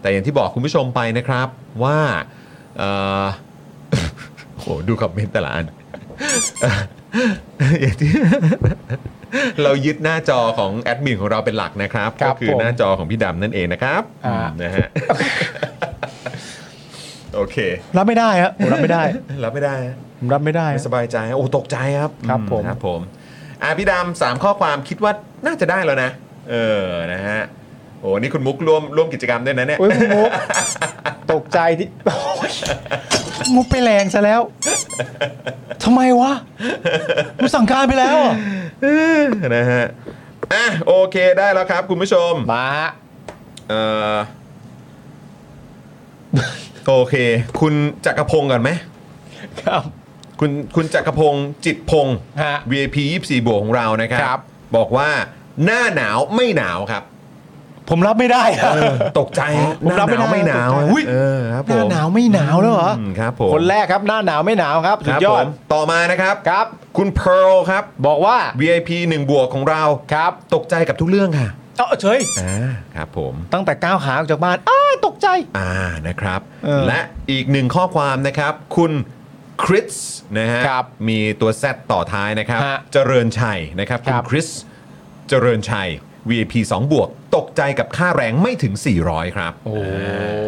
S3: แต่อย่างที่บอกคุณผู้ชมไปนะครับว่าเอ่อ โหดูคอมเมนต์แต่ละอัน อย่างที่ เรายึดหน้าจอของแอดมินของเราเป็นหลักนะครับ
S6: ครั
S3: ก็
S6: บ
S3: คือ
S6: ผม
S3: หน้าจอของพี่ดำนั่นเองนะครับ
S6: อ่า
S3: นะ ฮะ โอเครับ
S6: ไม่ได้ครับผมรับไม่ได้
S3: รับไม่ได้ฮะ
S6: ผมรับไม่ได้
S3: ไม่สบายใจฮะโอ้ตกใจครับ
S6: ครับ
S3: อื
S6: ผม
S3: ครับผมอ่ะพี่ดำสามข้อความคิดว่าน่าจะได้แล้วนะ เออนะฮะโอ้นี่คุณมุกร่วมร่วมกิจกรรมด้วยนะเนี่ย
S6: โอ้ยคุณ มุกตกใจที่โอ๊ยมุกไปแรงซะแล้วทำไมวะมุกสั่งการไปแล้วอะ
S3: นะฮะอ่ะโอเคได้แล้วครับคุณผู้ชม
S6: มาฮะ
S3: เอ่อ โอเค คุณจักรพงศ์ก่อนไหม
S6: ครับ
S3: คุณคุณจักรพงศ์จิตพงศ์
S6: ฮะ
S3: VIP 24บวกของเรานะครับ
S6: ครับ
S3: บอกว่าหน้าหนาวไม่หนาวครับ
S1: ผมรับไม่ได้อะ
S3: เออตกใจฮะ
S1: ผมรับไม่ได้
S3: หน้าหนาว
S1: ตกใจ
S3: ไม่หนาว
S1: อุ๊ย
S3: เออครับ
S1: ห
S3: ผ
S1: น้าม หนาวไม่หนาวแล้วเหรอ
S3: อืมครับผม
S1: คนแรกครับหน้าหนาวไม่หนาวครับ
S3: ค
S1: สุ
S3: รับ
S1: ดยอ
S3: ผ
S1: ด
S3: มต่อมานะครับ
S1: ครับ
S3: คุณเพร์ลครับ
S1: บอกว่า
S3: VIP 1 บวกของเรา
S1: ครับ
S3: ตกใจกับทุกเรื่องค่ะ
S1: เออเฉย
S3: อ่าครับผม
S1: ตั้งแต่ก้าวขาออกจากบ้านอ้าตกใจ
S3: อ่านะครับ
S1: เออ
S3: และอีกหนึ่งข้อความนะครับ คุณคริสนะฮะ
S1: ครับ
S3: มีตัว Z ต่อท้ายนะครับ
S1: ฮะ
S3: เจริญชัยนะครับ
S1: ค
S3: คุณ
S1: รับ
S3: คริสเจริญชัย VIP 2 บวก ตกใจกับค่าแรงไม่ถึง 400 ครับ
S1: โอ้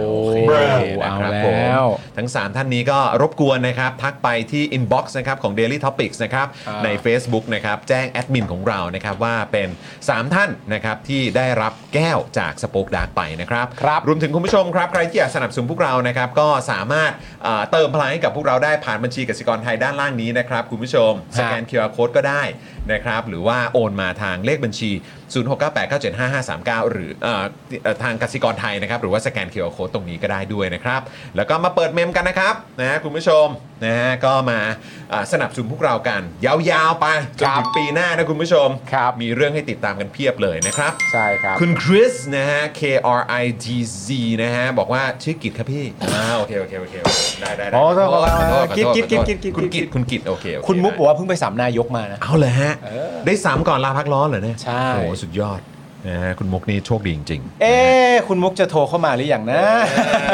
S3: โอเคนะ
S1: เอา
S3: ครับ
S1: แล
S3: ผม้
S1: ว
S3: ทั้ง 3 ท่านนี้ก็รบกวนนะครับ ทักไปที่ inbox นะครับของ Daily Topics นะครับ
S1: อ่า
S3: ใน Facebook นะครับแจ้งแอดมินของเรานะครับว่าเป็น 3 ท่านนะครับที่ได้รับแก้วจากสป o อ e ดาร์กไปนะครับ
S1: ครับ
S3: วมถึงคุณผู้ชมครับ ใครที่อยากสนับสนุนพวกเรานะครับก็สามารถเอ่อเติมพลังให้กับพวกเราได้ผ่านบัญชีกสิกรไทยด้านล่างนี้นะครับ คุณผู้ชม สแกน QR Code ก็ได้นะครับหรือว่าโอนมาทางเลขบัญชี 0698975539 หรือเออเอ่อทางกสิกรไทยนะครับหรือว่าสแกน QR Code ตรงนี้ก็ได้ด้วยนะครับ แล้วก็มาเปิดเมมกันนะครับนะฮะคุณผู้ชมนะฮะก็มาอ่าสนับสนุนพวกเรากัน ยาวๆไปจน
S1: ครับ
S3: ถึงปีหน้านะคุณผู้ชม
S1: ครับ
S3: มีเรื่องให้ติดตามกันเพียบเลยนะครับ
S1: ใช่ครับ
S3: คุณคริสนะฮะ K R I G Z นะฮะ บอกว่าชื่อกิจครับพี่อ่าโอเค โอเค โอเค ได้ได้ได้
S1: อ๋อต้อง
S3: ขอโทษขอโทษขอโทษ
S1: กิจกิจกิจกิจกิจ
S3: คุณกิจคุณกิจโอเคโอเ
S1: คุณมุกบอกว่าเพิ่งไปสามนายกมานะ
S3: เอาเลยฮะ ได้สามก่อนลาพักร้อนเหรอเนี่ย
S1: ใช่
S3: โอ้โหสุดยอดนะฮะคุณมุกนี่โชคดีจริงๆ
S1: เอ๊ะคุณมุกจะโทรเข้ามาหรือยังนะ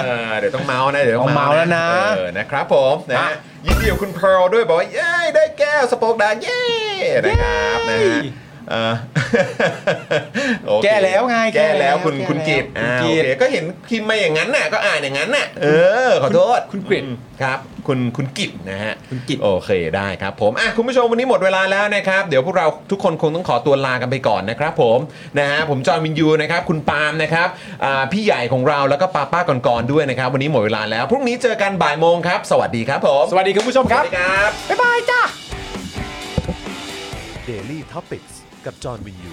S3: เออเดี๋ยวต้องเมาส์นะ เดี๋ยวต้อ
S1: ต้องง
S3: เมา
S1: เมาส์
S3: ส์
S1: แล้วนะ
S3: เออนะครับผมนะฮะ
S1: ฮะ
S3: ยินดีกับคุณเพร์ลด้วยบอกว่า เย้ได้แก้วสโปอกดาร์กเย้นะครับนะฮะเอ อโอเค
S1: แก้แล้วไงแก้
S3: แก้
S1: แล้
S3: แล้ว
S1: ว
S3: คุณ
S1: แก้แล้ว
S3: คุณกิตอ่า
S1: คุณกิต
S3: โอเคก็เห็นพิมพ์มาอย่างนั้นน่ะก็อ่านอย่างนั้นน่ะเออขอโทษ
S1: คุณกริด
S3: ครับคุณคุณกิจนะฮะ
S1: คุณกิต
S3: โอเคได้ครับผมอ่ะคุณผู้ชมวันนี้หมดเวลาแล้วนะครับ เดี๋ยวพวกเราทุกคนคงต้องขอตัวลากันไปก่อนนะครับผมนะฮะผมจอห์นวินยูนะครับคุณปาล์มนะครับอ่าพี่ใหญ่ของเราแล้วก็ป้าป้าก่อนๆด้วยนะครับ วันนี้หมดเวลาแล้วพรุ่งนี้เจอกันบ่ายโมงครับ สวัสดีครับผม
S1: สวัสดีคุณผู้ชมครับ
S3: สวัสดีครับ
S1: บ๊ายบายจ้า
S2: Daily Topics กับจอห์นวินยู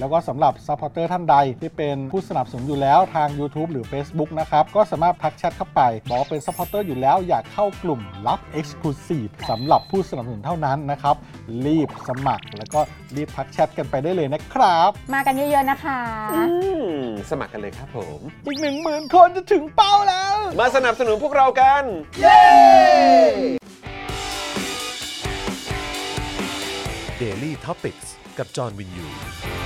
S6: แล้วก็สำหรับ Supporter ท่านใดที่เป็นผู้สนับสนุนอยู่แล้วทาง YouTube หรือ Facebook นะครับ ก็สามารถทักแชทเข้าไป บอกว่าเป็น Supporter อยู่แล้วอยากเข้ากลุ่มลับ Exclusive สำหรับผู้สนับสนุนเท่านั้นนะครับ รีบสมัคร แล้วก็รีบทักแชทกันไปได้เลยนะครับ
S7: มากันเยอะๆนะคะ
S3: อืม สมัครกันเลยครับผม
S6: อีก 1 0,000 คนจะถึงเป้าแล้ว
S3: มาสนับสนุนพวกเรากัน
S2: Daily Topics กับจอห์นวินยู